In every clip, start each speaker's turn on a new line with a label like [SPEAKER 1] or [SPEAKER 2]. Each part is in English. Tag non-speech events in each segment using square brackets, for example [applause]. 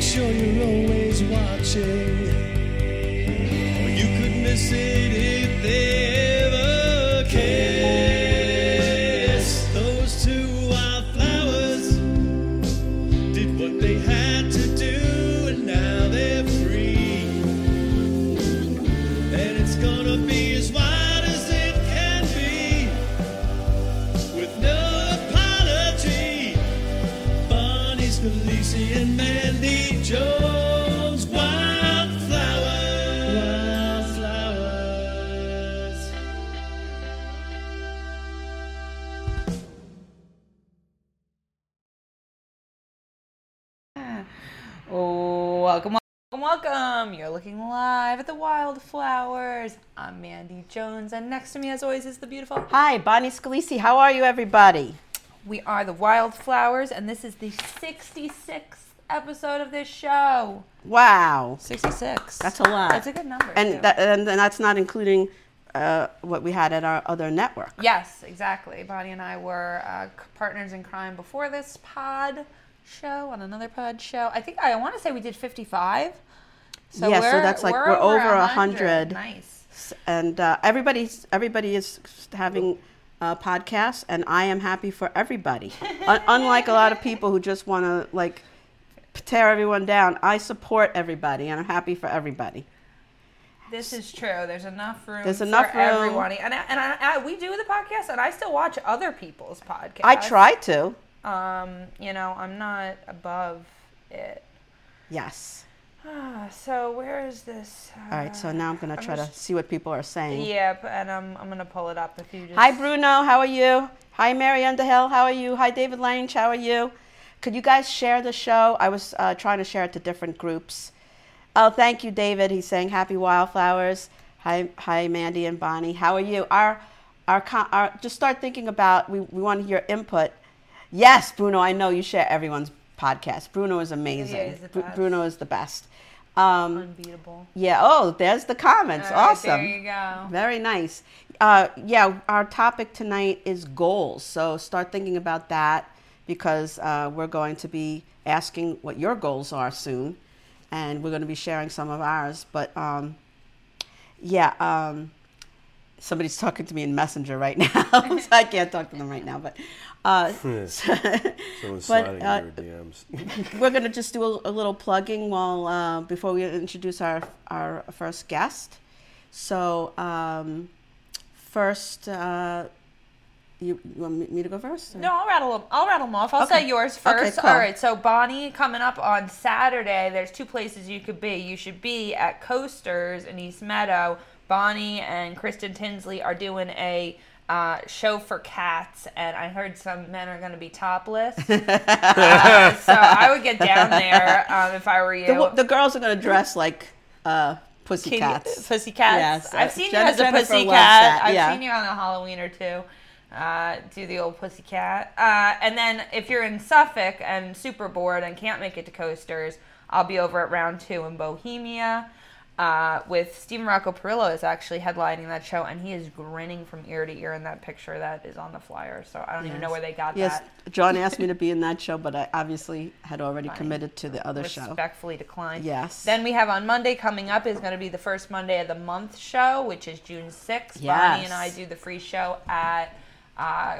[SPEAKER 1] sure you're always watching. Or you could miss it if they ever kiss. Those two wildflowers did what they had to do, and now they're free. And it's gonna be as wide as it can be with no apology. Bonnie's Felicia and Mandy Jones, wildflowers. Wildflowers.
[SPEAKER 2] Welcome, welcome, welcome. You're looking live at the Wildflowers. I'm Mandy Jones, and next to me, as always, is the beautiful.
[SPEAKER 3] Hi, Bonnie Scalisi. How are you, everybody?
[SPEAKER 2] We are the Wildflowers, and this is the 66th episode of this show.
[SPEAKER 3] Wow.
[SPEAKER 2] 66.
[SPEAKER 3] That's a lot.
[SPEAKER 2] That's a good number. too.
[SPEAKER 3] And, that, and, and that's not including uh, what we had at our other network.
[SPEAKER 2] Yes, exactly. Bonnie and I were uh, c- partners in crime before this pod show on another pod show. I think I want to say we did 55. So
[SPEAKER 3] Yeah, so that's like we're over 100.
[SPEAKER 2] Nice.
[SPEAKER 3] And uh, everybody's, everybody is having uh, podcasts, and I am happy for everybody. Un- unlike a lot of people who just want to like tear everyone down, I support everybody, and I'm happy for everybody.
[SPEAKER 2] This is true. There's enough room.
[SPEAKER 3] There's enough
[SPEAKER 2] for
[SPEAKER 3] room.
[SPEAKER 2] everyone, and I, and I, I, we do the podcast, and I still watch other people's podcasts.
[SPEAKER 3] I try to.
[SPEAKER 2] Um, you know, I'm not above it.
[SPEAKER 3] Yes.
[SPEAKER 2] Ah, so where is this? uh,
[SPEAKER 3] All right, so now I'm going to try to see what people are saying.
[SPEAKER 2] Yep, and I'm I'm gonna pull it up if you just.
[SPEAKER 3] Hi, Bruno. How are you? Hi, Mary Underhill. How are you? Hi, David Lange. How are you? Could you guys share the show? I was uh, trying to share it to different groups. Oh, thank you, David. He's saying happy wildflowers. Hi, hi, Mandy and Bonnie. How are you? Our, our, co- our just start thinking about. We, we want to hear input. Yes, Bruno. I know you share everyone's podcast. Bruno is amazing.
[SPEAKER 2] he's the
[SPEAKER 3] Bru-
[SPEAKER 2] best.
[SPEAKER 3] Bruno is the best. Um,
[SPEAKER 2] Unbeatable.
[SPEAKER 3] yeah. Oh, there's the comments.
[SPEAKER 2] All right,
[SPEAKER 3] awesome.
[SPEAKER 2] There you go.
[SPEAKER 3] Very nice. Uh, yeah, our topic tonight is goals. So start thinking about that because uh, we're going to be asking what your goals are soon, and we're going to be sharing some of ours. But um, yeah, um, somebody's talking to me in Messenger right [laughs] now, so I can't talk to them right now. But
[SPEAKER 4] [laughs]
[SPEAKER 3] uh,
[SPEAKER 4] Someone's
[SPEAKER 3] [laughs] But,
[SPEAKER 4] sliding
[SPEAKER 3] uh,
[SPEAKER 4] in your DMs.
[SPEAKER 3] we're gonna just do a, a little plugging while uh, before we introduce our our first guest. So um, first, uh, you, you want me- me to go first? or-
[SPEAKER 2] No, I'll rattle them. I'll rattle them off. I'll say yours
[SPEAKER 3] Okay,
[SPEAKER 2] first.
[SPEAKER 3] cool.
[SPEAKER 2] All right. So Bonnie, coming up on Saturday, there's two places you could be. You should be at Coasters in East Meadow. Bonnie and Kristen Tinsley are doing a uh, show for cats, and I heard some men are going to be
[SPEAKER 3] [laughs]
[SPEAKER 2] topless. Uh, so I would get down there um, if I were you.
[SPEAKER 3] The, wo- the girls are gonna dress like uh,
[SPEAKER 2] Kitty-
[SPEAKER 3] pussycats.
[SPEAKER 2] Pussycats.
[SPEAKER 3] Yes, uh,
[SPEAKER 2] I've seen
[SPEAKER 3] Jen-
[SPEAKER 2] you as a
[SPEAKER 3] Jennifer loves
[SPEAKER 2] pussycat.
[SPEAKER 3] that,
[SPEAKER 2] I've
[SPEAKER 3] yeah.
[SPEAKER 2] seen you on a Halloween or two. Uh, do the old pussycat. Uh, and then if you're in Suffolk and super bored and can't make it to Coasters, I'll be over at round two in Bohemia. Uh, with Stephen Rocco Perillo is actually headlining that show, and he is grinning from ear to ear in that picture that is on the flyer. So I don't even know where they got
[SPEAKER 3] Yes,
[SPEAKER 2] that.
[SPEAKER 3] John asked me
[SPEAKER 2] [laughs]
[SPEAKER 3] to be in that show, but I obviously had already committed to the other show.
[SPEAKER 2] respectfully declined.
[SPEAKER 3] Yes.
[SPEAKER 2] Then we have on Monday coming up is going to be the first Monday of the month show, which is June 6th. Bonnie
[SPEAKER 3] Yes.
[SPEAKER 2] and I do the free show at uh,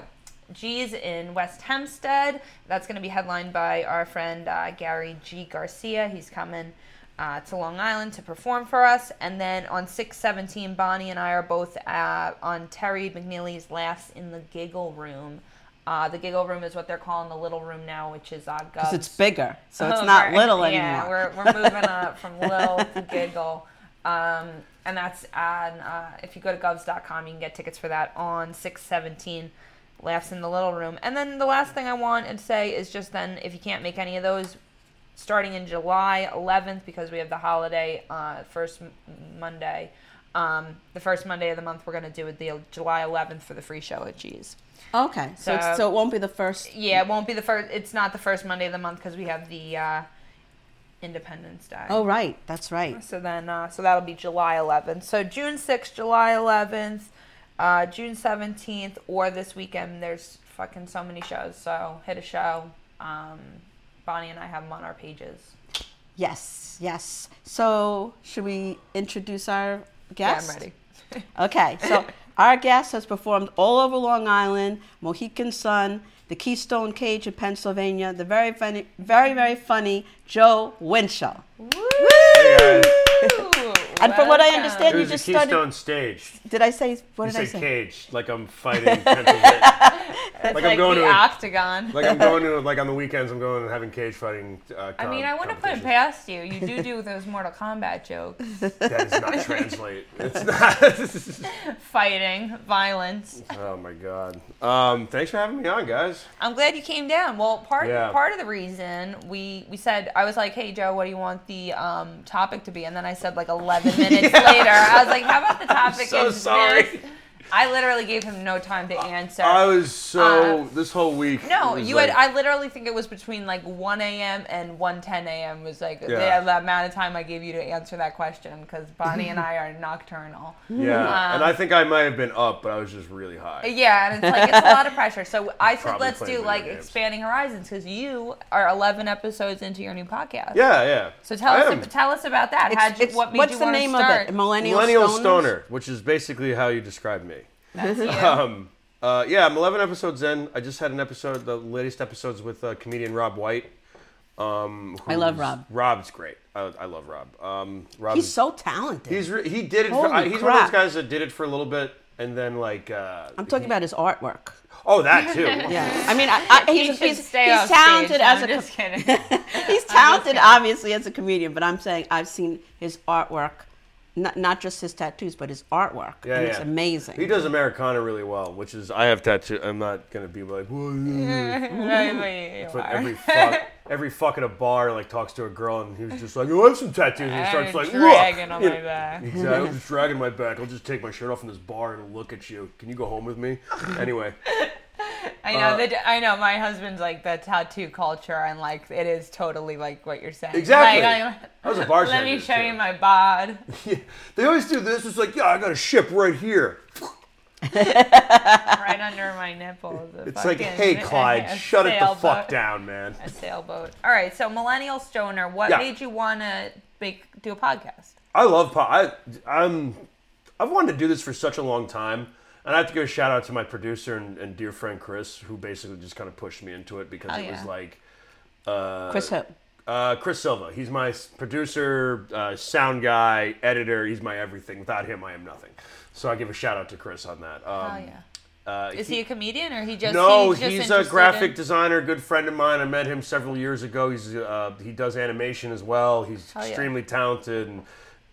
[SPEAKER 2] G's in West Hempstead. That's going to be headlined by our friend uh, Gary G. Garcia. He's coming. Uh, to Long Island to perform for us, and then on six seventeen, Bonnie and I are both uh, on Terry McNeely's Laughs in the Giggle Room. Uh, the Giggle Room is what they're calling the Little Room now, which is uh, Gov's.
[SPEAKER 3] 'Cause it's bigger, so it's
[SPEAKER 2] Oh,
[SPEAKER 3] not
[SPEAKER 2] we're-
[SPEAKER 3] little
[SPEAKER 2] Yeah,
[SPEAKER 3] anymore.
[SPEAKER 2] we're, we're moving
[SPEAKER 3] [laughs]
[SPEAKER 2] up from little to giggle. Um, and that's on, uh, if you go to govs.com, you can get tickets for that on 617 Laughs in the Little Room. And then the last thing I want to say is just then, if you can't make any of those, starting in July 11th, because we have the holiday uh, first m- Monday, um, the first Monday of the month, we're going to do it the July 11th for the free show at G's.
[SPEAKER 3] Okay, so it's,
[SPEAKER 2] So-
[SPEAKER 3] so it won't be the first.
[SPEAKER 2] Yeah, it won't be the first. It's not the first Monday of the month because we have the uh, Independence Day.
[SPEAKER 3] Oh right, that's right.
[SPEAKER 2] So then, uh, so that'll be July 11th. So June 6th, July 11th, uh, June 17th, or this weekend. There's fucking so many shows. So hit a show. Um, Bonnie and I have them on our pages.
[SPEAKER 3] Yes, yes. So, should we introduce our
[SPEAKER 2] Yeah, I'm
[SPEAKER 3] guest?
[SPEAKER 2] ready.
[SPEAKER 3] Okay,
[SPEAKER 2] [laughs]
[SPEAKER 3] so our guest has performed all over Long Island, Mohican Sun, the Keystone Cage in Pennsylvania, the very funny, very, very funny Joe Winchell.
[SPEAKER 4] Hey, guys.
[SPEAKER 3] [laughs] And from what I
[SPEAKER 2] Welcome.
[SPEAKER 3] understand,
[SPEAKER 4] It
[SPEAKER 3] you
[SPEAKER 4] was a
[SPEAKER 3] just
[SPEAKER 4] Keystone
[SPEAKER 3] started.
[SPEAKER 4] stage.
[SPEAKER 3] Did I say? What
[SPEAKER 4] You
[SPEAKER 3] did I say?
[SPEAKER 4] said cage,
[SPEAKER 2] [laughs]
[SPEAKER 4] like I'm fighting. Pennsylvania.
[SPEAKER 2] It's
[SPEAKER 4] like
[SPEAKER 2] like,
[SPEAKER 4] I'm going
[SPEAKER 2] the
[SPEAKER 4] to a-
[SPEAKER 2] octagon.
[SPEAKER 4] like I'm going to like on the weekends. I'm going and having cage fighting. Uh,
[SPEAKER 2] I mean, I wouldn't put it
[SPEAKER 4] competitions.
[SPEAKER 2] past you. You do do those Mortal Kombat jokes. [laughs]
[SPEAKER 4] That does not translate. It's not. [laughs]
[SPEAKER 2] Fighting, violence.
[SPEAKER 4] oh my god. Um, thanks for having me on, guys.
[SPEAKER 2] I'm glad you came down. Well, part
[SPEAKER 4] Yeah.
[SPEAKER 2] part of the reason we we said I was like, "Hey Joe, what do you want the um, topic to be?" And then I said like
[SPEAKER 4] [laughs]
[SPEAKER 2] 11 minutes later, I was like, "How about the topic?"
[SPEAKER 4] so
[SPEAKER 2] is
[SPEAKER 4] sorry.
[SPEAKER 2] this?" I literally gave him no time to answer.
[SPEAKER 4] I was so
[SPEAKER 2] Uh,
[SPEAKER 4] this whole week.
[SPEAKER 2] no,
[SPEAKER 4] it was
[SPEAKER 2] you
[SPEAKER 4] like,
[SPEAKER 2] had. I literally think it was between like 1 a.m. and 1:10 a.m. was like
[SPEAKER 4] Yeah.
[SPEAKER 2] the, the amount of time I gave you to answer that question because Bonnie
[SPEAKER 4] [laughs]
[SPEAKER 2] and I are nocturnal.
[SPEAKER 4] yeah,
[SPEAKER 2] um,
[SPEAKER 4] and I think I might have been up, but I was just really high.
[SPEAKER 2] Yeah, and it's like it's a lot of pressure. So I said
[SPEAKER 4] Probably
[SPEAKER 2] let's
[SPEAKER 4] playing
[SPEAKER 2] do
[SPEAKER 4] video
[SPEAKER 2] like
[SPEAKER 4] games.
[SPEAKER 2] expanding horizons because you are 11 episodes into your new podcast.
[SPEAKER 4] Yeah, yeah.
[SPEAKER 2] So tell
[SPEAKER 4] I
[SPEAKER 2] us
[SPEAKER 4] am.
[SPEAKER 2] tell us about that.
[SPEAKER 3] It's-
[SPEAKER 2] How'd you,
[SPEAKER 3] it's-
[SPEAKER 2] what made
[SPEAKER 3] what's
[SPEAKER 2] you
[SPEAKER 3] the
[SPEAKER 2] want
[SPEAKER 3] name
[SPEAKER 2] to start?
[SPEAKER 3] of it? Millennial,
[SPEAKER 4] millennial
[SPEAKER 3] Stoners?
[SPEAKER 4] stoner, which is basically how you describe me. [laughs]
[SPEAKER 2] That's you.
[SPEAKER 4] Um, uh, yeah, I'm 11 episodes in. I just had an episode, the latest episodes with uh, comedian Rob White. Um,
[SPEAKER 3] I love
[SPEAKER 4] who's-
[SPEAKER 3] Rob.
[SPEAKER 4] Rob's great. I, I love Rob. Um, Rob
[SPEAKER 3] He's
[SPEAKER 4] is-
[SPEAKER 3] so talented.
[SPEAKER 4] he's re- he did it. For,
[SPEAKER 3] Holy
[SPEAKER 4] I, he's one of those
[SPEAKER 3] crap.
[SPEAKER 4] guys that did it for a little bit and then like. Uh,
[SPEAKER 3] I'm talking about his artwork.
[SPEAKER 4] oh, that too.
[SPEAKER 3] [laughs] Yeah, I mean, I, I,
[SPEAKER 2] He
[SPEAKER 3] he's,
[SPEAKER 2] should
[SPEAKER 3] he's,
[SPEAKER 2] stay
[SPEAKER 3] he's
[SPEAKER 2] off stage.
[SPEAKER 3] talented
[SPEAKER 2] No,
[SPEAKER 3] as
[SPEAKER 2] I'm
[SPEAKER 3] a
[SPEAKER 2] just
[SPEAKER 3] co-
[SPEAKER 2] kidding.
[SPEAKER 3] [laughs]
[SPEAKER 2] [laughs]
[SPEAKER 3] he's talented obviously as a comedian, but I'm saying I've seen his artwork, not not just his tattoos, but his artwork,
[SPEAKER 4] Yeah,
[SPEAKER 3] and
[SPEAKER 4] yeah.
[SPEAKER 3] it's amazing.
[SPEAKER 4] He does Americana really well, which is I have tattoo. I'm not gonna be like, "Whoa."
[SPEAKER 2] Right, but you
[SPEAKER 4] but
[SPEAKER 2] are. [laughs]
[SPEAKER 4] every fuck, every fuck at a bar like talks to a girl and he was just like, oh, I have some tattoos. And he
[SPEAKER 2] I
[SPEAKER 4] starts
[SPEAKER 2] have
[SPEAKER 4] like,
[SPEAKER 2] a
[SPEAKER 4] look,
[SPEAKER 2] dragon on
[SPEAKER 4] You
[SPEAKER 2] my
[SPEAKER 4] know,
[SPEAKER 2] back.
[SPEAKER 4] [laughs] Exactly. I'm just dragging my back. I'll just take my shirt off in this bar and look at you. Can you go home
[SPEAKER 2] [laughs]
[SPEAKER 4] with me? Anyway,
[SPEAKER 2] I know.
[SPEAKER 4] Uh,
[SPEAKER 2] that, I know. My husband's like the tattoo culture, and like it is totally like what you're saying.
[SPEAKER 4] Exactly.
[SPEAKER 2] Like, I-
[SPEAKER 4] I was a
[SPEAKER 2] let
[SPEAKER 4] bartender.
[SPEAKER 2] me show
[SPEAKER 4] too.
[SPEAKER 2] you my bod. [laughs]
[SPEAKER 4] They always do this. It's like, yeah, I got a ship right here.
[SPEAKER 2] right under my nipple. is a
[SPEAKER 4] It's like,
[SPEAKER 2] fucking- [laughs]
[SPEAKER 4] hey, Clyde,
[SPEAKER 2] a
[SPEAKER 4] shut it the fuck
[SPEAKER 2] sailboat-
[SPEAKER 4] down, man.
[SPEAKER 2] A sailboat. All right. So, millennial stoner. What
[SPEAKER 4] Yeah.
[SPEAKER 2] made you want to make do a podcast?
[SPEAKER 4] I love po- I I'm I've wanted to do this for such a long time. And I have to give a shout out to my producer and, and dear friend Chris, who basically just kind of pushed me into it because
[SPEAKER 2] Oh,
[SPEAKER 4] it was
[SPEAKER 2] yeah.
[SPEAKER 4] like uh,
[SPEAKER 3] Chris Hope.
[SPEAKER 4] Uh, Chris Silva. He's my s- producer, uh, sound guy, editor. He's my everything. Without him, I am nothing. So I give a shout out to Chris on that. Um,
[SPEAKER 2] Oh yeah.
[SPEAKER 4] uh,
[SPEAKER 2] Is he a comedian or he just?
[SPEAKER 4] no,
[SPEAKER 2] he's, just
[SPEAKER 4] he's a
[SPEAKER 2] interested
[SPEAKER 4] graphic
[SPEAKER 2] in-
[SPEAKER 4] designer, good friend of mine. I met him several years ago. He's uh, he does animation as well. He's
[SPEAKER 2] Oh, yeah.
[SPEAKER 4] extremely talented and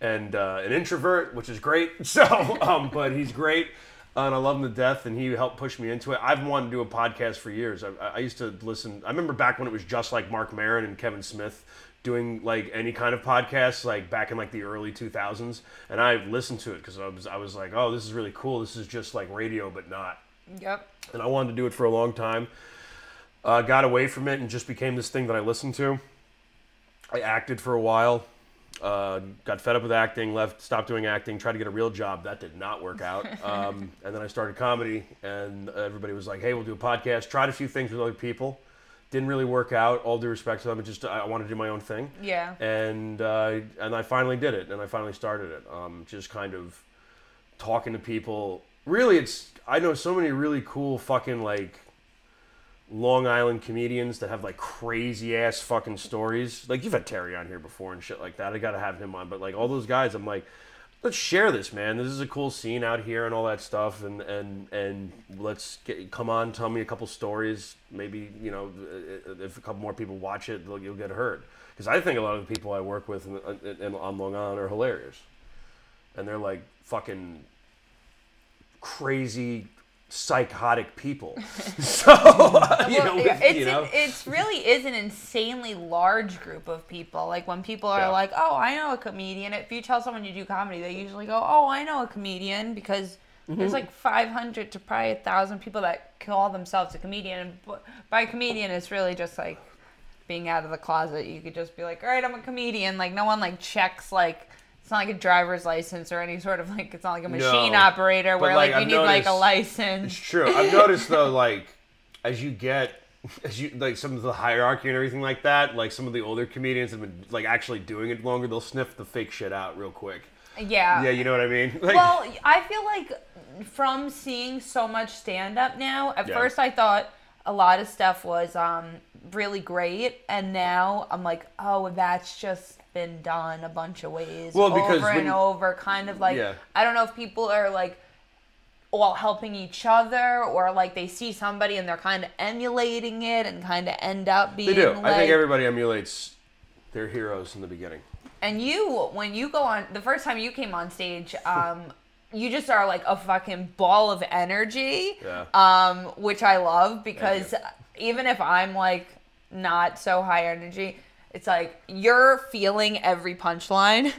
[SPEAKER 4] and uh, an introvert, which is great. [laughs] So, um, but he's great, and I love him to death. And he helped push me into it. I've wanted to do a podcast for years. I, I I used to listen. I remember back when it was just like Mark Maron and Kevin Smith doing like any kind of podcast like back in like the early 2000s and i listened to it because i was i was like oh this is really cool this is just like radio but not
[SPEAKER 2] Yep.
[SPEAKER 4] and I wanted to do it for a long time. Uh, got away from it and just became this thing that I listened to. I acted for a while, uh, got fed up with acting, left, stopped doing acting, tried to get a real job. That did not work out. Um, and then I started comedy, and everybody was like, "Hey, we'll do a podcast." Tried a few things with other people, didn't really work out. All due respect to them, it just I wanted to do my own thing
[SPEAKER 2] Yeah.
[SPEAKER 4] and uh, and I finally did it, and I finally started it. Um, just kind of talking to people. Really, it's I know so many really cool fucking like Long Island comedians that have like crazy ass fucking stories. Like you've had Terry on here before and shit like that. I gotta have him on, but like all those guys, I'm like. Let's share this, man. This is a cool scene out here and all that stuff, and and and let's get, come on, tell me a couple stories. Maybe you know, uh, if a couple more people watch it, they'll- you'll get heard. Because I think a lot of the people I work with in, in, on Long Island are hilarious, and they're like fucking crazy, psychotic people. [laughs] so [laughs] you know,
[SPEAKER 2] Well,
[SPEAKER 4] with-
[SPEAKER 2] it's,
[SPEAKER 4] you know,
[SPEAKER 2] an- it's really is an insanely large group of people. Like when people are
[SPEAKER 4] Yeah.
[SPEAKER 2] like, "Oh, I know a comedian." If you tell someone you do comedy, they usually go, "Oh, I know a comedian," because
[SPEAKER 4] Mm-hmm.
[SPEAKER 2] there's like 500 to probably a thousand people that call themselves a comedian. And b- by comedian, it's really just like being out of the closet. You could just be like, "All right, I'm a comedian." Like no one like checks like. It's not like a driver's license or any sort of like. It's not like a machine operator
[SPEAKER 4] But,
[SPEAKER 2] where
[SPEAKER 4] like,
[SPEAKER 2] like, you
[SPEAKER 4] I've
[SPEAKER 2] need like a
[SPEAKER 4] noticed-
[SPEAKER 2] license.
[SPEAKER 4] It's true. I've noticed though, like as you get as you like some of the hierarchy and everything like that. Like some of the older comedians have been like actually doing it longer. They'll sniff the fake shit out real quick.
[SPEAKER 2] Yeah.
[SPEAKER 4] Yeah, you know what I mean. [laughs] Like,
[SPEAKER 2] Well, I feel like from seeing so much stand up now, at
[SPEAKER 4] Yeah.
[SPEAKER 2] first I thought a lot of stuff was um, really great, and now I'm like, oh, that's just been done a bunch of ways
[SPEAKER 4] Well, because
[SPEAKER 2] over and
[SPEAKER 4] when-
[SPEAKER 2] over. Kind of like,
[SPEAKER 4] Yeah.
[SPEAKER 2] I don't know if people are like, all helping each other, or like they see somebody and they're kind of emulating it and kind of end up being
[SPEAKER 4] they do.
[SPEAKER 2] like,
[SPEAKER 4] I think everybody emulates their heroes in the beginning.
[SPEAKER 2] and you, when you go on the first time you came on stage, um, you just are like a fucking ball of energy,
[SPEAKER 4] Yeah.
[SPEAKER 2] um, which I love because
[SPEAKER 4] you.
[SPEAKER 2] even if I'm like not so high energy, it's like you're feeling every
[SPEAKER 4] [laughs]
[SPEAKER 2] punchline.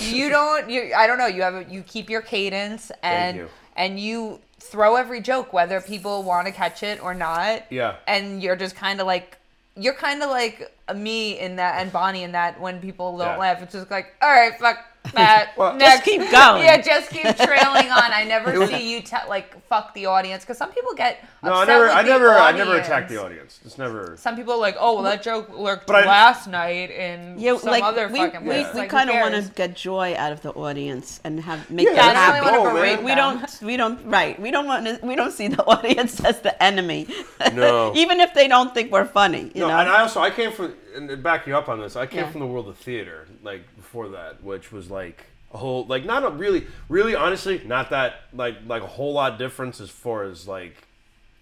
[SPEAKER 2] you don't. You, I don't know. You have. A, you keep your cadence and
[SPEAKER 4] you.
[SPEAKER 2] and you throw every joke whether people want to catch it or not
[SPEAKER 4] Yeah.
[SPEAKER 2] and you're just kind of like you're kind of like me in that and Bonnie in that when people don't
[SPEAKER 4] Yeah.
[SPEAKER 2] laugh, it's just like, all right, fuck that.
[SPEAKER 4] [laughs] Well-
[SPEAKER 2] next.
[SPEAKER 3] Just keep going.
[SPEAKER 2] Yeah, just keep trailing on. I never see you te- like fuck the audience because some people get
[SPEAKER 4] No, I
[SPEAKER 2] upset
[SPEAKER 4] never,
[SPEAKER 2] with
[SPEAKER 4] I
[SPEAKER 2] the
[SPEAKER 4] never, I never
[SPEAKER 2] audience.
[SPEAKER 4] attack the audience. It's never.
[SPEAKER 2] Some people are like, oh, well, that joke worked
[SPEAKER 4] But I-
[SPEAKER 2] last night in
[SPEAKER 3] Yeah,
[SPEAKER 2] some
[SPEAKER 3] like
[SPEAKER 2] other
[SPEAKER 3] we,
[SPEAKER 2] fucking
[SPEAKER 3] we,
[SPEAKER 2] place.
[SPEAKER 3] we
[SPEAKER 2] Like, who
[SPEAKER 3] kind of want
[SPEAKER 2] cares?
[SPEAKER 3] to get joy out of the audience and have make
[SPEAKER 4] Yeah,
[SPEAKER 3] them
[SPEAKER 4] that's
[SPEAKER 3] happy.
[SPEAKER 4] the goal,
[SPEAKER 2] wanna
[SPEAKER 4] man.
[SPEAKER 2] berate
[SPEAKER 3] we don't we don't right we don't want to we don't see the [laughs] audience as the enemy
[SPEAKER 4] No.
[SPEAKER 3] [laughs] even if they don't think we're funny you
[SPEAKER 4] no,
[SPEAKER 3] know
[SPEAKER 4] and I also I came from and to back you up on this. I came
[SPEAKER 3] Yeah.
[SPEAKER 4] from the world of theater, like before that, which was like a whole like not a really, really honestly not that like like a whole lot difference as far as like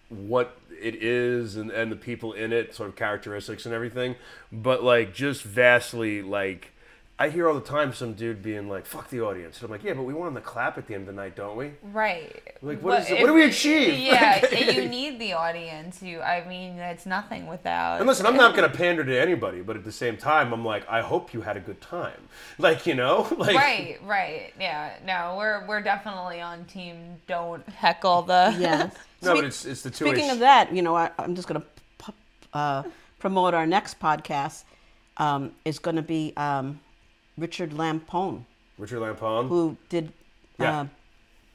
[SPEAKER 4] what it is and and the people in it, sort of characteristics and everything, but like just vastly like. I hear all the time some dude being like, "Fuck the audience," and I'm like, "Yeah, but we want them to clap at the end of the night, don't we?"
[SPEAKER 2] Right.
[SPEAKER 4] Like, what
[SPEAKER 2] But
[SPEAKER 4] is it-
[SPEAKER 2] if-
[SPEAKER 4] what do we achieve? [laughs]
[SPEAKER 2] Yeah, you need the audience. You, I mean, it's nothing without.
[SPEAKER 4] And listen, I'm not gonna pander to anybody, but at the same time, I'm like, I hope you had a good time. [laughs] Like, you know,
[SPEAKER 2] [laughs]
[SPEAKER 4] like
[SPEAKER 2] Right, right, yeah. No, we're we're definitely on team. Don't heckle the
[SPEAKER 3] [laughs] yes
[SPEAKER 4] No, but it's it's the two.
[SPEAKER 3] Speaking of that, you know, I, I'm just going to uh, promote our next podcast. Um, it's going to be um, Richard Lampone,
[SPEAKER 4] Richard Lampone.
[SPEAKER 3] who did
[SPEAKER 4] Yeah.
[SPEAKER 3] uh,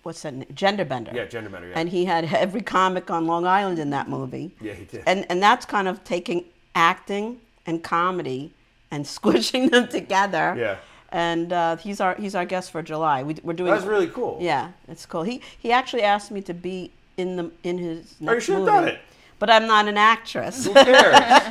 [SPEAKER 3] what's that? Name? Genderbender.
[SPEAKER 4] yeah, gender matter. Yeah.
[SPEAKER 3] And he had every comic on Long Island in that movie.
[SPEAKER 4] Yeah, he did.
[SPEAKER 3] And and that's kind of taking acting and comedy and [laughs] squishing them together.
[SPEAKER 4] Yeah.
[SPEAKER 3] And uh, he's our he's our guest for July. We, we're doing
[SPEAKER 4] That's really cool.
[SPEAKER 3] yeah, it's cool. He he actually asked me to be in the in his.
[SPEAKER 4] Oh, you
[SPEAKER 3] next
[SPEAKER 4] should have
[SPEAKER 3] movie,
[SPEAKER 4] done it.
[SPEAKER 3] But I'm not an
[SPEAKER 4] [laughs]
[SPEAKER 3] actress, [laughs]
[SPEAKER 4] Who cares?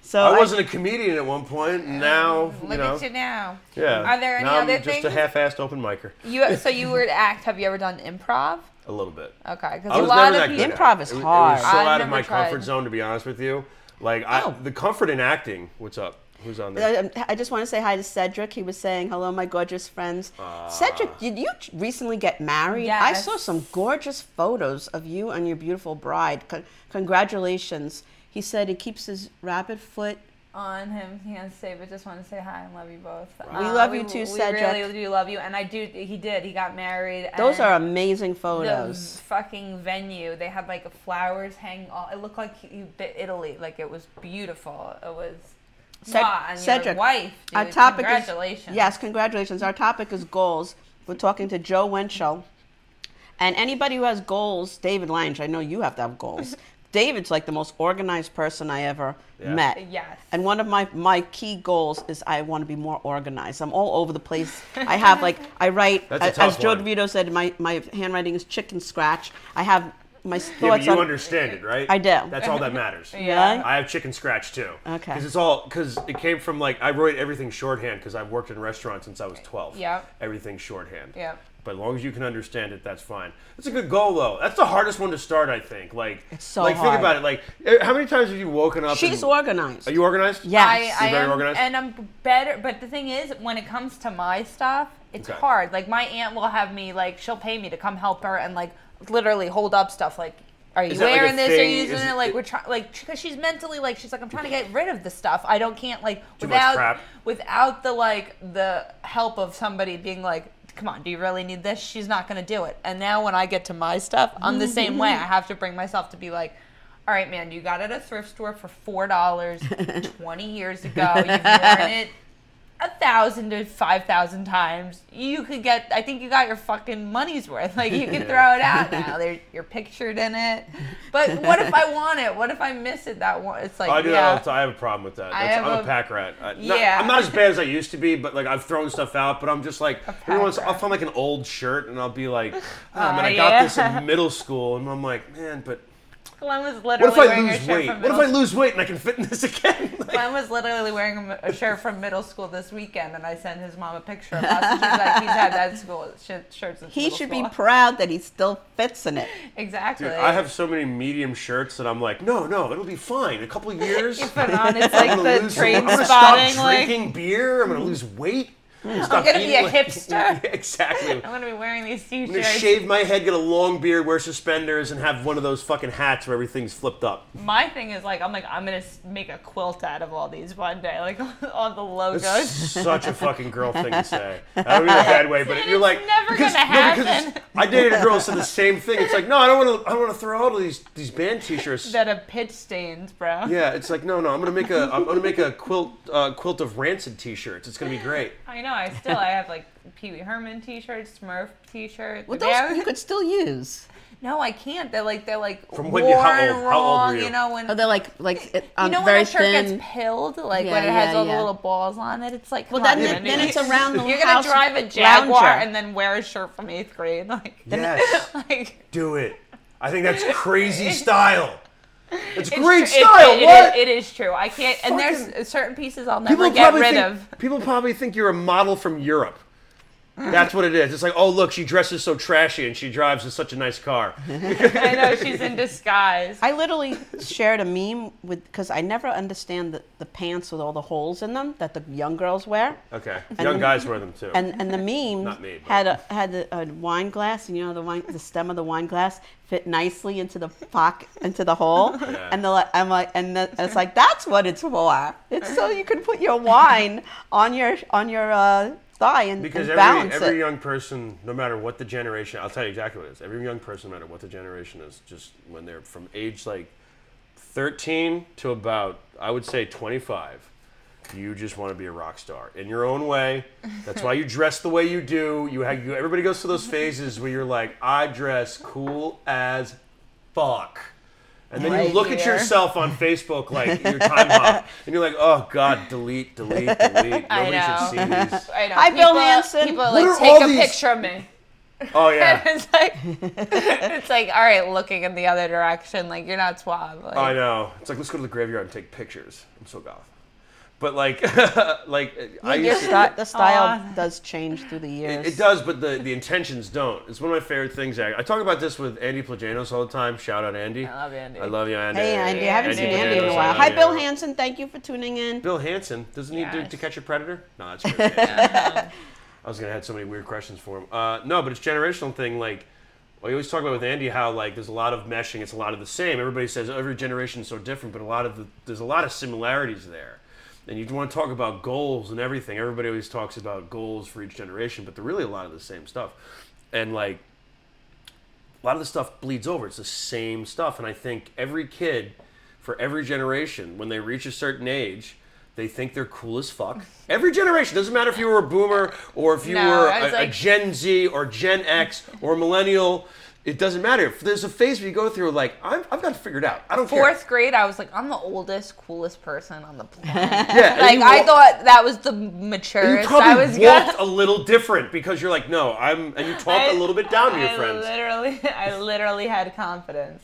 [SPEAKER 3] so
[SPEAKER 4] I wasn't a comedian at one point, and now you
[SPEAKER 2] [laughs] Look
[SPEAKER 4] know.
[SPEAKER 2] at you now.
[SPEAKER 4] Yeah.
[SPEAKER 2] Are there any
[SPEAKER 4] now
[SPEAKER 2] other
[SPEAKER 4] I'm just
[SPEAKER 2] things?
[SPEAKER 4] a half-assed open micer.
[SPEAKER 2] You so you were to act. Have you ever done improv?
[SPEAKER 4] A little bit.
[SPEAKER 2] Okay,
[SPEAKER 4] I
[SPEAKER 2] because a
[SPEAKER 4] was
[SPEAKER 2] lot
[SPEAKER 4] never
[SPEAKER 2] of
[SPEAKER 4] that good.
[SPEAKER 2] people.
[SPEAKER 4] at
[SPEAKER 3] Improv
[SPEAKER 4] it.
[SPEAKER 3] is
[SPEAKER 4] It was-
[SPEAKER 3] hard. Oh.
[SPEAKER 4] It was so
[SPEAKER 2] I've
[SPEAKER 4] out of
[SPEAKER 2] never
[SPEAKER 4] my
[SPEAKER 2] tried.
[SPEAKER 4] comfort zone, to be honest with you. Like, I, the comfort in acting. What's up? Who's on there?
[SPEAKER 3] I, I just want to say hi to Cedric. He was saying hello, my gorgeous friends. Cedric, did you recently get married? I
[SPEAKER 2] Yes.
[SPEAKER 3] saw some gorgeous photos of you and your beautiful bride. Con- congratulations. He said he keeps his rabbit foot.
[SPEAKER 2] on him. He has to say, but just want to say hi and love you both.
[SPEAKER 3] We love you too,
[SPEAKER 2] We
[SPEAKER 3] Cedric.
[SPEAKER 2] really do love you, and I do. He did. He got married.
[SPEAKER 3] Those
[SPEAKER 2] and
[SPEAKER 3] are amazing
[SPEAKER 2] the
[SPEAKER 3] photos.
[SPEAKER 2] fucking venue. They had like flowers hanging. All it looked like you bit Italy. Like it was beautiful. It was.
[SPEAKER 3] Ced-
[SPEAKER 2] Wow, and your
[SPEAKER 3] Cedric,
[SPEAKER 2] wife.
[SPEAKER 3] Our
[SPEAKER 2] dude,
[SPEAKER 3] topic
[SPEAKER 2] congratulations.
[SPEAKER 3] is yes, congratulations. Our topic is goals. We're talking to Joe Winchell, and anybody who has goals, David Lange. I know you have to have
[SPEAKER 2] [laughs]
[SPEAKER 3] goals. David's like the most organized person I ever
[SPEAKER 4] Yeah.
[SPEAKER 3] met.
[SPEAKER 2] Yes.
[SPEAKER 3] And one of my my key goals is I want to be more organized. I'm all over the place. I have like I write
[SPEAKER 4] That's a
[SPEAKER 3] as,
[SPEAKER 4] tough
[SPEAKER 3] Joe
[SPEAKER 4] one.
[SPEAKER 3] DeVito said. My my handwriting is chicken scratch. I have my
[SPEAKER 4] Yeah, but
[SPEAKER 3] thoughts
[SPEAKER 4] you
[SPEAKER 3] on
[SPEAKER 4] understand it, right?
[SPEAKER 3] I do.
[SPEAKER 4] That's all that matters.
[SPEAKER 3] [laughs] Yeah.
[SPEAKER 4] I have chicken scratch too.
[SPEAKER 3] Okay.
[SPEAKER 4] Because it's all because it came from like I wrote everything shorthand because I've worked in restaurants since I was twelve.
[SPEAKER 2] Yep.
[SPEAKER 4] Everything shorthand.
[SPEAKER 2] Yep.
[SPEAKER 4] But as long as you can understand it, that's fine. That's a good goal though. That's the hardest one to start, I think. Like
[SPEAKER 3] It's so
[SPEAKER 4] like
[SPEAKER 3] hard.
[SPEAKER 4] think about it. Like eh, how many times have you woken up?
[SPEAKER 3] She's
[SPEAKER 4] and,
[SPEAKER 3] organized.
[SPEAKER 4] Are you organized?
[SPEAKER 3] Yes.
[SPEAKER 2] I, I
[SPEAKER 4] You're very
[SPEAKER 2] am,
[SPEAKER 4] organized?
[SPEAKER 2] and I'm better. But the thing is, when it comes to my stuff, it's
[SPEAKER 4] Okay.
[SPEAKER 2] hard. Like my aunt will have me like she'll pay me to come help her and like literally hold up stuff like. Are you
[SPEAKER 4] Is that, like, a
[SPEAKER 2] wearing this? Are
[SPEAKER 4] thing?
[SPEAKER 2] you using
[SPEAKER 4] Is
[SPEAKER 2] it?
[SPEAKER 4] it-
[SPEAKER 2] Like we're trying, like because she's mentally like she's like I'm trying to get rid of the stuff. I don't can't like
[SPEAKER 4] Too much
[SPEAKER 2] without
[SPEAKER 4] crap.
[SPEAKER 2] without the like the help of somebody being like, come on, do you really need this? She's not gonna do it. And now when I get to my stuff, I'm the same way. I have to bring myself to be like, all right, man, you got it at a thrift store for four dollars twenty years ago. You've worn it a thousand to five thousand times, you could get. I think you got your fucking money's worth. [laughs] Like you could throw it out now. There, you're pictured in it. But what if I want it? What if I miss it? That one. It's like
[SPEAKER 4] I do that all
[SPEAKER 2] yeah.
[SPEAKER 4] the time. I have a problem with that.
[SPEAKER 2] I
[SPEAKER 4] That's,
[SPEAKER 2] have
[SPEAKER 4] I'm a,
[SPEAKER 2] a-
[SPEAKER 4] pack rat. I, not-
[SPEAKER 2] Yeah.
[SPEAKER 4] I'm not as bad as I used to be, but like I've thrown stuff out. But I'm just like every
[SPEAKER 2] pack
[SPEAKER 4] once I'll
[SPEAKER 2] rat.
[SPEAKER 4] find like an old shirt and I'll be
[SPEAKER 2] [laughs]
[SPEAKER 4] like, oh, man,
[SPEAKER 2] Aw,
[SPEAKER 4] I got this
[SPEAKER 2] yeah. [laughs]
[SPEAKER 4] in middle school, and I'm like, man, but
[SPEAKER 2] Glenn was literally
[SPEAKER 4] what if I
[SPEAKER 2] wearing a
[SPEAKER 4] lose
[SPEAKER 2] shirt
[SPEAKER 4] weight?
[SPEAKER 2] from
[SPEAKER 4] What if
[SPEAKER 2] middle
[SPEAKER 4] I lose weight and I can fit in this [laughs] again? Like,
[SPEAKER 2] Glenn was literally wearing a m- a shirt from middle school this weekend, and I sent his mom a picture of us. And she's like, he's had that school shirt, shirt since
[SPEAKER 3] He
[SPEAKER 2] middle
[SPEAKER 3] should be
[SPEAKER 2] school.
[SPEAKER 3] proud that he still fits in it.
[SPEAKER 2] exactly.
[SPEAKER 4] dude, I have so many medium shirts that I'm like, no, no, it'll be fine. A couple of
[SPEAKER 2] [laughs]
[SPEAKER 4] years,
[SPEAKER 2] You put on it's like
[SPEAKER 4] I'm gonna
[SPEAKER 2] the
[SPEAKER 4] lose. some- I'm
[SPEAKER 2] train
[SPEAKER 4] gonna
[SPEAKER 2] spotting.
[SPEAKER 4] stop
[SPEAKER 2] Like
[SPEAKER 4] drinking beer. I'm gonna lose weight.
[SPEAKER 2] [laughs]
[SPEAKER 4] I'm
[SPEAKER 2] gonna be a
[SPEAKER 4] [laughs]
[SPEAKER 2] hipster.
[SPEAKER 4] exactly.
[SPEAKER 2] I'm gonna be wearing these
[SPEAKER 4] I'm gonna
[SPEAKER 2] t-shirts.
[SPEAKER 4] shave my head, get a long beard, wear suspenders, and have one of those fucking hats where everything's flipped up.
[SPEAKER 2] My thing is like I'm like I'm gonna s- make a quilt out of all these one day, like [laughs] all the
[SPEAKER 4] That's
[SPEAKER 2] logos.
[SPEAKER 4] such a fucking girl thing
[SPEAKER 2] [laughs]
[SPEAKER 4] to say. I don't mean it in a bad way, but
[SPEAKER 2] And
[SPEAKER 4] you're
[SPEAKER 2] it's
[SPEAKER 4] like
[SPEAKER 2] never gonna
[SPEAKER 4] it's-
[SPEAKER 2] happen.
[SPEAKER 4] I dated a girl who said the same thing. It's like no, I don't want to. I don't want to throw out all these these band t-shirts.
[SPEAKER 2] [laughs] That are pitch stains, bro.
[SPEAKER 4] yeah, it's like no, no. I'm gonna make a I'm gonna make a quilt uh, quilt of rancid t-shirts. It's gonna be great.
[SPEAKER 2] I know. I still I have like Pee Wee Herman T-shirts, Smurf T-shirts.
[SPEAKER 3] Well,
[SPEAKER 2] They have-
[SPEAKER 3] those you could still use.
[SPEAKER 2] no, I can't. They're like they're like
[SPEAKER 4] From when
[SPEAKER 2] worn
[SPEAKER 4] you- how old-
[SPEAKER 2] wrong.
[SPEAKER 4] how old were you?
[SPEAKER 2] you know when
[SPEAKER 3] Oh, they're like like it,
[SPEAKER 2] you
[SPEAKER 3] um,
[SPEAKER 2] know when
[SPEAKER 3] very
[SPEAKER 2] a shirt
[SPEAKER 3] thin.
[SPEAKER 2] gets pilled, like
[SPEAKER 3] Yeah,
[SPEAKER 2] when it has
[SPEAKER 3] yeah,
[SPEAKER 2] all
[SPEAKER 3] yeah.
[SPEAKER 2] the little balls on it. It's like
[SPEAKER 3] Well,
[SPEAKER 2] come on,
[SPEAKER 3] then it-
[SPEAKER 2] Andy.
[SPEAKER 3] then it's around the
[SPEAKER 2] You're
[SPEAKER 3] house
[SPEAKER 2] gonna drive a Jaguar
[SPEAKER 3] lounger.
[SPEAKER 2] and then wear a shirt from eighth grade, [laughs] like
[SPEAKER 4] Yes.
[SPEAKER 2] like.
[SPEAKER 4] Do it. I think that's crazy style. It's,
[SPEAKER 2] It's
[SPEAKER 4] great
[SPEAKER 2] tr- it-
[SPEAKER 4] style.
[SPEAKER 2] it- it
[SPEAKER 4] what?
[SPEAKER 2] is- it is true. I can't, and there's certain pieces I'll never
[SPEAKER 4] People
[SPEAKER 2] get
[SPEAKER 4] probably
[SPEAKER 2] rid
[SPEAKER 4] think,
[SPEAKER 2] of. [laughs]
[SPEAKER 4] People probably think you're a model from Europe. That's what it is. It's like, oh look, she dresses so trashy and she drives in such a nice car.
[SPEAKER 2] I know she's
[SPEAKER 4] [laughs]
[SPEAKER 2] in disguise.
[SPEAKER 3] I literally shared a meme with because I never understand the, the pants with all the holes in them that the young girls wear.
[SPEAKER 4] Okay, young guys wear them too.
[SPEAKER 3] And and the meme
[SPEAKER 4] Not me, but-
[SPEAKER 3] had a had a, a wine glass, and you know the wine the stem of the wine glass fit nicely into the pocket into the hole.
[SPEAKER 4] [laughs] Yeah.
[SPEAKER 3] And the li- I'm like, and the, it's like that's what it's for. It's so you can put your wine on your on your uh, thigh and,
[SPEAKER 4] because
[SPEAKER 3] and
[SPEAKER 4] every,
[SPEAKER 3] balance
[SPEAKER 4] every
[SPEAKER 3] it.
[SPEAKER 4] young person, no matter what the generation, I'll tell you exactly what it is. Every young person, no matter what the generation is, just when they're from age like 13 to about, I would say 25, you just want to be a rock star in your own way. That's why you dress the way you do. You have, you, everybody goes through those phases where you're like, I dress cool as fuck. And then you
[SPEAKER 2] Right
[SPEAKER 4] look at
[SPEAKER 2] here. [laughs]
[SPEAKER 4] yourself on Facebook, like your time hop, and you're like, "Oh God, delete, delete, delete." Nobody
[SPEAKER 2] [laughs] I know.
[SPEAKER 4] should see these.
[SPEAKER 2] [laughs] I know.
[SPEAKER 3] Hi, Bill
[SPEAKER 2] people-
[SPEAKER 3] Hansen.
[SPEAKER 2] People
[SPEAKER 3] What
[SPEAKER 4] are
[SPEAKER 2] like
[SPEAKER 4] all
[SPEAKER 2] take a
[SPEAKER 4] these-
[SPEAKER 2] picture of me. [laughs]
[SPEAKER 4] Oh yeah,
[SPEAKER 2] it's like [laughs] it's like all right, looking in the other direction. Like you're not suave. Like,
[SPEAKER 4] I know. It's like let's go to the graveyard and take pictures. I'm so goth. But like, [laughs] like I
[SPEAKER 3] Your
[SPEAKER 4] used to,
[SPEAKER 3] sty- the style
[SPEAKER 2] Aw.
[SPEAKER 3] does change through the years.
[SPEAKER 4] it does, but the the intentions don't. It's one of my favorite things. I, I talk about this with Andy Plagianos all the time. Shout out Andy.
[SPEAKER 2] I love Andy.
[SPEAKER 4] I love you, Andy.
[SPEAKER 3] Hey, Andy, I haven't seen
[SPEAKER 2] Andy
[SPEAKER 3] Andy in a
[SPEAKER 4] Plagianos, I
[SPEAKER 3] while.
[SPEAKER 4] love
[SPEAKER 3] Hi,
[SPEAKER 4] you.
[SPEAKER 3] Bill Hansen. Thank you for tuning in.
[SPEAKER 4] Bill Hansen doesn't he do
[SPEAKER 2] Yes.
[SPEAKER 4] to catch a predator? No, that's good. I was gonna have so many weird questions for him. Uh, no, but it's generational thing. Like well, you always talk about with Andy how like there's a lot of meshing. It's a lot of the same. Everybody says every generation is so different, but a lot of the, there's a lot of similarities there. And you want to talk about goals and everything. Everybody always talks about goals for each generation, but they're really a lot of the same stuff. And like a lot of the stuff bleeds over. It's the same stuff. And I think every kid for every generation, when they reach a certain age, they think they're cool
[SPEAKER 2] [laughs]
[SPEAKER 4] as fuck. Every generation doesn't matter if you were a boomer or if you
[SPEAKER 2] No,
[SPEAKER 4] were
[SPEAKER 2] I
[SPEAKER 4] a,
[SPEAKER 2] was
[SPEAKER 4] a
[SPEAKER 2] like-
[SPEAKER 4] Gen Z or Gen X or millennial. It doesn't matter. If there's a phase where you go through, like I'm, I've got it figured out. I don't
[SPEAKER 2] Fourth grade, I was like, I'm the oldest, coolest person
[SPEAKER 3] [laughs]
[SPEAKER 2] on the planet.
[SPEAKER 4] care. Yeah, and
[SPEAKER 2] like
[SPEAKER 4] you
[SPEAKER 2] I
[SPEAKER 4] wa-
[SPEAKER 2] thought that was the
[SPEAKER 4] You
[SPEAKER 2] maturest I was
[SPEAKER 4] probably
[SPEAKER 2] gonna.
[SPEAKER 4] walked a little different because you're like, no, I'm, and you talk
[SPEAKER 2] I-
[SPEAKER 4] a little bit down to your
[SPEAKER 2] I
[SPEAKER 4] friends.
[SPEAKER 2] Literally, [laughs] I literally had confidence.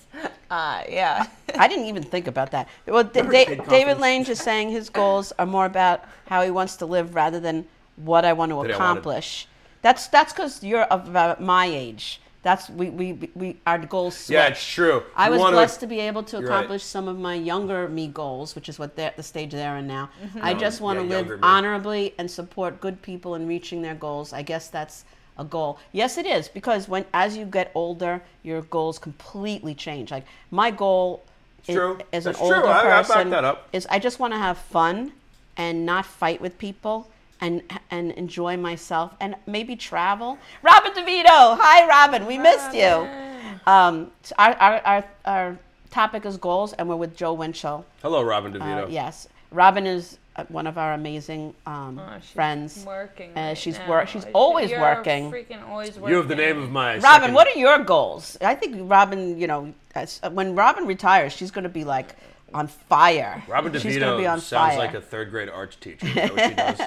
[SPEAKER 2] Uh, yeah. [laughs]
[SPEAKER 3] I didn't even think about that. Well, D- Da-
[SPEAKER 4] kid
[SPEAKER 3] David
[SPEAKER 4] confidence.
[SPEAKER 3] Lange is saying his goals are more about how he wants to live rather than what I want to
[SPEAKER 4] That I wanted.
[SPEAKER 3] accomplish. That's that's because you're of about my age. That's we we, we our goals. Switch.
[SPEAKER 4] Yeah, it's true.
[SPEAKER 3] I
[SPEAKER 4] You
[SPEAKER 3] was
[SPEAKER 4] wanna-
[SPEAKER 3] blessed to be able to
[SPEAKER 4] You're right.
[SPEAKER 3] accomplish some of my younger me goals, which is what they're, the stage they're in now. I just
[SPEAKER 4] Mm-hmm. Yeah,
[SPEAKER 3] want to
[SPEAKER 4] younger
[SPEAKER 3] live
[SPEAKER 4] me.
[SPEAKER 3] honorably and support good people in reaching their goals. I guess that's a goal. Yes, it is because when as you get older, your goals completely change. Like my goal i-
[SPEAKER 4] true.
[SPEAKER 3] as
[SPEAKER 4] That's
[SPEAKER 3] an
[SPEAKER 4] true.
[SPEAKER 3] older
[SPEAKER 4] I- I back
[SPEAKER 3] person
[SPEAKER 4] that up.
[SPEAKER 3] is I just want to have fun and not fight with people. And, and enjoy myself and maybe travel. Robin DeVito, hi Robin, we missed you. Um, so our, our, our, our topic is goals, and we're with Joe Winchell.
[SPEAKER 4] Hello, Robin
[SPEAKER 3] Uh,
[SPEAKER 4] DeVito.
[SPEAKER 3] yes. Robin is uh, one of our amazing um,
[SPEAKER 2] Oh, she's
[SPEAKER 3] friends.
[SPEAKER 2] Working.
[SPEAKER 3] Uh,
[SPEAKER 2] right
[SPEAKER 3] she's
[SPEAKER 2] now.
[SPEAKER 3] work- she's
[SPEAKER 2] She-
[SPEAKER 3] always
[SPEAKER 2] you're
[SPEAKER 3] working.
[SPEAKER 2] Freaking always working.
[SPEAKER 4] You have the name of my
[SPEAKER 3] Robin,
[SPEAKER 4] second-
[SPEAKER 3] what are your goals? I think Robin, you know, as, uh, when Robin retires, she's going to be like on fire.
[SPEAKER 4] Robin DeVito
[SPEAKER 3] she's gonna be on
[SPEAKER 4] sounds
[SPEAKER 3] fire.
[SPEAKER 4] like a third grade arts teacher. Is that what
[SPEAKER 3] [laughs]
[SPEAKER 4] she does?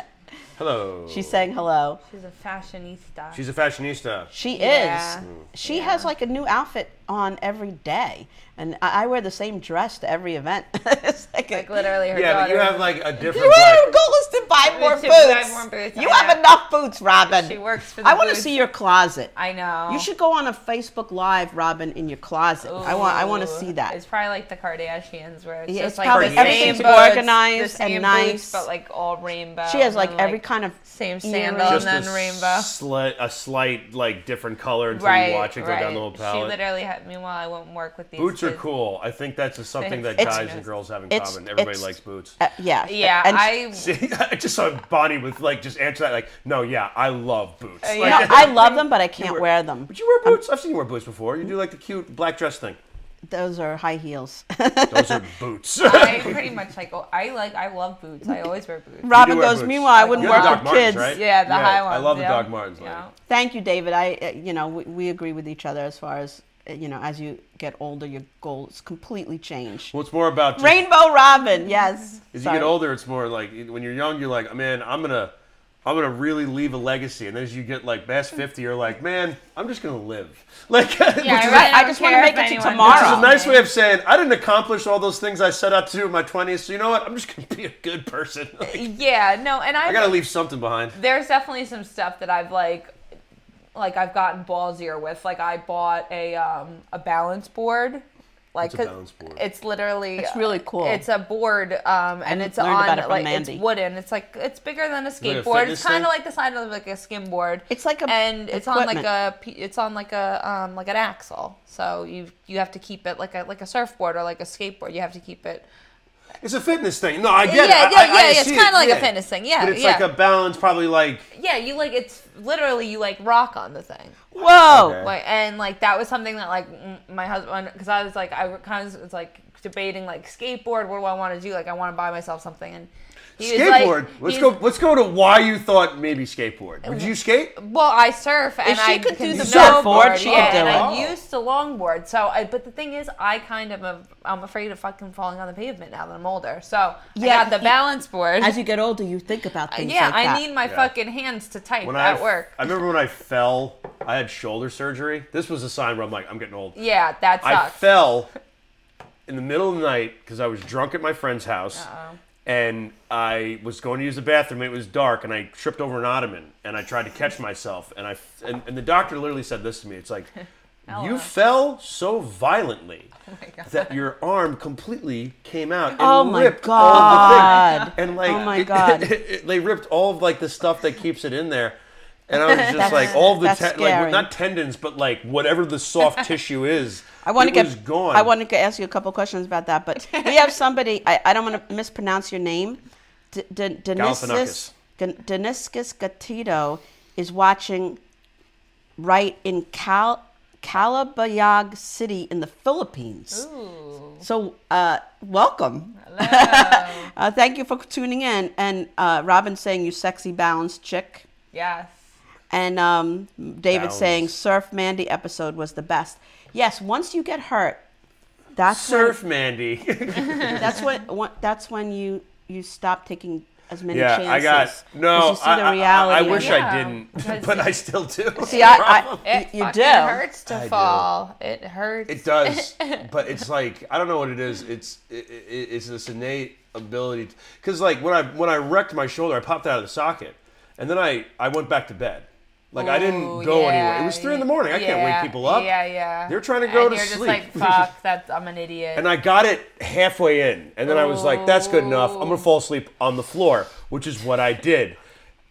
[SPEAKER 4] Hello.
[SPEAKER 3] She's saying hello.
[SPEAKER 2] She's a fashionista.
[SPEAKER 4] She's a fashionista.
[SPEAKER 3] She
[SPEAKER 2] Yeah.
[SPEAKER 3] is. She has like a new outfit on every day, and I, I wear the same dress to every event. [laughs] it's like,
[SPEAKER 2] like literally her
[SPEAKER 4] yeah, but
[SPEAKER 2] daughter.
[SPEAKER 4] you have like a different.
[SPEAKER 3] Your
[SPEAKER 4] black-
[SPEAKER 3] goal is to buy more
[SPEAKER 2] to
[SPEAKER 3] boots.
[SPEAKER 2] buy more boots,
[SPEAKER 3] You
[SPEAKER 2] I
[SPEAKER 3] have
[SPEAKER 2] know.
[SPEAKER 3] enough boots, Robin.
[SPEAKER 2] She works for
[SPEAKER 3] I
[SPEAKER 2] the
[SPEAKER 3] want to
[SPEAKER 2] boots.
[SPEAKER 3] see your closet.
[SPEAKER 2] I know.
[SPEAKER 3] You should go on a Facebook Live, Robin, in your closet. I want. I want to
[SPEAKER 2] Ooh.
[SPEAKER 3] see that.
[SPEAKER 2] It's probably like the Kardashians, where it's
[SPEAKER 3] Yeah,
[SPEAKER 2] just
[SPEAKER 3] it's
[SPEAKER 2] like
[SPEAKER 3] probably
[SPEAKER 2] the same
[SPEAKER 4] everything's
[SPEAKER 2] boots,
[SPEAKER 3] organized
[SPEAKER 2] the same
[SPEAKER 3] and nice.
[SPEAKER 2] boots, but like all rainbow.
[SPEAKER 3] She has
[SPEAKER 2] and
[SPEAKER 3] like
[SPEAKER 2] then,
[SPEAKER 3] every kind of
[SPEAKER 2] same
[SPEAKER 3] earring.
[SPEAKER 2] sandal
[SPEAKER 4] Just
[SPEAKER 2] and then
[SPEAKER 4] a
[SPEAKER 2] rainbow.
[SPEAKER 4] Slight, a slight like different color until
[SPEAKER 2] Right,
[SPEAKER 4] you watch it go
[SPEAKER 2] right.
[SPEAKER 4] down the whole
[SPEAKER 2] She
[SPEAKER 4] palette.
[SPEAKER 2] literally had. Meanwhile, I won't work with these.
[SPEAKER 4] Boots are
[SPEAKER 2] kids.
[SPEAKER 4] cool. I think that's just something that
[SPEAKER 3] It's-
[SPEAKER 4] guys and girls have in
[SPEAKER 3] it's-
[SPEAKER 4] common. Everybody
[SPEAKER 3] it's-
[SPEAKER 4] likes boots.
[SPEAKER 3] Uh, yeah.
[SPEAKER 2] Yeah,
[SPEAKER 3] And
[SPEAKER 2] I.
[SPEAKER 4] [laughs] See, I just saw Bonnie with like just answer that like, no, yeah, I love boots.
[SPEAKER 2] Uh,
[SPEAKER 4] Like,
[SPEAKER 3] no,
[SPEAKER 2] yeah.
[SPEAKER 3] I love them, but I can't
[SPEAKER 4] wear-
[SPEAKER 3] wear them.
[SPEAKER 4] Would you wear boots? i have seen you wear boots before. You do like the cute black
[SPEAKER 3] [laughs]
[SPEAKER 4] dress thing.
[SPEAKER 3] Those are high heels.
[SPEAKER 4] Those are boots. [laughs]
[SPEAKER 2] I pretty much like. oh, I like. I love boots. I always wear boots.
[SPEAKER 3] Robin
[SPEAKER 4] do wear
[SPEAKER 3] goes.
[SPEAKER 4] boots.
[SPEAKER 3] Meanwhile, I
[SPEAKER 4] Like
[SPEAKER 3] wouldn't
[SPEAKER 4] you're the
[SPEAKER 3] work
[SPEAKER 4] Doc
[SPEAKER 3] with
[SPEAKER 4] Martens,
[SPEAKER 3] kids.
[SPEAKER 4] right?
[SPEAKER 2] Yeah, the
[SPEAKER 4] Yeah,
[SPEAKER 2] high
[SPEAKER 4] I
[SPEAKER 2] ones.
[SPEAKER 4] love the
[SPEAKER 2] yeah.
[SPEAKER 4] Doc Martens, lady.
[SPEAKER 2] Yeah.
[SPEAKER 3] Thank you, David. I, uh, you know, we, we agree with each other as far as uh, you know. As you get older, your goals completely change.
[SPEAKER 4] well, it's more about just,
[SPEAKER 3] Rainbow Robin. Yes.
[SPEAKER 4] as
[SPEAKER 3] Sorry.
[SPEAKER 4] you get older, it's more like when you're young, you're like, man, I'm gonna, I'm gonna really leave a legacy. And then as you get like past fifty, you're like, man, I'm just gonna live. [laughs] Like,
[SPEAKER 2] Hmm. Yeah,
[SPEAKER 4] which
[SPEAKER 2] I,
[SPEAKER 4] is
[SPEAKER 2] really
[SPEAKER 3] I- I
[SPEAKER 2] don't
[SPEAKER 3] just wanna
[SPEAKER 2] care
[SPEAKER 3] make
[SPEAKER 2] if
[SPEAKER 3] it to
[SPEAKER 2] anyone-
[SPEAKER 3] tomorrow.
[SPEAKER 4] Which is a
[SPEAKER 3] Oh,
[SPEAKER 4] nice way of saying I didn't accomplish all those things I set out to do in my 20s. So you know what? I'm just going to be a good person. [laughs] Like,
[SPEAKER 2] Yeah, no, and I,
[SPEAKER 4] I got to leave something behind.
[SPEAKER 2] there's definitely some stuff that I've like like I've gotten ballsier with. Like I bought a um a balance board. Like
[SPEAKER 4] What's a
[SPEAKER 2] 'cause
[SPEAKER 4] balance board?
[SPEAKER 2] it's literally uh,
[SPEAKER 3] It's really cool.
[SPEAKER 2] It's a board um and it's
[SPEAKER 3] learned
[SPEAKER 2] on
[SPEAKER 3] about it from
[SPEAKER 2] like
[SPEAKER 3] Mandy.
[SPEAKER 2] it's wooden. It's like it's bigger than a
[SPEAKER 4] like a
[SPEAKER 2] skateboard.
[SPEAKER 4] fitness
[SPEAKER 2] it's kind
[SPEAKER 4] thing?
[SPEAKER 2] of like the side of like a skim board.
[SPEAKER 3] It's like a-
[SPEAKER 2] and it's on like
[SPEAKER 3] equipment.
[SPEAKER 2] a p- it's on like a um like an axle. So you you have to keep it like a like a surfboard or like a skateboard. You have to keep it
[SPEAKER 4] It's a fitness thing. No, I get
[SPEAKER 2] Yeah,
[SPEAKER 4] it.
[SPEAKER 2] yeah,
[SPEAKER 4] I- I- I
[SPEAKER 2] yeah, it's
[SPEAKER 4] see it.
[SPEAKER 2] kinda like a fitness thing. Yeah,
[SPEAKER 4] But it's
[SPEAKER 2] yeah.
[SPEAKER 4] like a balance, probably like.
[SPEAKER 2] Yeah, you like it's literally you like rock on the thing.
[SPEAKER 3] Whoa.
[SPEAKER 4] Okay.
[SPEAKER 2] Like, and like that was something that like m- my husband because I was like I kind of was like debating like skateboard. What do I want to do? Like I want to buy myself something and he was, like-
[SPEAKER 4] Skateboard. let's
[SPEAKER 2] he's-
[SPEAKER 4] go. Let's go to why you thought maybe skateboard. Would you skate?
[SPEAKER 2] Well, I surf and
[SPEAKER 3] she
[SPEAKER 2] I
[SPEAKER 3] could do
[SPEAKER 2] can
[SPEAKER 3] the
[SPEAKER 2] snowboard,
[SPEAKER 3] surfboard, she
[SPEAKER 2] yeah,
[SPEAKER 3] could do
[SPEAKER 2] and
[SPEAKER 4] it.
[SPEAKER 2] I used to longboard. So, I but the thing is, I kind of am, I'm afraid of fucking falling on the pavement now that I'm older. So
[SPEAKER 3] Yeah,
[SPEAKER 2] I got the
[SPEAKER 3] he-
[SPEAKER 2] balance board.
[SPEAKER 3] As you get older, you think about things
[SPEAKER 2] yeah,
[SPEAKER 3] like that.
[SPEAKER 2] I need my
[SPEAKER 4] Yeah.
[SPEAKER 2] fucking hands to type
[SPEAKER 4] When
[SPEAKER 2] at
[SPEAKER 4] I
[SPEAKER 2] work.
[SPEAKER 4] I remember when I fell. I had shoulder surgery. This was a sign where I'm like, I'm getting old.
[SPEAKER 2] Yeah, that
[SPEAKER 4] I
[SPEAKER 2] sucks.
[SPEAKER 4] fell in the middle of the night because I was drunk at my friend's house, and I was going to use the bathroom. It was dark, and I tripped over an ottoman, and I tried to catch myself, and I and, and the doctor literally said this to me. It's
[SPEAKER 3] [laughs]
[SPEAKER 4] like. You fell so violently that your arm completely came out and
[SPEAKER 3] Oh my
[SPEAKER 4] ripped all the
[SPEAKER 3] God.
[SPEAKER 4] thing. [laughs] And like,
[SPEAKER 3] Oh my
[SPEAKER 4] [laughs]
[SPEAKER 3] God.
[SPEAKER 4] they ripped all of like the stuff that keeps it in there. And I was
[SPEAKER 3] [laughs]
[SPEAKER 4] just like, all the
[SPEAKER 3] that's
[SPEAKER 4] te- like
[SPEAKER 3] scary.
[SPEAKER 4] not tendons, but like whatever the
[SPEAKER 3] [laughs]
[SPEAKER 4] soft tissue is.
[SPEAKER 3] I want to
[SPEAKER 4] it
[SPEAKER 3] get.
[SPEAKER 4] was gone.
[SPEAKER 3] I want to ask you a couple questions about that, but we
[SPEAKER 4] [laughs]
[SPEAKER 3] have somebody. I, I don't want to mispronounce your name. D- D- Deniskis
[SPEAKER 4] Galifianakis.
[SPEAKER 3] Gan- Deniskis Gatito is watching right in Cal Calabayag City in the Philippines.
[SPEAKER 2] Ooh.
[SPEAKER 3] So, uh, welcome.
[SPEAKER 2] Hello.
[SPEAKER 3] [laughs] Uh, thank you for tuning in. And uh, Robin saying you sexy balanced chick.
[SPEAKER 2] yes.
[SPEAKER 3] And um, David
[SPEAKER 4] Bounds.
[SPEAKER 3] saying Surf Mandy episode was the best. Yes, once you get hurt, that's
[SPEAKER 4] surf, Mandy.
[SPEAKER 3] When, [laughs] that's when, when that's when you you stop taking as many
[SPEAKER 4] yeah,
[SPEAKER 3] chances.
[SPEAKER 4] I got no.
[SPEAKER 3] 'Cause You see
[SPEAKER 4] I,
[SPEAKER 3] the
[SPEAKER 4] I-
[SPEAKER 3] reality.
[SPEAKER 4] I,
[SPEAKER 3] of
[SPEAKER 4] wish
[SPEAKER 3] it.
[SPEAKER 2] Yeah,
[SPEAKER 3] [laughs]
[SPEAKER 4] I didn't,
[SPEAKER 2] because
[SPEAKER 4] [laughs] but
[SPEAKER 2] you-
[SPEAKER 4] I still do.
[SPEAKER 3] See, I, I
[SPEAKER 2] It
[SPEAKER 3] you- you
[SPEAKER 2] fucking
[SPEAKER 3] do.
[SPEAKER 2] hurts to
[SPEAKER 4] I do.
[SPEAKER 2] fall. It hurts.
[SPEAKER 4] [laughs]
[SPEAKER 3] [laughs]
[SPEAKER 4] It does, but it's like I don't know what it is. It's it, it, it's this innate ability because like when I when I wrecked my shoulder, I popped out of the socket, and then I I went back to bed. Like I didn't
[SPEAKER 2] Ooh,
[SPEAKER 4] go
[SPEAKER 2] yeah,
[SPEAKER 4] anywhere. It was three in the morning. I
[SPEAKER 2] yeah,
[SPEAKER 4] can't wake people up.
[SPEAKER 2] Yeah, yeah.
[SPEAKER 4] They're trying to go
[SPEAKER 2] and
[SPEAKER 4] to
[SPEAKER 2] you're
[SPEAKER 4] sleep.
[SPEAKER 2] just like, fuck,
[SPEAKER 4] [laughs]
[SPEAKER 2] that's, I'm an idiot.
[SPEAKER 4] And I got it halfway in, and then I was like, "That's good enough. I'm gonna fall asleep on the floor," which is what I did.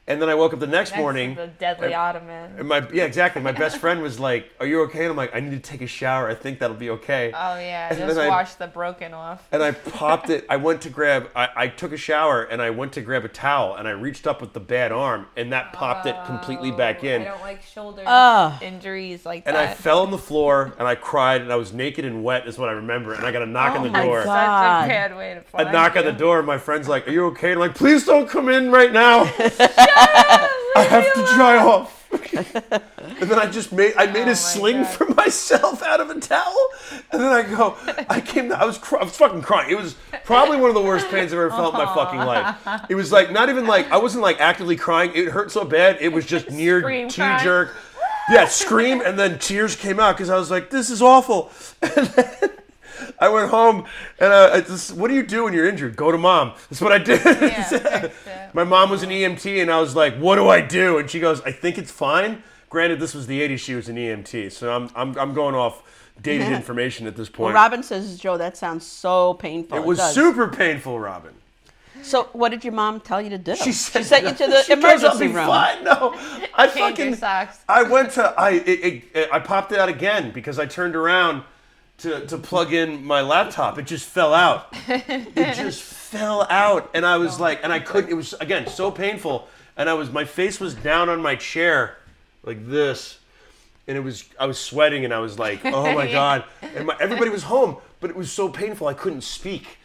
[SPEAKER 4] And then I woke up the next
[SPEAKER 2] Next is
[SPEAKER 4] morning.
[SPEAKER 2] The Deadly Ottoman.
[SPEAKER 4] And my yeah, exactly. My best friend was like, "Are you okay?" And I'm like, "I need to take a shower. I think that'll be okay."
[SPEAKER 2] Oh yeah,
[SPEAKER 4] And
[SPEAKER 2] just
[SPEAKER 4] then I-
[SPEAKER 2] wash the broken off.
[SPEAKER 4] and I
[SPEAKER 2] [laughs]
[SPEAKER 4] popped it. I went to grab. I, I took a shower and I went to grab a towel and I reached up with the bad arm and that popped it completely back
[SPEAKER 2] Oh,
[SPEAKER 4] in.
[SPEAKER 2] I don't like shoulder
[SPEAKER 3] Ugh.
[SPEAKER 2] injuries like
[SPEAKER 4] And
[SPEAKER 2] that.
[SPEAKER 4] I fell on the floor and I cried and I was naked and wet is what I remember. And I got a knock
[SPEAKER 2] Oh
[SPEAKER 4] on the
[SPEAKER 3] my
[SPEAKER 4] door.
[SPEAKER 2] Such a
[SPEAKER 3] God.
[SPEAKER 2] bad way to play.
[SPEAKER 4] A knock on the door. and My friend's like, "Are you okay?" And I'm like, "Please don't come in right now. [laughs] I have to dry off." [laughs] and then I just made I made
[SPEAKER 2] Oh my
[SPEAKER 4] a sling
[SPEAKER 2] God.
[SPEAKER 4] for [laughs] myself out of a towel. And then I go, I came. I was cry, I was fucking crying. It was probably one of the worst pains I've ever felt in my fucking life. It was like not even like I wasn't like actively crying. It hurt so bad. It was just near
[SPEAKER 2] Scream
[SPEAKER 4] tear
[SPEAKER 2] crying.
[SPEAKER 4] jerk. Yeah, scream, and then tears came out because I was like, "This is awful." [laughs] And then I went home, and I, I just, what do you do when you're injured? Go to mom. That's what I did.
[SPEAKER 2] Yeah, fix it.
[SPEAKER 4] [laughs] My mom was an EMT, and I was like, "What do I do?" And she goes, "I think it's fine." Granted, this was the '80s; she was an EMT, so I'm I'm, I'm going off dated information at this point.
[SPEAKER 3] Robin says, Joe, that sounds so painful.
[SPEAKER 4] it was
[SPEAKER 3] does.
[SPEAKER 4] super painful, Robin.
[SPEAKER 3] So, what did your mom tell you to do?
[SPEAKER 4] She said,
[SPEAKER 3] sent you to the
[SPEAKER 4] She goes, "I'll
[SPEAKER 3] emergency
[SPEAKER 4] be
[SPEAKER 3] room.
[SPEAKER 4] Fine. No, I
[SPEAKER 2] Change your
[SPEAKER 4] fucking.
[SPEAKER 2] socks.
[SPEAKER 4] I went to I it, it, it- I popped it out again because I turned around to to plug in my laptop. It just fell out.
[SPEAKER 2] [laughs]
[SPEAKER 4] It just fell out, and I was like, and I couldn't. It was again so painful, and I was my face was down on my chair like this, and it was I was sweating, and I was like, oh my god, and my, everybody was home, but it was so painful I couldn't speak,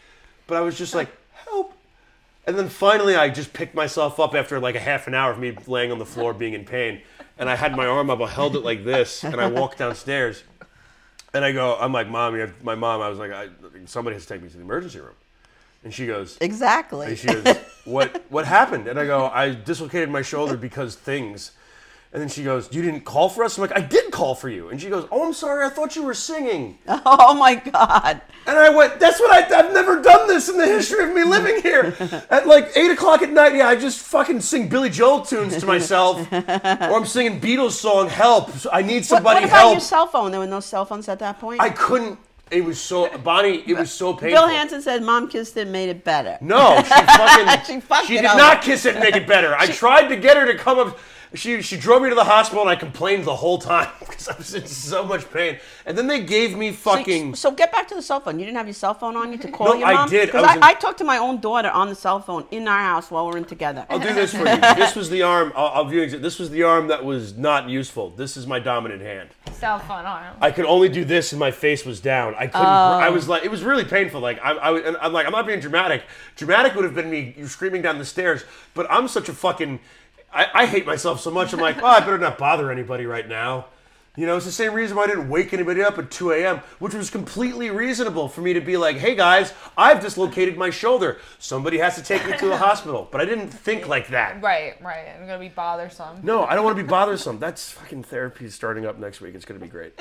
[SPEAKER 4] but I was just like, help. And then finally, I just picked myself up after like a half an hour of me laying on the floor being in pain. And I had my arm up, I held it like this, and I walked downstairs. And I go, I'm like, Mom, you have, my mom, I was like, I, somebody has to take me to the emergency room. And she goes,
[SPEAKER 3] Exactly.
[SPEAKER 4] and she goes, "What what happened?" And I go, "I dislocated my shoulder because things." And then she goes, "You didn't call for us?" I'm like, "I did call for you." And she goes, "Oh, I'm sorry. I thought you were singing."
[SPEAKER 3] [laughs] Oh my God.
[SPEAKER 4] And I went, "That's what I, I've never done this in the history of me living here."
[SPEAKER 3] [laughs]
[SPEAKER 4] At like eight o'clock at night, yeah, I just fucking sing Billy Joel tunes to myself, or I'm singing Beatles song "Help." So I need
[SPEAKER 3] What,
[SPEAKER 4] somebody
[SPEAKER 3] what about
[SPEAKER 4] help.
[SPEAKER 3] your cell phone? There were no cell phones at that point?
[SPEAKER 4] I couldn't. It was so Bonnie. It was so painful.
[SPEAKER 3] Bill Hanson said, Mom kissed it, made it better. [laughs]
[SPEAKER 4] No, she fucking
[SPEAKER 3] She fucked it
[SPEAKER 4] did
[SPEAKER 3] up.
[SPEAKER 4] not kiss it and make it better. I tried to get her to come up. She she drove me to the hospital and I complained the whole time [laughs] because I was in so much pain. And then they gave me
[SPEAKER 3] So-
[SPEAKER 4] fucking.
[SPEAKER 3] So, get back to the cell phone. You didn't have your cell phone on you to call
[SPEAKER 4] No,
[SPEAKER 3] your
[SPEAKER 4] I
[SPEAKER 3] mom.
[SPEAKER 4] did. I
[SPEAKER 3] 'Cause
[SPEAKER 4] was
[SPEAKER 3] I,
[SPEAKER 4] in-
[SPEAKER 3] I talked to my own daughter on the cell phone in our house while we're in together. [laughs]
[SPEAKER 4] I'll do this for you. This was the arm. I'll, I'll view exi- This was the arm that was not useful. This is my dominant hand.
[SPEAKER 2] Cell phone arm.
[SPEAKER 4] I could only do this, and my face was down. I couldn't. I was like, it was really painful. Like I, I, was- and I'm like, I'm not being dramatic. Dramatic would have been me screaming down the stairs, but I'm such a fucking. I, I hate myself so much. I'm like, oh, I better not bother anybody right now. You know, it's the same reason why I didn't wake anybody up at 2 a.m., which was completely reasonable for me to be like, hey guys, I've dislocated my shoulder. Somebody has to take me to the hospital. But I didn't think like that.
[SPEAKER 2] Right, right. I'm gonna be bothersome.
[SPEAKER 4] No, I don't want to be bothersome. That's fucking therapy starting up next week. It's going to be great.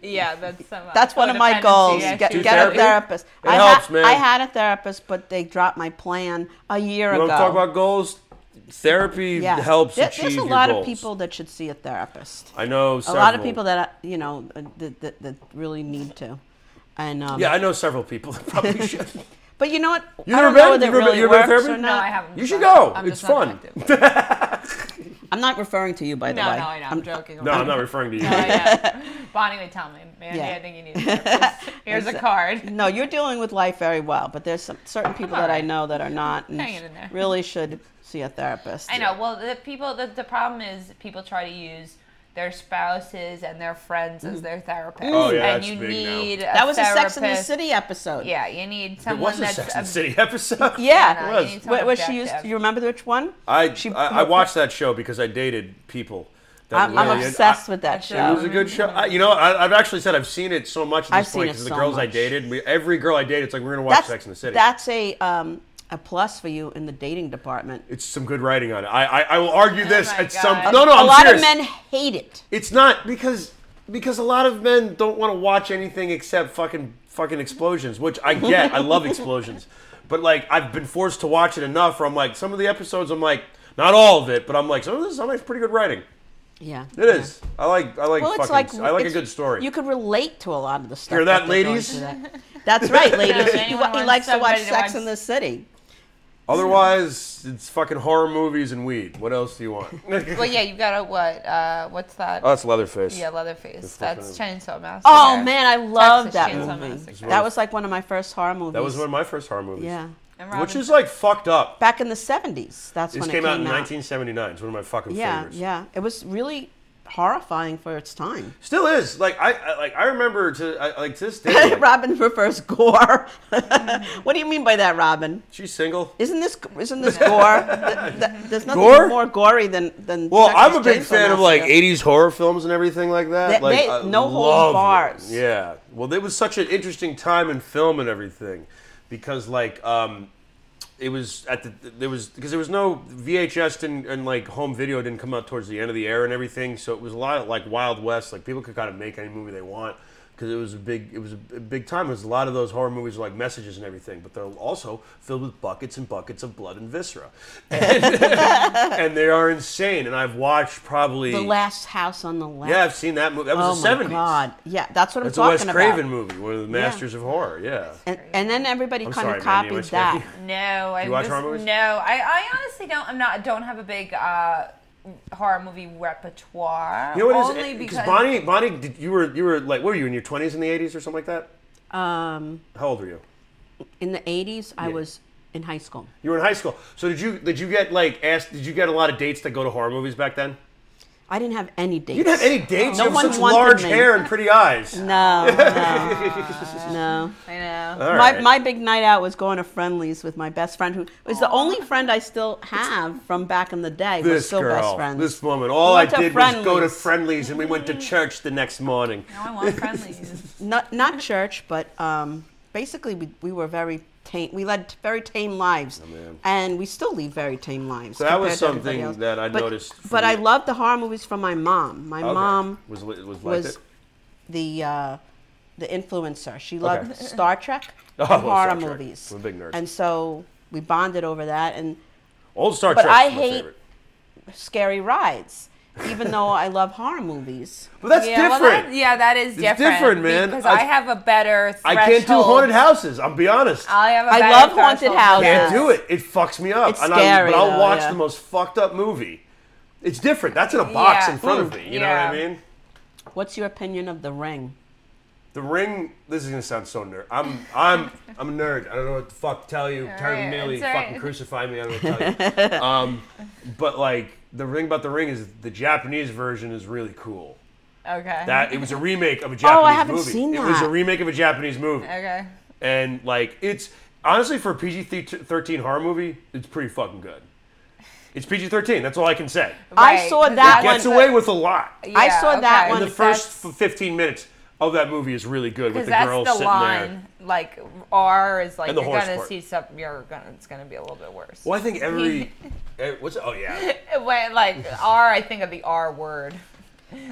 [SPEAKER 2] Yeah, that's some. Uh,
[SPEAKER 3] That's one of my
[SPEAKER 2] codependency
[SPEAKER 3] goals. Get,
[SPEAKER 2] issues.
[SPEAKER 4] Do
[SPEAKER 3] get a
[SPEAKER 4] therapy?
[SPEAKER 3] therapist.
[SPEAKER 4] It
[SPEAKER 3] I
[SPEAKER 4] helps,
[SPEAKER 3] ha-
[SPEAKER 4] man.
[SPEAKER 3] I had a therapist, but they dropped my plan a year
[SPEAKER 4] You
[SPEAKER 3] ago.
[SPEAKER 4] want to talk about goals? Therapy
[SPEAKER 3] Yeah.
[SPEAKER 4] helps
[SPEAKER 3] There-
[SPEAKER 4] achieve
[SPEAKER 3] There's a
[SPEAKER 4] your
[SPEAKER 3] lot
[SPEAKER 4] goals.
[SPEAKER 3] of people that should see a therapist.
[SPEAKER 4] I know
[SPEAKER 3] A
[SPEAKER 4] several.
[SPEAKER 3] lot of people that uh, you know uh, that, that, that really need to. And um,
[SPEAKER 4] Yeah, I know several people that
[SPEAKER 3] [laughs]
[SPEAKER 4] probably should.
[SPEAKER 3] but you know what?
[SPEAKER 4] You
[SPEAKER 3] I
[SPEAKER 4] never
[SPEAKER 3] don't
[SPEAKER 4] been?
[SPEAKER 3] know whether it
[SPEAKER 4] You ever been-
[SPEAKER 3] really
[SPEAKER 4] you ever been to
[SPEAKER 3] works
[SPEAKER 4] therapy?
[SPEAKER 3] or
[SPEAKER 2] No,
[SPEAKER 3] not.
[SPEAKER 2] I haven't.
[SPEAKER 4] You should
[SPEAKER 2] done it.
[SPEAKER 4] go.
[SPEAKER 2] I'm
[SPEAKER 4] It's
[SPEAKER 2] just not
[SPEAKER 4] fun.
[SPEAKER 2] active.
[SPEAKER 3] I'm not referring to you, by the
[SPEAKER 2] No,
[SPEAKER 3] way.
[SPEAKER 2] no, I know. I'm joking.
[SPEAKER 4] No, I'm not referring to you.
[SPEAKER 2] Oh,
[SPEAKER 3] [laughs]
[SPEAKER 2] yeah. Bonnie would tell me, Mandy,
[SPEAKER 3] Yeah.
[SPEAKER 2] I think you
[SPEAKER 3] [laughs]
[SPEAKER 2] need a therapist. Here's a card.
[SPEAKER 3] No, you're dealing with life very well, but there's some certain people that I
[SPEAKER 2] alright.
[SPEAKER 3] know that are not and
[SPEAKER 2] Hanging in there.
[SPEAKER 3] really should see a therapist.
[SPEAKER 2] I know. Well, the people, the, the problem is people try to use their spouses and their friends as their therapist.
[SPEAKER 4] Oh, yeah,
[SPEAKER 2] and
[SPEAKER 4] that's
[SPEAKER 2] you
[SPEAKER 4] big now.
[SPEAKER 2] need a
[SPEAKER 3] Mm-hmm. That was a Sex in the
[SPEAKER 2] therapist.
[SPEAKER 3] City episode.
[SPEAKER 2] Yeah, you need
[SPEAKER 4] It
[SPEAKER 2] someone
[SPEAKER 4] was a
[SPEAKER 2] that's
[SPEAKER 4] Sex and the
[SPEAKER 2] ob-
[SPEAKER 4] City episode.
[SPEAKER 3] [laughs]
[SPEAKER 2] It
[SPEAKER 3] Yeah.
[SPEAKER 4] was.
[SPEAKER 2] You need
[SPEAKER 3] What,
[SPEAKER 2] someone
[SPEAKER 3] what she used?
[SPEAKER 2] objective.
[SPEAKER 3] You remember which one?
[SPEAKER 4] I,
[SPEAKER 3] She-
[SPEAKER 4] I I watched that show because I dated people. That
[SPEAKER 3] I'm, I'm
[SPEAKER 4] really-
[SPEAKER 3] obsessed
[SPEAKER 4] I-
[SPEAKER 3] with that
[SPEAKER 2] It
[SPEAKER 4] It
[SPEAKER 3] show.
[SPEAKER 4] was a good show. I, you know, I, I've actually said I've seen it so much at this
[SPEAKER 3] I've seen
[SPEAKER 4] point
[SPEAKER 3] it
[SPEAKER 4] because the
[SPEAKER 3] so
[SPEAKER 4] girls I
[SPEAKER 3] much.
[SPEAKER 4] dated, we, every girl I dated, it's like we're gonna watch
[SPEAKER 3] That's
[SPEAKER 4] Sex in the City.
[SPEAKER 3] that's a um, a plus for you in the dating department.
[SPEAKER 4] it's some good writing on it. I I, I will argue this
[SPEAKER 2] my
[SPEAKER 4] at some.
[SPEAKER 2] God.
[SPEAKER 4] No, no,
[SPEAKER 3] Oh a
[SPEAKER 4] I'm
[SPEAKER 3] lot
[SPEAKER 4] serious.
[SPEAKER 3] of men hate it.
[SPEAKER 4] It's not because because a lot of men don't want to watch anything except fucking fucking explosions, which I get. I love explosions, but like I've been forced to watch it enough. Where I'm like, some of the episodes, I'm like, not all of it, but I'm like, some of this sounds like pretty good writing.
[SPEAKER 3] Yeah.
[SPEAKER 4] It is. I like. I like.
[SPEAKER 3] Well, it's
[SPEAKER 4] fucking,
[SPEAKER 3] like
[SPEAKER 4] I like a
[SPEAKER 3] it's-
[SPEAKER 4] good story.
[SPEAKER 3] You could relate to a lot of the stuff.
[SPEAKER 4] Hear that,
[SPEAKER 3] they're going
[SPEAKER 2] [laughs]
[SPEAKER 4] ladies?
[SPEAKER 3] through
[SPEAKER 4] [laughs]
[SPEAKER 3] that. That's right, ladies.
[SPEAKER 2] if
[SPEAKER 3] he,
[SPEAKER 2] anyone
[SPEAKER 3] he
[SPEAKER 2] wants
[SPEAKER 3] likes to
[SPEAKER 2] somebody
[SPEAKER 3] watch
[SPEAKER 2] to watch-
[SPEAKER 3] Sex in the City.
[SPEAKER 4] Otherwise, it's fucking horror movies and weed. What else do you want?
[SPEAKER 3] [laughs]
[SPEAKER 4] oh,
[SPEAKER 2] Well, yeah, you got a what? Uh, what's that?
[SPEAKER 4] that's Leatherface.
[SPEAKER 2] yeah, Leatherface.
[SPEAKER 4] fucking-
[SPEAKER 2] That's Chainsaw Massacre.
[SPEAKER 3] Oh man, I love
[SPEAKER 2] Texas
[SPEAKER 3] that
[SPEAKER 2] Chainsaw
[SPEAKER 3] movie.
[SPEAKER 2] Massacre.
[SPEAKER 3] That was like one of my first horror movies.
[SPEAKER 4] That was one of my first horror movies.
[SPEAKER 3] Yeah,
[SPEAKER 2] And
[SPEAKER 4] Which
[SPEAKER 2] Robin-
[SPEAKER 4] is like fucked up.
[SPEAKER 3] back in the seventies. That's
[SPEAKER 4] This
[SPEAKER 3] when
[SPEAKER 4] came
[SPEAKER 3] it
[SPEAKER 4] out in
[SPEAKER 3] came
[SPEAKER 4] 1979. It's one of my fucking
[SPEAKER 3] Yeah,
[SPEAKER 4] favorites.
[SPEAKER 3] yeah. It was really horrifying for its
[SPEAKER 4] [laughs]
[SPEAKER 3] time.
[SPEAKER 4] Still is. Like I, I like I remember to I, like to
[SPEAKER 3] [laughs]
[SPEAKER 4] this day. like,
[SPEAKER 3] Robin prefers gore. [laughs] what do you mean by that, Robin?
[SPEAKER 4] she's single.
[SPEAKER 3] Isn't this isn't
[SPEAKER 4] [laughs]
[SPEAKER 3] this gore? Th- th- There's nothing
[SPEAKER 4] Gore?
[SPEAKER 3] more gory than than.
[SPEAKER 4] Well,
[SPEAKER 3] Texas
[SPEAKER 4] I'm a big
[SPEAKER 3] Chainsaw
[SPEAKER 4] fan of like
[SPEAKER 3] Massacre.
[SPEAKER 4] 80s horror films and everything like that.
[SPEAKER 3] That-
[SPEAKER 4] like,
[SPEAKER 3] they-
[SPEAKER 4] I
[SPEAKER 3] no holds
[SPEAKER 4] love them.
[SPEAKER 3] bars.
[SPEAKER 4] Yeah. Well, it was such an interesting time in film and everything because like um it was at the there was because there was no VHS didn't and like home video didn't come out towards the end of the era and everything, so it was a lot of like Wild West. Like people could kind of make any movie they want because it was a big it was a big time. It was a lot of those horror movies were like messages and everything, but they're also filled with buckets and buckets of blood and viscera, [laughs] and, and they are insane. And I've watched probably
[SPEAKER 3] The Last House on the Left.
[SPEAKER 4] yeah, I've seen that movie. That
[SPEAKER 3] oh
[SPEAKER 4] was the
[SPEAKER 3] my
[SPEAKER 4] 70s.
[SPEAKER 3] god. Yeah, that's what
[SPEAKER 4] That's a
[SPEAKER 3] I'm talking
[SPEAKER 4] Wes Craven
[SPEAKER 3] about.
[SPEAKER 4] movie, one of the masters of horror. Yeah.
[SPEAKER 3] And, and then everybody
[SPEAKER 4] I'm
[SPEAKER 3] kind
[SPEAKER 4] sorry,
[SPEAKER 3] of
[SPEAKER 4] Mandy,
[SPEAKER 3] copied
[SPEAKER 4] Wes
[SPEAKER 3] that.
[SPEAKER 4] Craven.
[SPEAKER 2] No, I
[SPEAKER 4] you watch
[SPEAKER 2] this-
[SPEAKER 4] horror movies?
[SPEAKER 2] No, I, I honestly don't. I'm not. Don't have a big uh, horror movie repertoire.
[SPEAKER 4] You know what
[SPEAKER 2] Only
[SPEAKER 4] it is? Because
[SPEAKER 2] because
[SPEAKER 4] Bonnie, Bonnie, did, you were you were like, what were you in your 20s in the 80s or something like that?
[SPEAKER 3] Um,
[SPEAKER 4] How old were you?
[SPEAKER 3] in the 80s, I
[SPEAKER 4] Yeah.
[SPEAKER 3] was in high school.
[SPEAKER 4] You were in high school. So did you did you get like asked? Did you get a lot of dates that go to horror movies back then?
[SPEAKER 3] I didn't have any dates.
[SPEAKER 4] You didn't have any dates.
[SPEAKER 3] No
[SPEAKER 4] you have
[SPEAKER 3] one
[SPEAKER 4] such
[SPEAKER 3] wanted
[SPEAKER 4] large
[SPEAKER 3] me.
[SPEAKER 4] hair and pretty eyes. [laughs]
[SPEAKER 3] No, no, no.
[SPEAKER 2] I know.
[SPEAKER 4] All
[SPEAKER 3] My,
[SPEAKER 4] right.
[SPEAKER 3] my big night out was going to friendlies with my best friend, who is the only friend I still have from back in the day. We're
[SPEAKER 4] this
[SPEAKER 3] still
[SPEAKER 4] girl,
[SPEAKER 3] best friends.
[SPEAKER 4] this woman. All
[SPEAKER 3] We
[SPEAKER 4] I
[SPEAKER 3] went to
[SPEAKER 4] did was go to
[SPEAKER 3] Friendly's.
[SPEAKER 4] friendlies, and
[SPEAKER 3] [laughs]
[SPEAKER 4] we went to church the next morning.
[SPEAKER 2] Now I
[SPEAKER 4] [laughs]
[SPEAKER 2] want friendlies.
[SPEAKER 3] not not church, but um, basically we, we were very tame. We led very tame lives,
[SPEAKER 4] Oh, man.
[SPEAKER 3] and we still lead very tame lives.
[SPEAKER 4] So that was
[SPEAKER 3] compared to everybody
[SPEAKER 4] something
[SPEAKER 3] else.
[SPEAKER 4] that I
[SPEAKER 3] But-
[SPEAKER 4] noticed from
[SPEAKER 3] But I
[SPEAKER 4] you.
[SPEAKER 3] loved the horror movies from my mom. My
[SPEAKER 4] Okay.
[SPEAKER 3] mom
[SPEAKER 4] was li- was like
[SPEAKER 3] was
[SPEAKER 4] it?
[SPEAKER 3] the uh, the influencer. She loved
[SPEAKER 4] [laughs] Okay.
[SPEAKER 3] Star Trek
[SPEAKER 4] Oh,
[SPEAKER 3] and
[SPEAKER 4] I love
[SPEAKER 3] horror
[SPEAKER 4] Star Trek.
[SPEAKER 3] movies.
[SPEAKER 4] I'm a big nerd.
[SPEAKER 3] And so we bonded over that and
[SPEAKER 4] Old Star
[SPEAKER 3] but
[SPEAKER 4] Trek's
[SPEAKER 3] I
[SPEAKER 4] my
[SPEAKER 3] hate-
[SPEAKER 4] favorite.
[SPEAKER 3] scary rides. Even though I love horror movies.
[SPEAKER 4] But that's
[SPEAKER 2] yeah, well,
[SPEAKER 4] different.
[SPEAKER 2] that- yeah, that is different.
[SPEAKER 4] different, man.
[SPEAKER 2] Because
[SPEAKER 4] I-
[SPEAKER 2] I, have a better.
[SPEAKER 4] I can't do
[SPEAKER 2] threshold.
[SPEAKER 4] haunted houses. I'll be honest.
[SPEAKER 2] I have. a
[SPEAKER 3] I
[SPEAKER 2] better
[SPEAKER 3] love haunted
[SPEAKER 2] threshold.
[SPEAKER 3] houses.
[SPEAKER 4] can't
[SPEAKER 3] Oh, Yeah.
[SPEAKER 4] do it. It fucks me up.
[SPEAKER 3] It's
[SPEAKER 4] and
[SPEAKER 3] scary,
[SPEAKER 4] I, but I'll
[SPEAKER 3] though,
[SPEAKER 4] watch
[SPEAKER 3] yeah.
[SPEAKER 4] the most fucked up movie. It's different. That's in a box
[SPEAKER 2] Yeah.
[SPEAKER 4] in front of
[SPEAKER 2] Mm.
[SPEAKER 4] me. You know what I
[SPEAKER 2] Yeah.
[SPEAKER 4] mean?
[SPEAKER 3] What's your opinion of the ring?
[SPEAKER 4] The Ring. This is gonna sound so nerd. I'm I'm I'm a nerd. I don't know what the fuck to tell you.
[SPEAKER 2] All
[SPEAKER 4] Turn
[SPEAKER 2] right,
[SPEAKER 4] Millie,
[SPEAKER 2] it's all
[SPEAKER 4] fucking
[SPEAKER 2] right.
[SPEAKER 4] crucify me. I don't know what
[SPEAKER 3] [laughs]
[SPEAKER 4] to tell you. um, but like the Ring about the Ring is the Japanese version is really cool.
[SPEAKER 2] Okay.
[SPEAKER 4] That it was a remake of a
[SPEAKER 3] Oh,
[SPEAKER 4] Japanese
[SPEAKER 3] I haven't
[SPEAKER 4] movie.
[SPEAKER 3] seen
[SPEAKER 4] It was a
[SPEAKER 3] that.
[SPEAKER 4] remake of a Japanese movie.
[SPEAKER 2] okay.
[SPEAKER 4] And like it's honestly for PG thirteen horror movie, it's pretty fucking good. It's PG thirteen. That's all I can say.
[SPEAKER 3] I
[SPEAKER 2] Right,
[SPEAKER 3] saw
[SPEAKER 2] 'cause
[SPEAKER 3] that
[SPEAKER 4] It gets
[SPEAKER 3] one-
[SPEAKER 4] away with a lot.
[SPEAKER 3] I
[SPEAKER 2] yeah,
[SPEAKER 3] saw that
[SPEAKER 2] okay.
[SPEAKER 3] one
[SPEAKER 4] the first f- fifteen minutes of that movie is really good
[SPEAKER 2] Because
[SPEAKER 4] with the
[SPEAKER 2] that's
[SPEAKER 4] girls
[SPEAKER 2] the
[SPEAKER 4] sitting
[SPEAKER 2] line,
[SPEAKER 4] there.
[SPEAKER 2] like R is like
[SPEAKER 4] And the
[SPEAKER 2] you're
[SPEAKER 4] horse
[SPEAKER 2] gonna
[SPEAKER 4] part.
[SPEAKER 2] see something. You're gonna it's gonna be a little bit worse.
[SPEAKER 4] Well,
[SPEAKER 2] [laughs]
[SPEAKER 4] I think every eh, what's oh yeah.
[SPEAKER 2] When, like R, I think of the R word.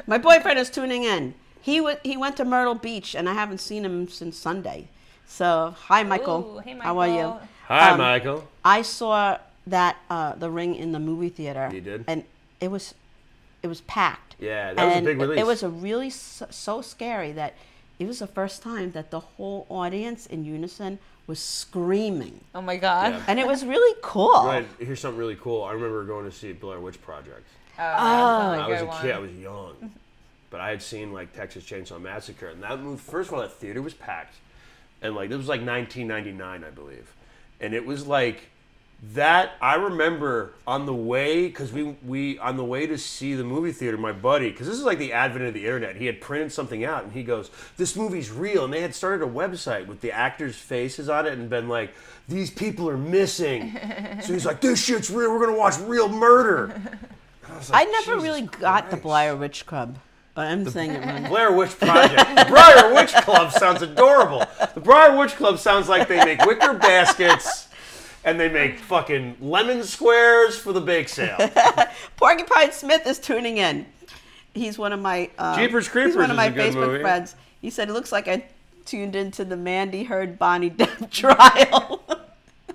[SPEAKER 3] My boyfriend is tuning in. He wa he went to Myrtle Beach, and I haven't seen him since Sunday. So hi, Michael.
[SPEAKER 2] Ooh, hey,
[SPEAKER 3] How are you?
[SPEAKER 2] Michael.
[SPEAKER 4] Hi,
[SPEAKER 3] Um,
[SPEAKER 4] Michael.
[SPEAKER 3] I saw that uh, The Ring in the movie theater.
[SPEAKER 4] You did?
[SPEAKER 3] and it was it was packed.
[SPEAKER 4] Yeah, that was a
[SPEAKER 3] And
[SPEAKER 4] big
[SPEAKER 3] it-
[SPEAKER 4] release.
[SPEAKER 3] It was a really so, so scary that it was the first time that the whole audience in unison was screaming,
[SPEAKER 2] Oh my god.
[SPEAKER 3] and it was really cool.
[SPEAKER 4] Right, here's something really cool. I remember going to see Blair Witch Project.
[SPEAKER 2] Oh,
[SPEAKER 4] I
[SPEAKER 2] that
[SPEAKER 4] was a
[SPEAKER 2] good
[SPEAKER 4] kid. I
[SPEAKER 2] one.
[SPEAKER 4] was young, but I had seen like Texas Chainsaw Massacre, and that movie. First of all, that theater was packed, and like this was like 1999, I believe, and it was like that. I remember on the way because we we on the way to see the movie theater, my buddy, because this is like the advent of the internet. He had printed something out, and he goes, "This movie's real," and they had started a website with the actors' faces on it, and been like, "These people are missing." so he's like, "This shit's real. We're gonna watch real murder." I,
[SPEAKER 3] [laughs]
[SPEAKER 4] was
[SPEAKER 3] I
[SPEAKER 4] like,
[SPEAKER 3] never
[SPEAKER 4] "Jesus
[SPEAKER 3] really got the
[SPEAKER 4] Christ."
[SPEAKER 3] Blair Witch Club, but I'm saying it wrong.
[SPEAKER 4] Blair Witch Project. [laughs] The Briar Witch Club sounds adorable. The Briar Witch Club sounds like they make wicker baskets and they make fucking lemon squares for the bake sale.
[SPEAKER 3] Porcupine Smith is tuning in. He's one of my uh,
[SPEAKER 4] Jeepers
[SPEAKER 3] He's
[SPEAKER 4] Creepers
[SPEAKER 3] one
[SPEAKER 4] is
[SPEAKER 3] of my
[SPEAKER 4] a good
[SPEAKER 3] Facebook
[SPEAKER 4] movie.
[SPEAKER 3] friends. He said it looks like I tuned into the Mandy Heard Bonnie [laughs] Depp trial.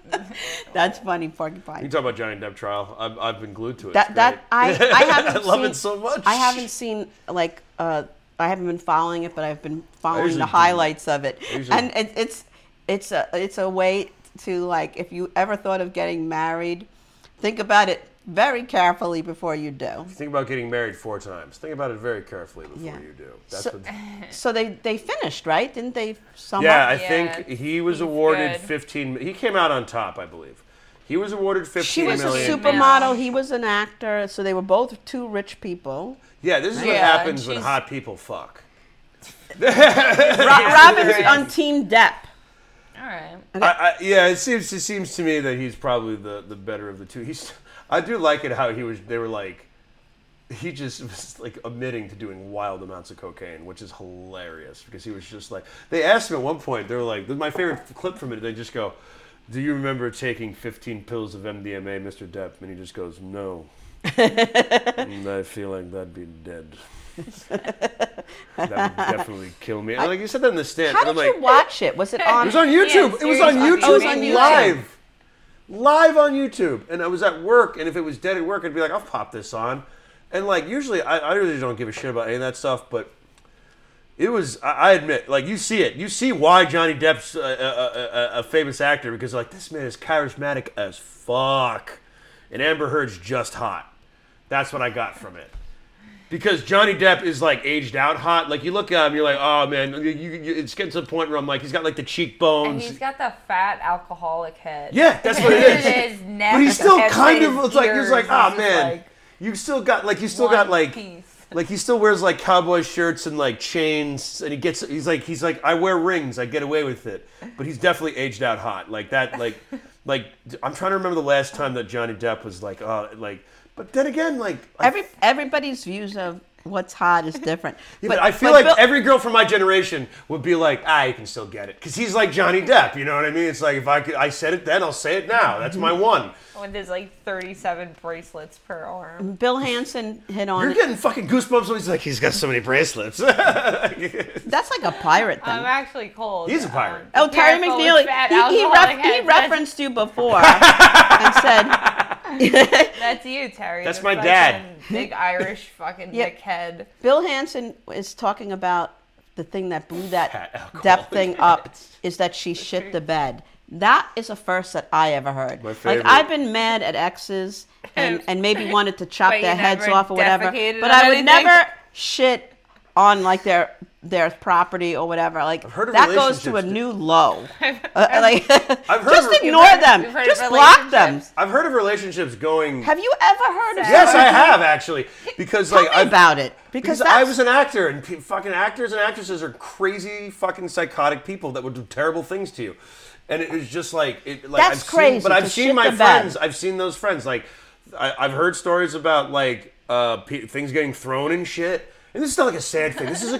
[SPEAKER 3] [laughs] That's funny,
[SPEAKER 4] You
[SPEAKER 3] Porcupine.
[SPEAKER 4] talk about Johnny Depp trial. I've, I've been glued to it.
[SPEAKER 3] That
[SPEAKER 4] It's
[SPEAKER 3] that
[SPEAKER 4] great.
[SPEAKER 3] I
[SPEAKER 4] [laughs]
[SPEAKER 3] I haven't.
[SPEAKER 4] I love
[SPEAKER 3] seen,
[SPEAKER 4] it so much.
[SPEAKER 3] I haven't seen like uh, I haven't been following it, but I've been following
[SPEAKER 4] usually
[SPEAKER 3] the
[SPEAKER 4] do.
[SPEAKER 3] highlights of it,
[SPEAKER 4] usually-
[SPEAKER 3] and it, it's it's a it's a way to like if you ever thought of getting married, think about it very carefully before you do.
[SPEAKER 4] [laughs] Think about getting married four times. Think about it very carefully before
[SPEAKER 3] Yeah.
[SPEAKER 4] you do. That's
[SPEAKER 3] So- [sighs]
[SPEAKER 4] what, [laughs]
[SPEAKER 3] So they they finished, right? Didn't they sum
[SPEAKER 4] yeah,
[SPEAKER 3] up?
[SPEAKER 4] I
[SPEAKER 2] Yeah,
[SPEAKER 4] think he was
[SPEAKER 2] he's
[SPEAKER 4] awarded
[SPEAKER 2] good.
[SPEAKER 4] 15. mi- He came out on top, I believe. He was awarded 15
[SPEAKER 3] She was a
[SPEAKER 4] million.
[SPEAKER 2] super-
[SPEAKER 3] supermodel, he was an actor, so they were both two rich people.
[SPEAKER 4] yeah, this is what
[SPEAKER 2] Yeah,
[SPEAKER 4] happens
[SPEAKER 2] and
[SPEAKER 4] when
[SPEAKER 2] she's-
[SPEAKER 4] hot people fuck.
[SPEAKER 3] Ro- Robin's
[SPEAKER 2] Right.
[SPEAKER 3] on Team Depp.
[SPEAKER 2] All right.
[SPEAKER 4] I, I, yeah, it seems it seems to me that he's probably the, the better of the two. He's I do like it how he was. They were like, he just [laughs] was like admitting to doing wild amounts of cocaine, which is hilarious because he was just like. They asked him at one point. They were like, my favorite clip from it. They just go, "Do you remember taking 15 pills of MDMA, Mr. Depp?" And he just goes,
[SPEAKER 3] [laughs]
[SPEAKER 4] "No." and I feel like that'd be
[SPEAKER 3] [laughs]
[SPEAKER 4] dead. that would definitely kill me. And like you said that in the stand.
[SPEAKER 3] How
[SPEAKER 4] and
[SPEAKER 3] did
[SPEAKER 4] I'm like,
[SPEAKER 3] you watch it? Was [laughs] it
[SPEAKER 4] it
[SPEAKER 3] on?
[SPEAKER 4] was on YouTube. it was on
[SPEAKER 2] seriously.
[SPEAKER 4] YouTube
[SPEAKER 2] Oh, it was
[SPEAKER 3] on YouTube.
[SPEAKER 4] live. Live on YouTube. And I was at work, and if it was dead at work, I'd be like, I'll pop this on. And like usually I, I really don't give a shit about any of that stuff, but it was I, I admit, like you see it. You see why Johnny Depp's a, a, a, a famous actor because like this man is charismatic as fuck. And Amber Heard's just hot. That's what I got from it. Because Johnny Depp is like aged out hot. Like you look at him, you're like, oh man, you, you, it's getting to the point where I'm like, he's got like the cheekbones.
[SPEAKER 2] And he's got the fat alcoholic head.
[SPEAKER 4] Yeah, that's what it
[SPEAKER 2] [laughs] It
[SPEAKER 4] is.
[SPEAKER 2] is neck,
[SPEAKER 4] but he's still
[SPEAKER 2] and
[SPEAKER 4] kind
[SPEAKER 2] his
[SPEAKER 4] of it's like he's
[SPEAKER 2] ears
[SPEAKER 4] like, ah
[SPEAKER 2] is
[SPEAKER 4] man,
[SPEAKER 2] like
[SPEAKER 4] you still got like you still got
[SPEAKER 2] one
[SPEAKER 4] like
[SPEAKER 2] piece."
[SPEAKER 4] like he still wears like cowboy shirts and like chains and he gets he's like he's like I wear rings, I get away with it. But he's definitely aged out hot. Like that like
[SPEAKER 2] [laughs]
[SPEAKER 4] like I'm trying to remember the last time that Johnny Depp was like oh like but then again like I-
[SPEAKER 3] Every everybody's views of what's hot is different.
[SPEAKER 4] [laughs] yeah, but I feel
[SPEAKER 3] but
[SPEAKER 4] like
[SPEAKER 3] Bill-
[SPEAKER 4] every girl from my generation would be like, ah, you can still get it, because he's like Johnny Depp. You know what I mean? It's like if I could, I said it then, I'll say it now. That's my one.
[SPEAKER 2] When there's like 37 bracelets per
[SPEAKER 4] Mm-hmm.
[SPEAKER 2] arm.
[SPEAKER 3] Bill Hansen hit on.
[SPEAKER 4] You're
[SPEAKER 3] it.
[SPEAKER 4] getting fucking goosebumps when he's like, he's got so many bracelets. [laughs]
[SPEAKER 3] That's like a pirate thing.
[SPEAKER 2] I'm actually cold. Um,
[SPEAKER 4] He's a pirate.
[SPEAKER 3] Oh, Terry
[SPEAKER 2] Careful with
[SPEAKER 3] McNeely.
[SPEAKER 2] fat
[SPEAKER 3] He, he,
[SPEAKER 2] alcoholic
[SPEAKER 3] ref- he
[SPEAKER 2] heads.
[SPEAKER 3] referenced you
[SPEAKER 4] [laughs]
[SPEAKER 3] before and said, [laughs]
[SPEAKER 2] That's you, Terry.
[SPEAKER 4] That's
[SPEAKER 2] the
[SPEAKER 4] my dad.
[SPEAKER 2] fucking
[SPEAKER 4] [laughs]
[SPEAKER 2] Big Irish fucking
[SPEAKER 3] Yeah.
[SPEAKER 2] dickhead.
[SPEAKER 3] Bill Hansen is talking about the thing that blew
[SPEAKER 4] Fat
[SPEAKER 3] that
[SPEAKER 4] alcoholic
[SPEAKER 3] depth thing
[SPEAKER 4] [laughs]
[SPEAKER 3] up is that she shit the bed. That is a first that I ever heard.
[SPEAKER 4] My
[SPEAKER 3] like
[SPEAKER 4] favorite.
[SPEAKER 3] I've been mad
[SPEAKER 2] [laughs]
[SPEAKER 3] at exes and, and maybe wanted to chop
[SPEAKER 2] But you
[SPEAKER 3] their heads
[SPEAKER 2] never
[SPEAKER 3] off or whatever,
[SPEAKER 2] defecated
[SPEAKER 3] but
[SPEAKER 2] on
[SPEAKER 3] I would
[SPEAKER 2] anything?
[SPEAKER 3] never shit on like their their property or whatever. Like
[SPEAKER 4] heard of
[SPEAKER 3] that goes to a
[SPEAKER 4] relationships that-
[SPEAKER 2] [laughs]
[SPEAKER 3] new low. Uh, like
[SPEAKER 4] I've heard
[SPEAKER 3] [laughs] just
[SPEAKER 4] of-
[SPEAKER 3] ignore
[SPEAKER 2] You've heard-
[SPEAKER 3] them.
[SPEAKER 2] you've heard of
[SPEAKER 3] Just block them.
[SPEAKER 2] relationships.
[SPEAKER 4] I've heard of relationships going.
[SPEAKER 3] Have you ever heard of?
[SPEAKER 4] yes,
[SPEAKER 3] someone-
[SPEAKER 4] I have actually, because
[SPEAKER 3] Tell
[SPEAKER 4] like
[SPEAKER 3] me
[SPEAKER 4] I've,
[SPEAKER 3] about it
[SPEAKER 4] because,
[SPEAKER 3] because,
[SPEAKER 4] I
[SPEAKER 3] that's-
[SPEAKER 4] was an actor, and pe- fucking actors and actresses are crazy, fucking psychotic people that would do terrible things to you, and it was just like it. Like,
[SPEAKER 3] That's
[SPEAKER 4] I've
[SPEAKER 3] crazy
[SPEAKER 4] Seen, but
[SPEAKER 3] to
[SPEAKER 4] I've seen
[SPEAKER 3] shit
[SPEAKER 4] my
[SPEAKER 3] the bed.
[SPEAKER 4] friends. I've seen those friends. Like I, I've heard stories about like uh, pe- things getting thrown and shit. And this is not like a sad thing. This is a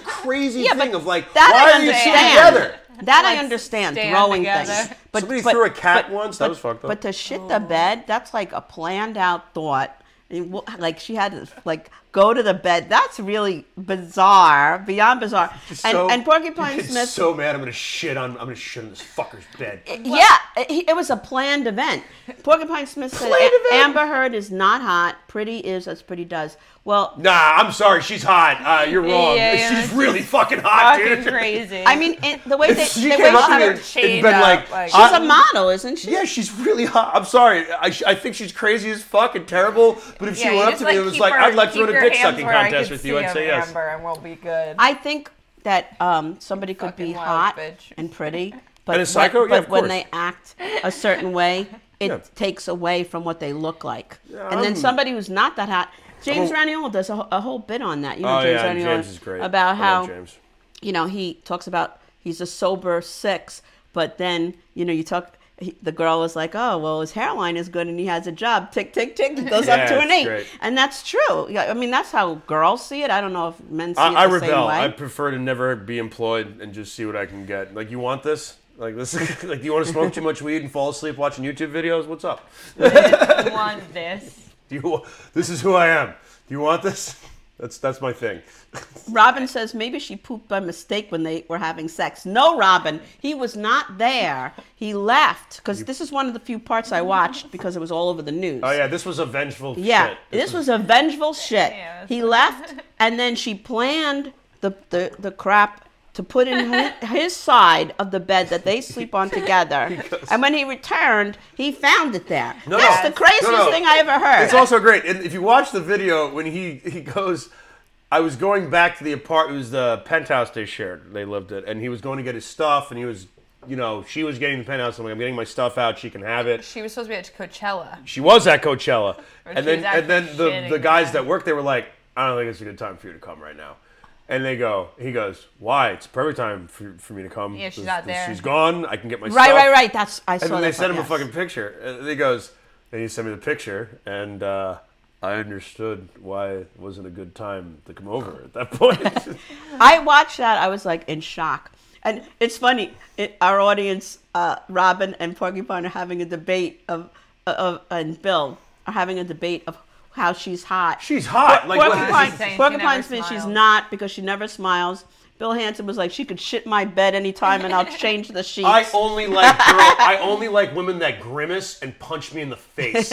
[SPEAKER 3] [laughs]
[SPEAKER 4] crazy
[SPEAKER 3] Yeah, but
[SPEAKER 4] thing of like,
[SPEAKER 3] that
[SPEAKER 4] why
[SPEAKER 3] I
[SPEAKER 4] are you two
[SPEAKER 3] understand.
[SPEAKER 4] together?
[SPEAKER 3] That I
[SPEAKER 2] Like,
[SPEAKER 3] understand.
[SPEAKER 2] stand
[SPEAKER 3] Throwing
[SPEAKER 2] together.
[SPEAKER 3] things. But,
[SPEAKER 4] Somebody
[SPEAKER 3] but-
[SPEAKER 4] threw a cat
[SPEAKER 3] but-
[SPEAKER 4] once.
[SPEAKER 3] but-
[SPEAKER 4] that was fucked up.
[SPEAKER 3] But to shit the bed, that's like a planned out thought. It wa- Like she had to like go to the bed. That's really bizarre, beyond
[SPEAKER 4] [laughs]
[SPEAKER 3] bizarre. And,
[SPEAKER 4] so,
[SPEAKER 3] and Porcupine
[SPEAKER 4] [laughs] it's
[SPEAKER 3] Smith.
[SPEAKER 4] So mad, I'm gonna shit on. I'm gonna shit on this fucker's bed.
[SPEAKER 3] [laughs] yeah, it, he- it was a planned event. Porcupine Smith said,
[SPEAKER 4] Planned
[SPEAKER 3] "A-
[SPEAKER 4] event?
[SPEAKER 3] "Amber Heard is not hot. Pretty is as pretty does." Well,
[SPEAKER 4] Nah, I'm sorry, she's hot. Uh, you're wrong.
[SPEAKER 2] Yeah, yeah,
[SPEAKER 4] she's
[SPEAKER 2] she's
[SPEAKER 4] really fucking hot,
[SPEAKER 2] Fucking
[SPEAKER 4] dude. [laughs]
[SPEAKER 2] crazy.
[SPEAKER 3] I mean, it, the way they,
[SPEAKER 4] she
[SPEAKER 3] the way
[SPEAKER 4] came up to
[SPEAKER 3] she,
[SPEAKER 4] me
[SPEAKER 2] her
[SPEAKER 4] and- and
[SPEAKER 2] shade
[SPEAKER 4] been
[SPEAKER 2] up,
[SPEAKER 4] like,
[SPEAKER 2] like-
[SPEAKER 3] she's a
[SPEAKER 4] "I'm-
[SPEAKER 3] model, isn't she?
[SPEAKER 4] Yeah, she's really hot. I'm sorry. I, sh- I think she's crazy as fuck and terrible. But if
[SPEAKER 2] Yeah,
[SPEAKER 4] she
[SPEAKER 2] you
[SPEAKER 4] went up
[SPEAKER 2] just,
[SPEAKER 4] to me and was
[SPEAKER 2] keep
[SPEAKER 4] like,
[SPEAKER 2] her-
[SPEAKER 4] I'd like to
[SPEAKER 2] keep
[SPEAKER 4] run a
[SPEAKER 2] your
[SPEAKER 4] dick
[SPEAKER 2] hands
[SPEAKER 4] sucking
[SPEAKER 2] where I
[SPEAKER 4] contest
[SPEAKER 2] can
[SPEAKER 4] with
[SPEAKER 2] see
[SPEAKER 4] you, I'd
[SPEAKER 2] them,
[SPEAKER 4] say yes.
[SPEAKER 2] Amber, and we'll be good.
[SPEAKER 3] I think that um, somebody could be
[SPEAKER 2] Fucking wild
[SPEAKER 3] hot
[SPEAKER 2] bitch.
[SPEAKER 3] and
[SPEAKER 2] [laughs]
[SPEAKER 3] pretty, but
[SPEAKER 4] And a psycho?
[SPEAKER 3] when,
[SPEAKER 4] Yeah,
[SPEAKER 3] but
[SPEAKER 4] of
[SPEAKER 3] when
[SPEAKER 4] course.
[SPEAKER 3] they act a certain
[SPEAKER 4] [laughs]
[SPEAKER 3] way, it
[SPEAKER 4] Yeah.
[SPEAKER 3] takes away from what they look like. and
[SPEAKER 4] I'm-
[SPEAKER 3] then somebody who's not that hot, James
[SPEAKER 4] Oh.
[SPEAKER 3] Raniol does a, wh- a whole bit on that. You know,
[SPEAKER 4] Oh
[SPEAKER 3] James
[SPEAKER 4] yeah, and
[SPEAKER 3] Raniol
[SPEAKER 4] James is great.
[SPEAKER 3] about
[SPEAKER 4] I
[SPEAKER 3] how
[SPEAKER 4] love James.
[SPEAKER 3] you know he talks about he's a sober six, but then you know you talk. He, the girl was like, "Oh, well, his hairline is good, and he has a job. Tick, tick, tick. He goes
[SPEAKER 4] [laughs] Yeah,
[SPEAKER 3] up to an
[SPEAKER 4] it's
[SPEAKER 3] eight,
[SPEAKER 4] great.
[SPEAKER 3] and that's true. Yeah, I mean, that's how girls see it. I don't know if men see
[SPEAKER 4] I,
[SPEAKER 3] it the
[SPEAKER 4] I
[SPEAKER 3] same
[SPEAKER 4] rebel.
[SPEAKER 3] way.
[SPEAKER 4] I prefer to never be employed and just see what I can get. Like, you want this? Like this? [laughs] like, do you want to smoke too much weed and fall asleep watching YouTube videos? What's up? [laughs]
[SPEAKER 2] You want this.
[SPEAKER 4] Do you? This is who I am. Do you want this? [laughs] That's that's my thing.
[SPEAKER 3] Robin says maybe she pooped by mistake when they were having sex. No, Robin, he was not there. He left because this is one of the few parts I watched because it was all over the news.
[SPEAKER 4] Oh yeah, this was a vengeful
[SPEAKER 3] Yeah,
[SPEAKER 4] shit.
[SPEAKER 3] this was a vengeful shit.
[SPEAKER 2] Yeah,
[SPEAKER 3] he left, and then she planned the, the the crap to put in his, his side of the bed that they sleep on
[SPEAKER 4] [laughs]
[SPEAKER 3] together. and when he returned, he found it there.
[SPEAKER 4] No,
[SPEAKER 3] That's
[SPEAKER 4] no.
[SPEAKER 3] the craziest
[SPEAKER 4] No, no.
[SPEAKER 3] thing I ever heard.
[SPEAKER 4] It's also great. And if you watch the video when he he goes, I was going back to the apart. It was the penthouse they shared. They lived it, and he was going to get his stuff, and he was, you know, she was getting the penthouse. I'm like, I'm getting my stuff out. She can have it.
[SPEAKER 2] She was supposed to be at Coachella.
[SPEAKER 4] She was at
[SPEAKER 2] [laughs]
[SPEAKER 4] Coachella, and
[SPEAKER 2] she
[SPEAKER 4] then
[SPEAKER 2] was
[SPEAKER 4] and then the
[SPEAKER 2] actually
[SPEAKER 4] the guys
[SPEAKER 2] shitting
[SPEAKER 4] that work there were like, I don't think it's a good time for you to come right now. And they go, he goes, why? It's perfect time for, for me to come.
[SPEAKER 2] Yeah, she's
[SPEAKER 4] This-
[SPEAKER 2] not
[SPEAKER 4] this-
[SPEAKER 2] there."
[SPEAKER 4] She's gone. I can get my
[SPEAKER 3] right,
[SPEAKER 4] stuff.
[SPEAKER 3] right, right. That's I saw
[SPEAKER 4] And then
[SPEAKER 3] that
[SPEAKER 4] they sent him
[SPEAKER 3] part,
[SPEAKER 4] a
[SPEAKER 3] yes.
[SPEAKER 4] fucking picture. And he goes, and he sent me the picture, and uh, I understood why it wasn't a good time to come over at that point.
[SPEAKER 2] [laughs]
[SPEAKER 3] I watched that. I was like in shock. And it's funny. It, our audience, uh, Robin and Porcupine, are having a debate of, uh, of and Bill are having a debate of how she's hot.
[SPEAKER 4] she's hot. Like, what-
[SPEAKER 2] Porcupine-
[SPEAKER 3] Porcupine,
[SPEAKER 2] Saying she
[SPEAKER 3] Porcupine
[SPEAKER 2] never
[SPEAKER 3] said she's
[SPEAKER 2] smiles.
[SPEAKER 3] not because she never smiles. Bill Hanson was like, she could shit my bed anytime [laughs] and I'll change the sheets.
[SPEAKER 4] I only like girl. I only like women that grimace and punch me in the [laughs] face.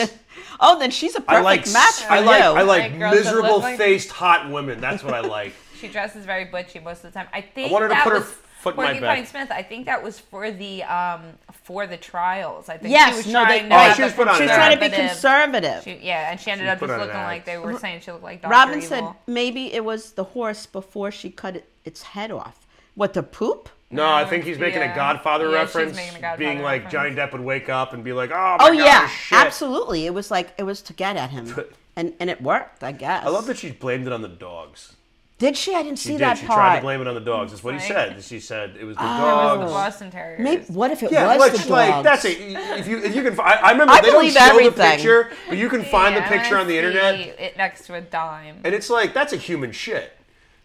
[SPEAKER 3] oh, then she's a perfect
[SPEAKER 4] I like
[SPEAKER 3] match for
[SPEAKER 4] I like
[SPEAKER 3] you.
[SPEAKER 4] I like
[SPEAKER 2] Like girls that look
[SPEAKER 4] miserable
[SPEAKER 2] like-
[SPEAKER 4] faced hot women. That's
[SPEAKER 2] [laughs]
[SPEAKER 4] what I like.
[SPEAKER 2] She dresses very butchy most of the time. I think
[SPEAKER 4] wanted to
[SPEAKER 2] that
[SPEAKER 4] put her
[SPEAKER 2] was
[SPEAKER 4] foot in my
[SPEAKER 2] Porcupine
[SPEAKER 4] back.
[SPEAKER 2] Smith. I think that was for the um for the trials. I think
[SPEAKER 3] Yes,
[SPEAKER 2] she was
[SPEAKER 3] no, they-
[SPEAKER 2] trying to
[SPEAKER 3] oh,
[SPEAKER 2] have
[SPEAKER 4] she was
[SPEAKER 2] a
[SPEAKER 4] put on
[SPEAKER 3] she's
[SPEAKER 4] that.
[SPEAKER 3] trying to be
[SPEAKER 2] conservative-
[SPEAKER 3] conservative.
[SPEAKER 2] She, yeah, and she ended
[SPEAKER 4] She
[SPEAKER 2] up
[SPEAKER 4] put
[SPEAKER 2] just
[SPEAKER 4] on an
[SPEAKER 2] looking like
[SPEAKER 4] act.
[SPEAKER 2] they were saying she looked like Dr.
[SPEAKER 3] Robin
[SPEAKER 2] Evil.
[SPEAKER 3] said maybe it was the horse before she cut it, its head off. What the poop?
[SPEAKER 4] No, I think he's making
[SPEAKER 2] Yeah.
[SPEAKER 4] a Godfather
[SPEAKER 2] Yeah, she's
[SPEAKER 4] reference,
[SPEAKER 2] making a Godfather
[SPEAKER 4] being like
[SPEAKER 2] reference.
[SPEAKER 4] Johnny Depp would wake up and be like, "Oh, my
[SPEAKER 3] Oh
[SPEAKER 4] God,
[SPEAKER 3] yeah,
[SPEAKER 4] shit."
[SPEAKER 3] absolutely. It was like it was to get at him, and and it worked. I guess.
[SPEAKER 4] I love that she blamed it on the dogs.
[SPEAKER 3] Did she? I didn't
[SPEAKER 4] She
[SPEAKER 3] see
[SPEAKER 4] did.
[SPEAKER 3] that
[SPEAKER 4] she tried
[SPEAKER 3] part.
[SPEAKER 4] to blame it on the dogs. That's what he
[SPEAKER 2] Right.
[SPEAKER 4] said. She said it was
[SPEAKER 3] Oh,
[SPEAKER 4] the
[SPEAKER 2] It was
[SPEAKER 4] dogs.
[SPEAKER 2] the Boston Terriers.
[SPEAKER 3] Maybe, what if it
[SPEAKER 4] Yeah,
[SPEAKER 3] was
[SPEAKER 4] which
[SPEAKER 3] the dogs?
[SPEAKER 4] like that's it. If you if you can, fi- I, I remember
[SPEAKER 3] I
[SPEAKER 4] they don't
[SPEAKER 3] believe
[SPEAKER 4] show the
[SPEAKER 3] everything.
[SPEAKER 4] picture, but you can find
[SPEAKER 2] Yeah, I
[SPEAKER 4] the picture
[SPEAKER 2] wanna
[SPEAKER 4] on the
[SPEAKER 2] see
[SPEAKER 4] internet,
[SPEAKER 2] It next to a dime.
[SPEAKER 4] and it's like that's a human shit.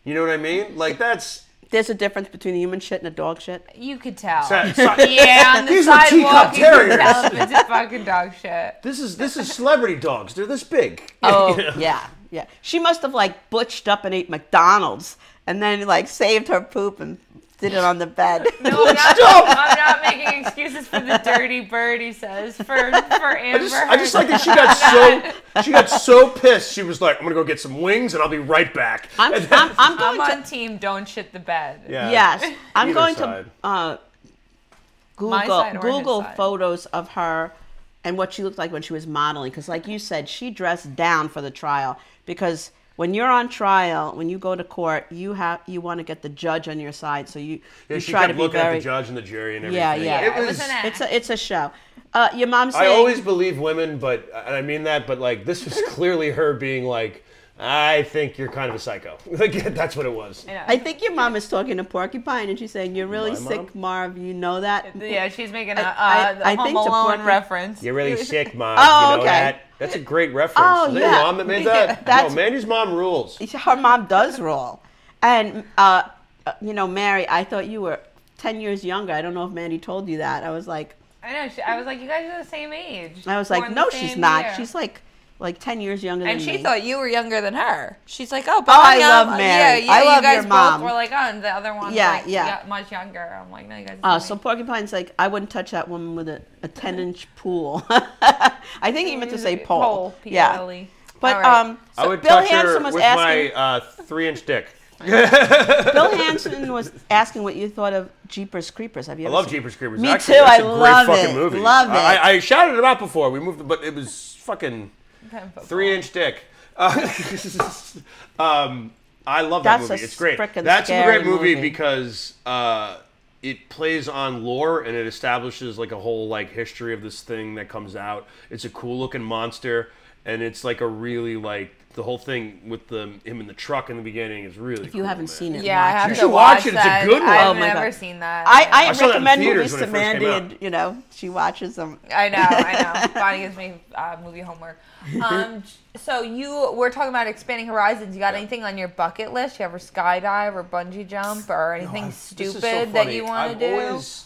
[SPEAKER 4] You know what I mean? Like that's
[SPEAKER 3] There's a difference between a human shit and a dog shit.
[SPEAKER 2] You could tell.
[SPEAKER 4] that-
[SPEAKER 2] yeah, on the
[SPEAKER 4] These are
[SPEAKER 2] sidewalk,
[SPEAKER 4] teacup
[SPEAKER 2] you could
[SPEAKER 4] terriers.
[SPEAKER 2] tell if it's a fucking dog shit.
[SPEAKER 4] this is this is celebrity dogs. They're this big.
[SPEAKER 3] [laughs] Oh yeah, yeah. She must have like butched up and ate McDonald's, and then like saved her poop and did it on the
[SPEAKER 4] [laughs]
[SPEAKER 3] bed.
[SPEAKER 4] Oh,
[SPEAKER 2] [laughs] No, I'm not, I'm not making excuses for the dirty bird. He says for for Amber.
[SPEAKER 4] [laughs] I just, I just like
[SPEAKER 2] [laughs]
[SPEAKER 4] that she got so she got so pissed. She was like, "I'm gonna go get some wings, and I'll be right back."
[SPEAKER 3] I'm,
[SPEAKER 4] And
[SPEAKER 3] I'm, I'm
[SPEAKER 4] [laughs]
[SPEAKER 2] I'm
[SPEAKER 3] going to.
[SPEAKER 2] on team. Don't shit the bed.
[SPEAKER 4] yeah.
[SPEAKER 3] Yes, I'm
[SPEAKER 4] Either
[SPEAKER 3] going
[SPEAKER 4] side.
[SPEAKER 3] to uh,
[SPEAKER 2] My
[SPEAKER 3] Google
[SPEAKER 2] side or his
[SPEAKER 3] Google
[SPEAKER 2] side.
[SPEAKER 3] photos of her and what she looked like when she was modeling. Because, like you said, she dressed down for the trial. Because when you're on trial, when you go to court, you have you want to get the judge on your side. So you
[SPEAKER 4] Yeah,
[SPEAKER 3] you
[SPEAKER 4] she
[SPEAKER 3] try
[SPEAKER 4] kept
[SPEAKER 3] to be
[SPEAKER 4] looking
[SPEAKER 3] very
[SPEAKER 4] at the judge and the jury and everything.
[SPEAKER 3] Yeah, yeah.
[SPEAKER 2] Yeah, it was an act.
[SPEAKER 3] it's a it's a show. Uh, your mom said
[SPEAKER 4] I always believe women, but and I mean that, but like this was [laughs] clearly her being like, I think you're kind of a psycho. [laughs] Like that's what it was.
[SPEAKER 2] I know.
[SPEAKER 3] I think your mom is talking to Porcupine, and she's saying, "You're really
[SPEAKER 4] My mom?
[SPEAKER 3] sick, Marv. You know that."
[SPEAKER 2] [laughs] yeah, she's making a
[SPEAKER 3] I-
[SPEAKER 2] uh,
[SPEAKER 3] I-
[SPEAKER 2] the
[SPEAKER 3] I
[SPEAKER 2] Home
[SPEAKER 3] think the
[SPEAKER 2] Alone
[SPEAKER 3] porky-
[SPEAKER 2] reference.
[SPEAKER 4] You're really
[SPEAKER 3] [laughs]
[SPEAKER 4] sick, mom.
[SPEAKER 3] Oh,
[SPEAKER 4] you know
[SPEAKER 3] okay.
[SPEAKER 4] that? That's a great reference.
[SPEAKER 3] Oh,
[SPEAKER 4] Is that your
[SPEAKER 3] yeah.
[SPEAKER 4] mom that
[SPEAKER 3] [laughs]
[SPEAKER 4] made
[SPEAKER 3] Yeah,
[SPEAKER 4] that?
[SPEAKER 3] that's-
[SPEAKER 4] no, Mandy's mom rules.
[SPEAKER 3] her mom does roll. And uh, you know, Mary, I thought you were ten years younger. I don't know if Mandy told you that. I was like,
[SPEAKER 2] I know. She, I was like, you guys are the same age.
[SPEAKER 3] I was
[SPEAKER 2] Born
[SPEAKER 3] like,
[SPEAKER 2] the
[SPEAKER 3] no,
[SPEAKER 2] same
[SPEAKER 3] she's not.
[SPEAKER 2] year.
[SPEAKER 3] She's like, like ten years younger
[SPEAKER 2] And
[SPEAKER 3] than
[SPEAKER 2] she
[SPEAKER 3] me.
[SPEAKER 2] thought you were younger than her. She's like, oh, but
[SPEAKER 3] Oh,
[SPEAKER 2] I'm
[SPEAKER 3] I
[SPEAKER 2] young.
[SPEAKER 3] love
[SPEAKER 2] Yeah,
[SPEAKER 3] Mary.
[SPEAKER 2] yeah,
[SPEAKER 3] I love
[SPEAKER 2] you guys
[SPEAKER 3] your
[SPEAKER 2] both
[SPEAKER 3] mom.
[SPEAKER 2] were like, oh, and the other one's
[SPEAKER 3] Yeah,
[SPEAKER 2] like,
[SPEAKER 3] yeah.
[SPEAKER 2] yeah, much younger. I'm like, no, you guys.
[SPEAKER 3] Uh,
[SPEAKER 2] are the
[SPEAKER 3] so
[SPEAKER 2] same
[SPEAKER 3] Porcupine's like, I wouldn't touch that woman with a,
[SPEAKER 2] [laughs]
[SPEAKER 3] a ten inch pool. [laughs] I think he meant to say
[SPEAKER 2] age."
[SPEAKER 3] pole.
[SPEAKER 2] Pole.
[SPEAKER 3] Yeah.
[SPEAKER 2] P-O-L-E.
[SPEAKER 3] But
[SPEAKER 2] All right. [laughs]
[SPEAKER 3] um, so Bill Hanson was asking.
[SPEAKER 4] uh, three-inch dick. [laughs]
[SPEAKER 3] Bill Hanson was asking what you thought of Jeepers Creepers. Have you?
[SPEAKER 4] I
[SPEAKER 3] ever
[SPEAKER 4] love
[SPEAKER 3] seen-
[SPEAKER 4] Jeepers Creepers.
[SPEAKER 3] Me
[SPEAKER 4] Actually,
[SPEAKER 3] too.
[SPEAKER 4] That's
[SPEAKER 3] I
[SPEAKER 4] a great
[SPEAKER 3] love
[SPEAKER 4] fucking
[SPEAKER 3] it.
[SPEAKER 4] Movie.
[SPEAKER 3] Love
[SPEAKER 4] I,
[SPEAKER 3] it.
[SPEAKER 4] I- I shouted it out before we moved, but it was fucking
[SPEAKER 2] Ten foot pole.
[SPEAKER 4] three-inch dick. Uh, [laughs] um, I love
[SPEAKER 3] That's
[SPEAKER 4] that movie.
[SPEAKER 3] a
[SPEAKER 4] It's great.
[SPEAKER 3] frickin'
[SPEAKER 4] That's a
[SPEAKER 3] scary
[SPEAKER 4] great movie,
[SPEAKER 3] movie.
[SPEAKER 4] because uh, it plays on lore and it establishes like a whole like history of this thing that comes out. It's a cool looking monster, and it's like a really like the whole thing with the him in the truck in the beginning is really.
[SPEAKER 3] If you haven't seen it,
[SPEAKER 2] Yeah, I
[SPEAKER 3] watch
[SPEAKER 2] have
[SPEAKER 4] You
[SPEAKER 2] to
[SPEAKER 4] should watch
[SPEAKER 2] watch
[SPEAKER 4] it. It's a
[SPEAKER 2] that.
[SPEAKER 4] good one.
[SPEAKER 2] I've
[SPEAKER 3] Oh my
[SPEAKER 2] never
[SPEAKER 3] God.
[SPEAKER 2] seen that.
[SPEAKER 3] I, I,
[SPEAKER 4] saw that in
[SPEAKER 3] recommend
[SPEAKER 4] theaters
[SPEAKER 3] movies
[SPEAKER 4] when
[SPEAKER 3] to
[SPEAKER 4] it first came
[SPEAKER 3] Mandy,
[SPEAKER 4] out.
[SPEAKER 3] and you know she watches them.
[SPEAKER 2] I know, I
[SPEAKER 3] [laughs]
[SPEAKER 2] know. Bonnie gives me uh, movie homework. Um, [laughs] j- so you we're talking about expanding horizons. You got anything on your bucket list? You ever skydive or bungee jump or anything stupid that you want to do?
[SPEAKER 4] I've always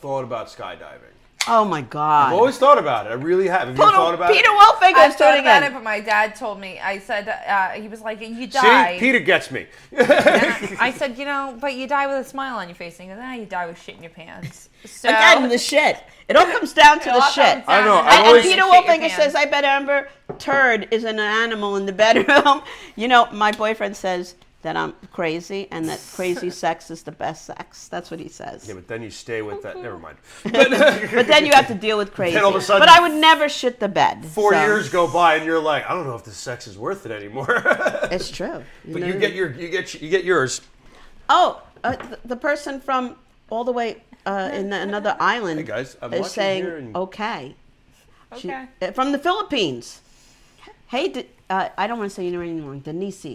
[SPEAKER 4] thought about skydiving.
[SPEAKER 3] Oh my god!
[SPEAKER 4] I've always thought about it. I really have. Have you
[SPEAKER 3] Peter,
[SPEAKER 4] thought about
[SPEAKER 3] Peter
[SPEAKER 4] it?
[SPEAKER 3] Wolfinger
[SPEAKER 2] I
[SPEAKER 3] is
[SPEAKER 2] thought
[SPEAKER 3] doing
[SPEAKER 2] about
[SPEAKER 3] it.
[SPEAKER 2] it, but my dad told me. I said uh, he was like, "You die."
[SPEAKER 4] See, Peter gets me.
[SPEAKER 2] And I said, "You know, but you die with a smile on your face." And he goes, "Ah, you die with shit in your pants." So
[SPEAKER 3] Again, the shit. It all
[SPEAKER 2] [laughs]
[SPEAKER 3] comes down to
[SPEAKER 2] It all
[SPEAKER 3] the
[SPEAKER 2] comes
[SPEAKER 3] shit.
[SPEAKER 2] down
[SPEAKER 4] I know,
[SPEAKER 2] to
[SPEAKER 4] I've
[SPEAKER 2] that.
[SPEAKER 3] And, and
[SPEAKER 4] always-
[SPEAKER 3] Peter
[SPEAKER 2] Shit your
[SPEAKER 3] Wolfinger
[SPEAKER 2] pants.
[SPEAKER 3] says, "I [laughs] bet Amber Turd is an animal in the bedroom." you know, my boyfriend says that I'm crazy and that
[SPEAKER 4] [laughs]
[SPEAKER 3] crazy sex is the best sex. That's what he says.
[SPEAKER 4] Yeah, but then you stay with that. Never mind.
[SPEAKER 3] [laughs]
[SPEAKER 4] [laughs]
[SPEAKER 3] But then you have to deal with crazy.
[SPEAKER 4] Then all of a sudden-
[SPEAKER 3] but I would never shit the bed.
[SPEAKER 4] Four
[SPEAKER 3] so-
[SPEAKER 4] years go by, and you're like, I don't know if this sex is worth it anymore. [laughs] but
[SPEAKER 3] It's true.
[SPEAKER 4] you
[SPEAKER 3] know?
[SPEAKER 4] get your, you get, you get yours.
[SPEAKER 3] Oh, uh, th- the person from all the way uh, in the, another island
[SPEAKER 4] Hey, guys, I'm
[SPEAKER 3] is
[SPEAKER 4] watching
[SPEAKER 3] saying
[SPEAKER 4] here and-
[SPEAKER 3] okay. She-
[SPEAKER 2] Okay.
[SPEAKER 3] uh, from the Philippines. Hey, De- uh, I don't want to say your name anymore. Denise.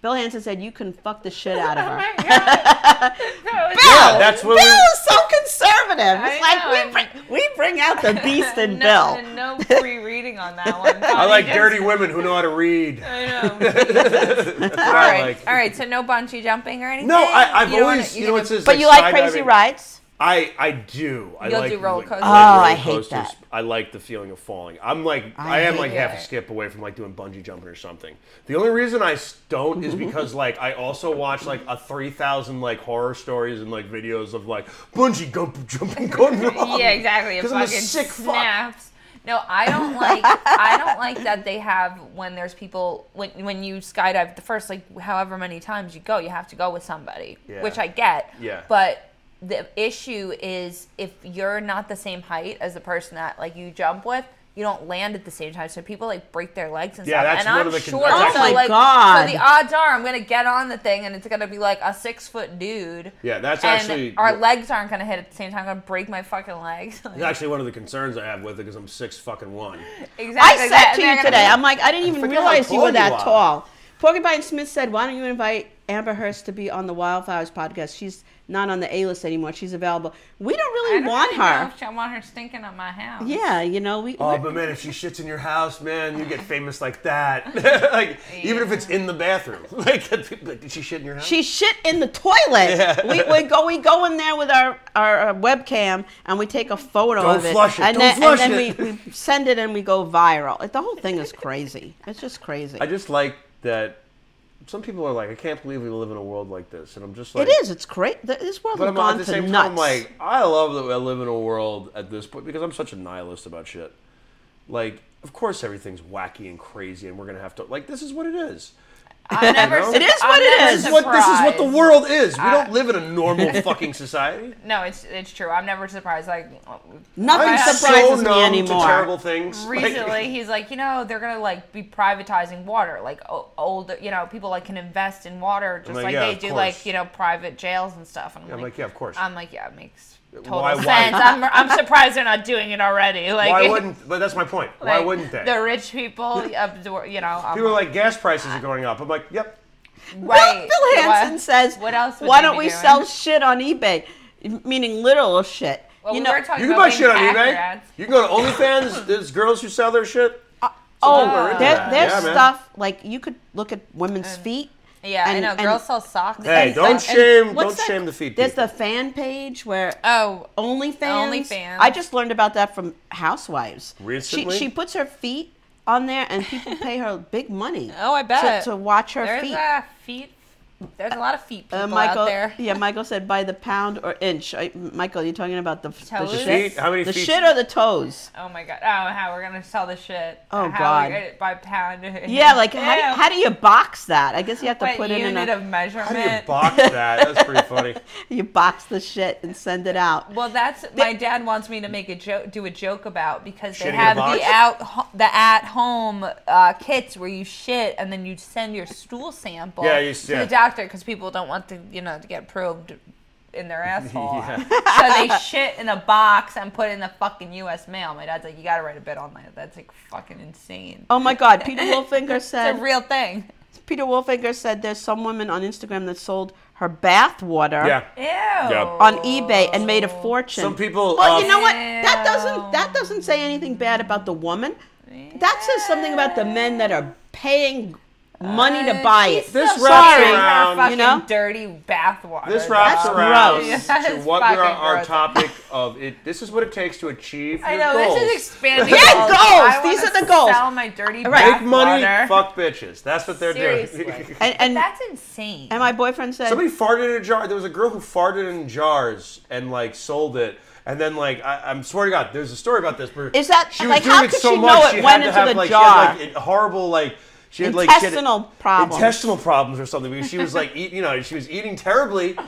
[SPEAKER 3] Bill Hansen said you can fuck the
[SPEAKER 2] [laughs]
[SPEAKER 3] shit out of
[SPEAKER 2] Oh
[SPEAKER 3] her.
[SPEAKER 2] my [laughs] God. That was-
[SPEAKER 4] Yeah, that's
[SPEAKER 3] Bill
[SPEAKER 4] what we-
[SPEAKER 3] is so conservative.
[SPEAKER 2] I
[SPEAKER 3] It's like we
[SPEAKER 2] know.
[SPEAKER 3] bring, we bring out the
[SPEAKER 2] [laughs]
[SPEAKER 3] beast in
[SPEAKER 2] no,
[SPEAKER 3] Bill.
[SPEAKER 2] No pre-reading on that
[SPEAKER 4] [laughs]
[SPEAKER 2] one.
[SPEAKER 4] I like
[SPEAKER 2] Just-
[SPEAKER 4] dirty women who know how to read.
[SPEAKER 2] I know.
[SPEAKER 4] That's what
[SPEAKER 2] All
[SPEAKER 4] [laughs] I
[SPEAKER 2] right.
[SPEAKER 4] like.
[SPEAKER 2] All right. So no bungee jumping or anything.
[SPEAKER 4] No, I, I've
[SPEAKER 2] You don't
[SPEAKER 4] always,
[SPEAKER 2] wanna-
[SPEAKER 4] you know,
[SPEAKER 2] gonna-
[SPEAKER 4] what says
[SPEAKER 3] But you like crazy
[SPEAKER 4] rides.
[SPEAKER 3] rides?
[SPEAKER 4] I I do. I
[SPEAKER 2] You'll
[SPEAKER 4] like
[SPEAKER 2] do roller
[SPEAKER 4] like-
[SPEAKER 2] coasters.
[SPEAKER 4] I like
[SPEAKER 3] Oh,
[SPEAKER 4] roller
[SPEAKER 3] I hate
[SPEAKER 4] coasters.
[SPEAKER 3] that.
[SPEAKER 4] I like the feeling of falling. I'm like
[SPEAKER 3] I
[SPEAKER 4] I, am
[SPEAKER 3] hate
[SPEAKER 4] like half
[SPEAKER 2] it.
[SPEAKER 4] a skip away from like doing bungee jumping or something. The only reason I s- don't is because like I also watch like a three thousand like horror stories and like videos of like bungee gump [laughs] jumping going wrong.
[SPEAKER 2] [laughs] Yeah, exactly. It
[SPEAKER 4] Because I'm a
[SPEAKER 2] fucking
[SPEAKER 4] sick fuck.
[SPEAKER 2] snaps. No, I don't like. I don't like that they have when there's people when when you skydive the first like however many times you go, you have to go with somebody,
[SPEAKER 4] Yeah.
[SPEAKER 2] which I get.
[SPEAKER 4] Yeah.
[SPEAKER 2] But the issue is if you're not the same height as the person that like you jump with. You don't land at the same time, so people like break their legs and
[SPEAKER 4] Yeah,
[SPEAKER 2] stuff.
[SPEAKER 4] that's
[SPEAKER 2] and
[SPEAKER 4] one
[SPEAKER 2] I'm
[SPEAKER 4] of the
[SPEAKER 2] sure,
[SPEAKER 4] con- that's
[SPEAKER 2] also,
[SPEAKER 3] actually- Oh my
[SPEAKER 2] like,
[SPEAKER 3] God.
[SPEAKER 2] so the odds are I'm gonna get on the thing and it's gonna be like a six foot dude.
[SPEAKER 4] Yeah, that's
[SPEAKER 2] and
[SPEAKER 4] actually-
[SPEAKER 2] our legs aren't gonna hit at the same time. I'm gonna break my fucking legs. [laughs] Like-
[SPEAKER 4] It's actually one of the concerns I have with it because I'm six fucking one.
[SPEAKER 2] Exactly.
[SPEAKER 3] I said to
[SPEAKER 2] They're
[SPEAKER 3] you
[SPEAKER 2] gonna-
[SPEAKER 3] today, I'm like, I didn't even
[SPEAKER 4] forget how
[SPEAKER 3] realize you
[SPEAKER 4] tall
[SPEAKER 3] were
[SPEAKER 4] you
[SPEAKER 3] that
[SPEAKER 4] are.
[SPEAKER 3] tall. Porcupine Smith said, Why don't you invite Amber Hearst to be on the Wildflowers podcast? She's not on the A list anymore. She's available. We don't
[SPEAKER 2] I
[SPEAKER 3] really
[SPEAKER 2] don't
[SPEAKER 3] want
[SPEAKER 2] really know
[SPEAKER 3] her.
[SPEAKER 2] if I want her stinking on my house.
[SPEAKER 3] Yeah, you know, we.
[SPEAKER 4] Oh,
[SPEAKER 3] we're-
[SPEAKER 4] but man, if she shits in your house, man, you get famous like that. [laughs] like even if it's in the bathroom, [laughs] like did she shit in your house?
[SPEAKER 3] she shit in the toilet. [laughs] We, we go we go in there with our, our, uh webcam and we take a photo
[SPEAKER 4] Don't
[SPEAKER 3] of it,
[SPEAKER 4] flush it.
[SPEAKER 3] and then
[SPEAKER 4] Don't flush
[SPEAKER 3] and then
[SPEAKER 4] it.
[SPEAKER 3] we, we send it and we go viral. Like, The whole thing is crazy. It's just crazy.
[SPEAKER 4] I just like that some people are like, I can't believe we live in a world like this, and I'm just like,
[SPEAKER 3] it is. It's great. Th- This world
[SPEAKER 4] But
[SPEAKER 3] has
[SPEAKER 4] I'm
[SPEAKER 3] gone
[SPEAKER 4] at the
[SPEAKER 3] to
[SPEAKER 4] same
[SPEAKER 3] nuts.
[SPEAKER 4] time, like, I love that I live in a world at this point because I'm such a nihilist about shit. Like, of course everything's wacky and crazy, and we're gonna have to like, this is what it is.
[SPEAKER 2] I'm never,
[SPEAKER 4] It
[SPEAKER 2] su-
[SPEAKER 3] is
[SPEAKER 2] I'm
[SPEAKER 3] what it
[SPEAKER 2] never
[SPEAKER 3] is.
[SPEAKER 4] This is what this is what the
[SPEAKER 2] surprised.
[SPEAKER 4] world is.
[SPEAKER 3] Uh,
[SPEAKER 4] We don't live in
[SPEAKER 3] [laughs]
[SPEAKER 4] a normal fucking society.
[SPEAKER 2] No, it's it's true. I'm never surprised. Like
[SPEAKER 3] Nothing
[SPEAKER 4] I'm so
[SPEAKER 3] surprises
[SPEAKER 4] numb
[SPEAKER 3] me anymore.
[SPEAKER 4] to terrible things. Like,
[SPEAKER 2] recently, he's like, you know, they're gonna like be privatizing water. Like o- old, you know, people like can invest in water just
[SPEAKER 4] like,
[SPEAKER 2] like,
[SPEAKER 4] yeah,
[SPEAKER 2] they
[SPEAKER 4] of
[SPEAKER 2] do,
[SPEAKER 4] course.
[SPEAKER 2] like you know, private jails and stuff. And I'm,
[SPEAKER 4] I'm like, yeah, of course.
[SPEAKER 2] I'm like, yeah, it makes total
[SPEAKER 4] Why- why-
[SPEAKER 2] sense.
[SPEAKER 4] [laughs]
[SPEAKER 2] I'm I'm surprised they're not doing it already. Like,
[SPEAKER 4] why wouldn't? But that's my point. why
[SPEAKER 2] like,
[SPEAKER 4] wouldn't they?
[SPEAKER 2] The rich people, absor- you know, I'm
[SPEAKER 4] People are like, gas prices are going up. I'm like, yep.
[SPEAKER 2] right.
[SPEAKER 3] Bill Hansen
[SPEAKER 2] What-
[SPEAKER 3] says,
[SPEAKER 2] what else would
[SPEAKER 3] Why
[SPEAKER 2] they
[SPEAKER 3] don't
[SPEAKER 2] be
[SPEAKER 3] we
[SPEAKER 2] doing?"
[SPEAKER 3] sell shit on eBay? Meaning literal shit.
[SPEAKER 2] Well,
[SPEAKER 3] you
[SPEAKER 2] we
[SPEAKER 3] know,
[SPEAKER 2] were talking
[SPEAKER 4] You can
[SPEAKER 2] about
[SPEAKER 4] buy shit on
[SPEAKER 2] being
[SPEAKER 4] eBay.
[SPEAKER 2] accurate.
[SPEAKER 4] You can go to
[SPEAKER 2] [laughs]
[SPEAKER 4] OnlyFans. There's girls who sell their shit.
[SPEAKER 2] people are
[SPEAKER 3] oh,
[SPEAKER 2] into
[SPEAKER 3] there,
[SPEAKER 4] that.
[SPEAKER 3] there's
[SPEAKER 4] Yeah, man.
[SPEAKER 3] stuff like you could look at women's
[SPEAKER 2] Uh,
[SPEAKER 3] feet.
[SPEAKER 2] Yeah,
[SPEAKER 3] and-
[SPEAKER 2] I know.
[SPEAKER 3] and-
[SPEAKER 2] Girls sell socks.
[SPEAKER 4] Hey,
[SPEAKER 2] and
[SPEAKER 4] don't
[SPEAKER 2] stuff.
[SPEAKER 4] shame,
[SPEAKER 3] What's
[SPEAKER 4] don't
[SPEAKER 3] that-
[SPEAKER 4] shame the feet.
[SPEAKER 3] There's
[SPEAKER 4] people.
[SPEAKER 3] the fan page where
[SPEAKER 2] Oh,
[SPEAKER 3] OnlyFans.
[SPEAKER 2] OnlyFans.
[SPEAKER 3] I just learned about that from Housewives.
[SPEAKER 4] Recently?
[SPEAKER 3] she, she puts her feet on there, and people pay her big money.
[SPEAKER 2] [laughs] Oh, I bet.
[SPEAKER 3] to, to watch her
[SPEAKER 2] there's
[SPEAKER 3] feet.
[SPEAKER 2] a feet. There's a lot of feet people
[SPEAKER 3] Uh, Michael,
[SPEAKER 2] out there.
[SPEAKER 3] yeah, Michael said by the pound or inch. I, Michael, you're talking about the the
[SPEAKER 2] Toes? The
[SPEAKER 3] shit?
[SPEAKER 4] feet? How many
[SPEAKER 3] the
[SPEAKER 4] feet-
[SPEAKER 3] shit or the toes?
[SPEAKER 2] [laughs] Oh my god! Oh, how we're gonna sell the shit? how
[SPEAKER 3] Oh,
[SPEAKER 2] we
[SPEAKER 3] God.
[SPEAKER 2] get it by pound.
[SPEAKER 3] Yeah, like how do,
[SPEAKER 2] Ew.
[SPEAKER 3] how do you box that? I guess you have to
[SPEAKER 2] What
[SPEAKER 3] put it in
[SPEAKER 2] unit
[SPEAKER 3] a,
[SPEAKER 2] of
[SPEAKER 4] How do you
[SPEAKER 2] measurement?
[SPEAKER 4] box that? That's
[SPEAKER 2] [laughs]
[SPEAKER 4] pretty funny.
[SPEAKER 3] you box the shit and send it out.
[SPEAKER 2] Well, that's my dad wants me to make a joke, do a joke about because
[SPEAKER 4] Shitting
[SPEAKER 2] they
[SPEAKER 4] in a
[SPEAKER 2] have
[SPEAKER 4] box?
[SPEAKER 2] the out the at home uh, kits where you shit and then you send your stool sample
[SPEAKER 4] Yeah, you-
[SPEAKER 2] to
[SPEAKER 4] yeah.
[SPEAKER 2] the doctor because people don't want to you know to get probed in
[SPEAKER 4] [laughs]
[SPEAKER 2] their asshole. So they shit in a box and put it in the fucking U.S. mail. My dad's like, you got to write a bit on that. That's like fucking insane.
[SPEAKER 3] Oh my
[SPEAKER 2] [laughs]
[SPEAKER 3] God, Peter Wolfinger said.
[SPEAKER 2] It's a real thing.
[SPEAKER 3] Peter Wolfinger said there's some woman on Instagram that sold her bath water
[SPEAKER 4] Yeah.
[SPEAKER 2] Ew.
[SPEAKER 3] on eBay and made a fortune.
[SPEAKER 4] Some people.
[SPEAKER 3] Well,
[SPEAKER 4] uh,
[SPEAKER 3] you know what? That
[SPEAKER 2] Ew.
[SPEAKER 3] doesn't that doesn't say anything bad about the woman. That says something about the men that are paying money to buy it.
[SPEAKER 2] She's
[SPEAKER 4] This
[SPEAKER 2] still
[SPEAKER 4] wraps
[SPEAKER 2] sharing her
[SPEAKER 4] around, you
[SPEAKER 2] fucking
[SPEAKER 3] know?
[SPEAKER 2] dirty bathwater.
[SPEAKER 4] This wraps
[SPEAKER 2] [laughs]
[SPEAKER 3] That's
[SPEAKER 4] around
[SPEAKER 3] gross.
[SPEAKER 4] to
[SPEAKER 2] That's
[SPEAKER 4] what we are,
[SPEAKER 2] fucking
[SPEAKER 4] our
[SPEAKER 2] gross. [laughs]
[SPEAKER 4] topic of it. This is what it takes to achieve your
[SPEAKER 2] I know
[SPEAKER 4] goals.
[SPEAKER 2] this is
[SPEAKER 4] [laughs]
[SPEAKER 2] expanding.
[SPEAKER 3] Yeah,
[SPEAKER 2] goals.
[SPEAKER 3] goals.
[SPEAKER 2] I
[SPEAKER 3] These
[SPEAKER 2] wanna
[SPEAKER 3] are the goals.
[SPEAKER 2] Sell my dirty
[SPEAKER 3] Right.
[SPEAKER 4] Make
[SPEAKER 2] bath
[SPEAKER 4] money,
[SPEAKER 2] water.
[SPEAKER 4] fuck bitches. That's what they're
[SPEAKER 2] Seriously.
[SPEAKER 4] [laughs] doing.
[SPEAKER 3] And and,
[SPEAKER 2] That's insane.
[SPEAKER 3] and my boyfriend said
[SPEAKER 4] Somebody farted in a jar. There was a girl who farted in jars and like sold it. And then like I, I'm swear to God, there's a story about this. Where
[SPEAKER 3] Is that-
[SPEAKER 4] she was
[SPEAKER 3] like,
[SPEAKER 4] doing
[SPEAKER 3] how
[SPEAKER 4] it
[SPEAKER 3] could
[SPEAKER 4] so
[SPEAKER 3] she
[SPEAKER 4] much
[SPEAKER 3] know it
[SPEAKER 4] she
[SPEAKER 3] went
[SPEAKER 4] had to
[SPEAKER 3] into
[SPEAKER 4] have
[SPEAKER 3] the
[SPEAKER 4] like
[SPEAKER 3] jar?
[SPEAKER 4] She had, like a horrible like She had like she had
[SPEAKER 3] Intestinal problems.
[SPEAKER 4] intestinal problems or something because she was like, eat, you know, she was eating terribly.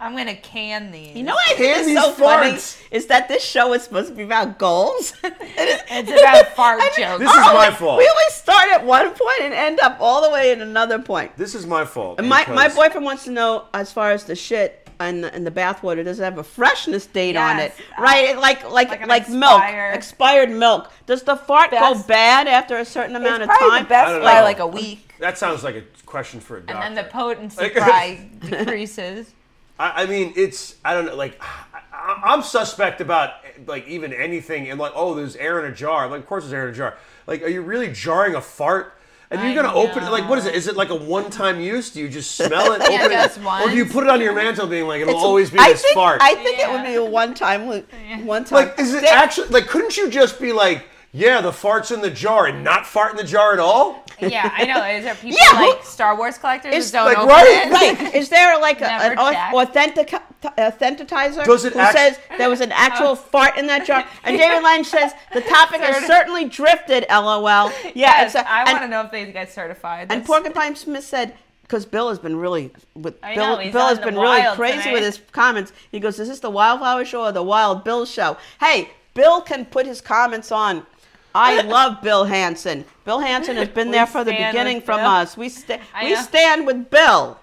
[SPEAKER 2] I'm gonna can these.
[SPEAKER 3] You know what I think
[SPEAKER 4] Candy's
[SPEAKER 3] is so funny
[SPEAKER 4] farts.
[SPEAKER 3] is that this show is supposed to be about goals. [laughs]
[SPEAKER 2] It's about fart jokes.
[SPEAKER 4] This is
[SPEAKER 3] our
[SPEAKER 4] my
[SPEAKER 3] only-
[SPEAKER 4] fault.
[SPEAKER 3] oh, We always start at one point and end up all the way in another point.
[SPEAKER 4] This is my fault.
[SPEAKER 3] And my, my
[SPEAKER 4] because-
[SPEAKER 3] boyfriend wants to know as far as the shit and the, and the bathwater does it have a freshness date on it?
[SPEAKER 2] Yes.
[SPEAKER 3] Right, It- like like
[SPEAKER 2] Like
[SPEAKER 3] like,
[SPEAKER 2] an
[SPEAKER 3] milk,
[SPEAKER 2] expired-
[SPEAKER 3] expired milk. Does the fart go
[SPEAKER 2] Best-
[SPEAKER 3] bad after a certain amount
[SPEAKER 2] it's
[SPEAKER 3] of
[SPEAKER 2] probably
[SPEAKER 3] time?
[SPEAKER 2] the best
[SPEAKER 4] don't
[SPEAKER 2] by
[SPEAKER 4] know.
[SPEAKER 2] like a week,
[SPEAKER 4] That sounds like a question for a doctor.
[SPEAKER 2] and then the potency
[SPEAKER 4] Like- [laughs]
[SPEAKER 2] probably
[SPEAKER 3] [laughs]
[SPEAKER 2] decreases.
[SPEAKER 4] I, I mean, it's I don't know. Like, I- I, I'm suspect about like even anything. And like, oh, there's air in a jar. Like, of course there's air in a jar. Like, are you really jarring a fart? And you're
[SPEAKER 2] I
[SPEAKER 4] gonna open it. Like, what is
[SPEAKER 2] know.
[SPEAKER 4] it? Is it like a one-time use? Do you just smell it, open
[SPEAKER 2] [laughs] Yeah,
[SPEAKER 4] it,
[SPEAKER 2] just
[SPEAKER 4] or do you
[SPEAKER 2] once.
[SPEAKER 4] put it on your mantle, being like, it'll
[SPEAKER 3] It's-
[SPEAKER 4] always be
[SPEAKER 3] I
[SPEAKER 4] this
[SPEAKER 3] think,
[SPEAKER 4] fart?
[SPEAKER 3] I think it would
[SPEAKER 2] Yeah.
[SPEAKER 3] be a one time
[SPEAKER 2] [laughs]
[SPEAKER 3] one time.
[SPEAKER 4] like, is it actually like? Couldn't you just be like, yeah, the fart's in the jar, and not fart in the jar at all?
[SPEAKER 2] Yeah, I know. Is there people
[SPEAKER 3] Yeah, who-
[SPEAKER 2] like Star Wars collectors
[SPEAKER 3] It's
[SPEAKER 2] who don't
[SPEAKER 4] like,
[SPEAKER 2] open
[SPEAKER 4] right,
[SPEAKER 2] it? [laughs]
[SPEAKER 4] [laughs]
[SPEAKER 3] right. Is there like a,
[SPEAKER 2] Never
[SPEAKER 3] an au-
[SPEAKER 2] checked.
[SPEAKER 3] authentic authentitizer
[SPEAKER 4] Does it
[SPEAKER 3] who
[SPEAKER 4] act-
[SPEAKER 3] says there was
[SPEAKER 2] [laughs]
[SPEAKER 3] an actual fart in that jar? And David Lange says the topic has
[SPEAKER 2] Certi-
[SPEAKER 3] certainly drifted.
[SPEAKER 2] [laughs]
[SPEAKER 3] LOL. Yeah.
[SPEAKER 2] Yes,
[SPEAKER 3] it's a-
[SPEAKER 2] I
[SPEAKER 3] and,
[SPEAKER 2] want to know if they get certified.
[SPEAKER 3] And
[SPEAKER 2] That's-
[SPEAKER 3] Porcupine Smith said. Because Bill has been really, with
[SPEAKER 2] I
[SPEAKER 3] Bill,
[SPEAKER 2] know, he's
[SPEAKER 3] Bill
[SPEAKER 2] out
[SPEAKER 3] has
[SPEAKER 2] in the
[SPEAKER 3] been really
[SPEAKER 2] wild
[SPEAKER 3] crazy
[SPEAKER 2] tonight.
[SPEAKER 3] with his comments. He goes, "Is this the Wildflower Show or the Wild Bill Show?" Hey, Bill can put his comments on.
[SPEAKER 2] [laughs]
[SPEAKER 3] I love Bill Hansen. Bill Hansen has been
[SPEAKER 2] We
[SPEAKER 3] there for the
[SPEAKER 2] stand with
[SPEAKER 3] beginning from
[SPEAKER 2] Bill.
[SPEAKER 3] us. We sta-
[SPEAKER 2] I
[SPEAKER 3] we
[SPEAKER 2] know.
[SPEAKER 3] stand with Bill.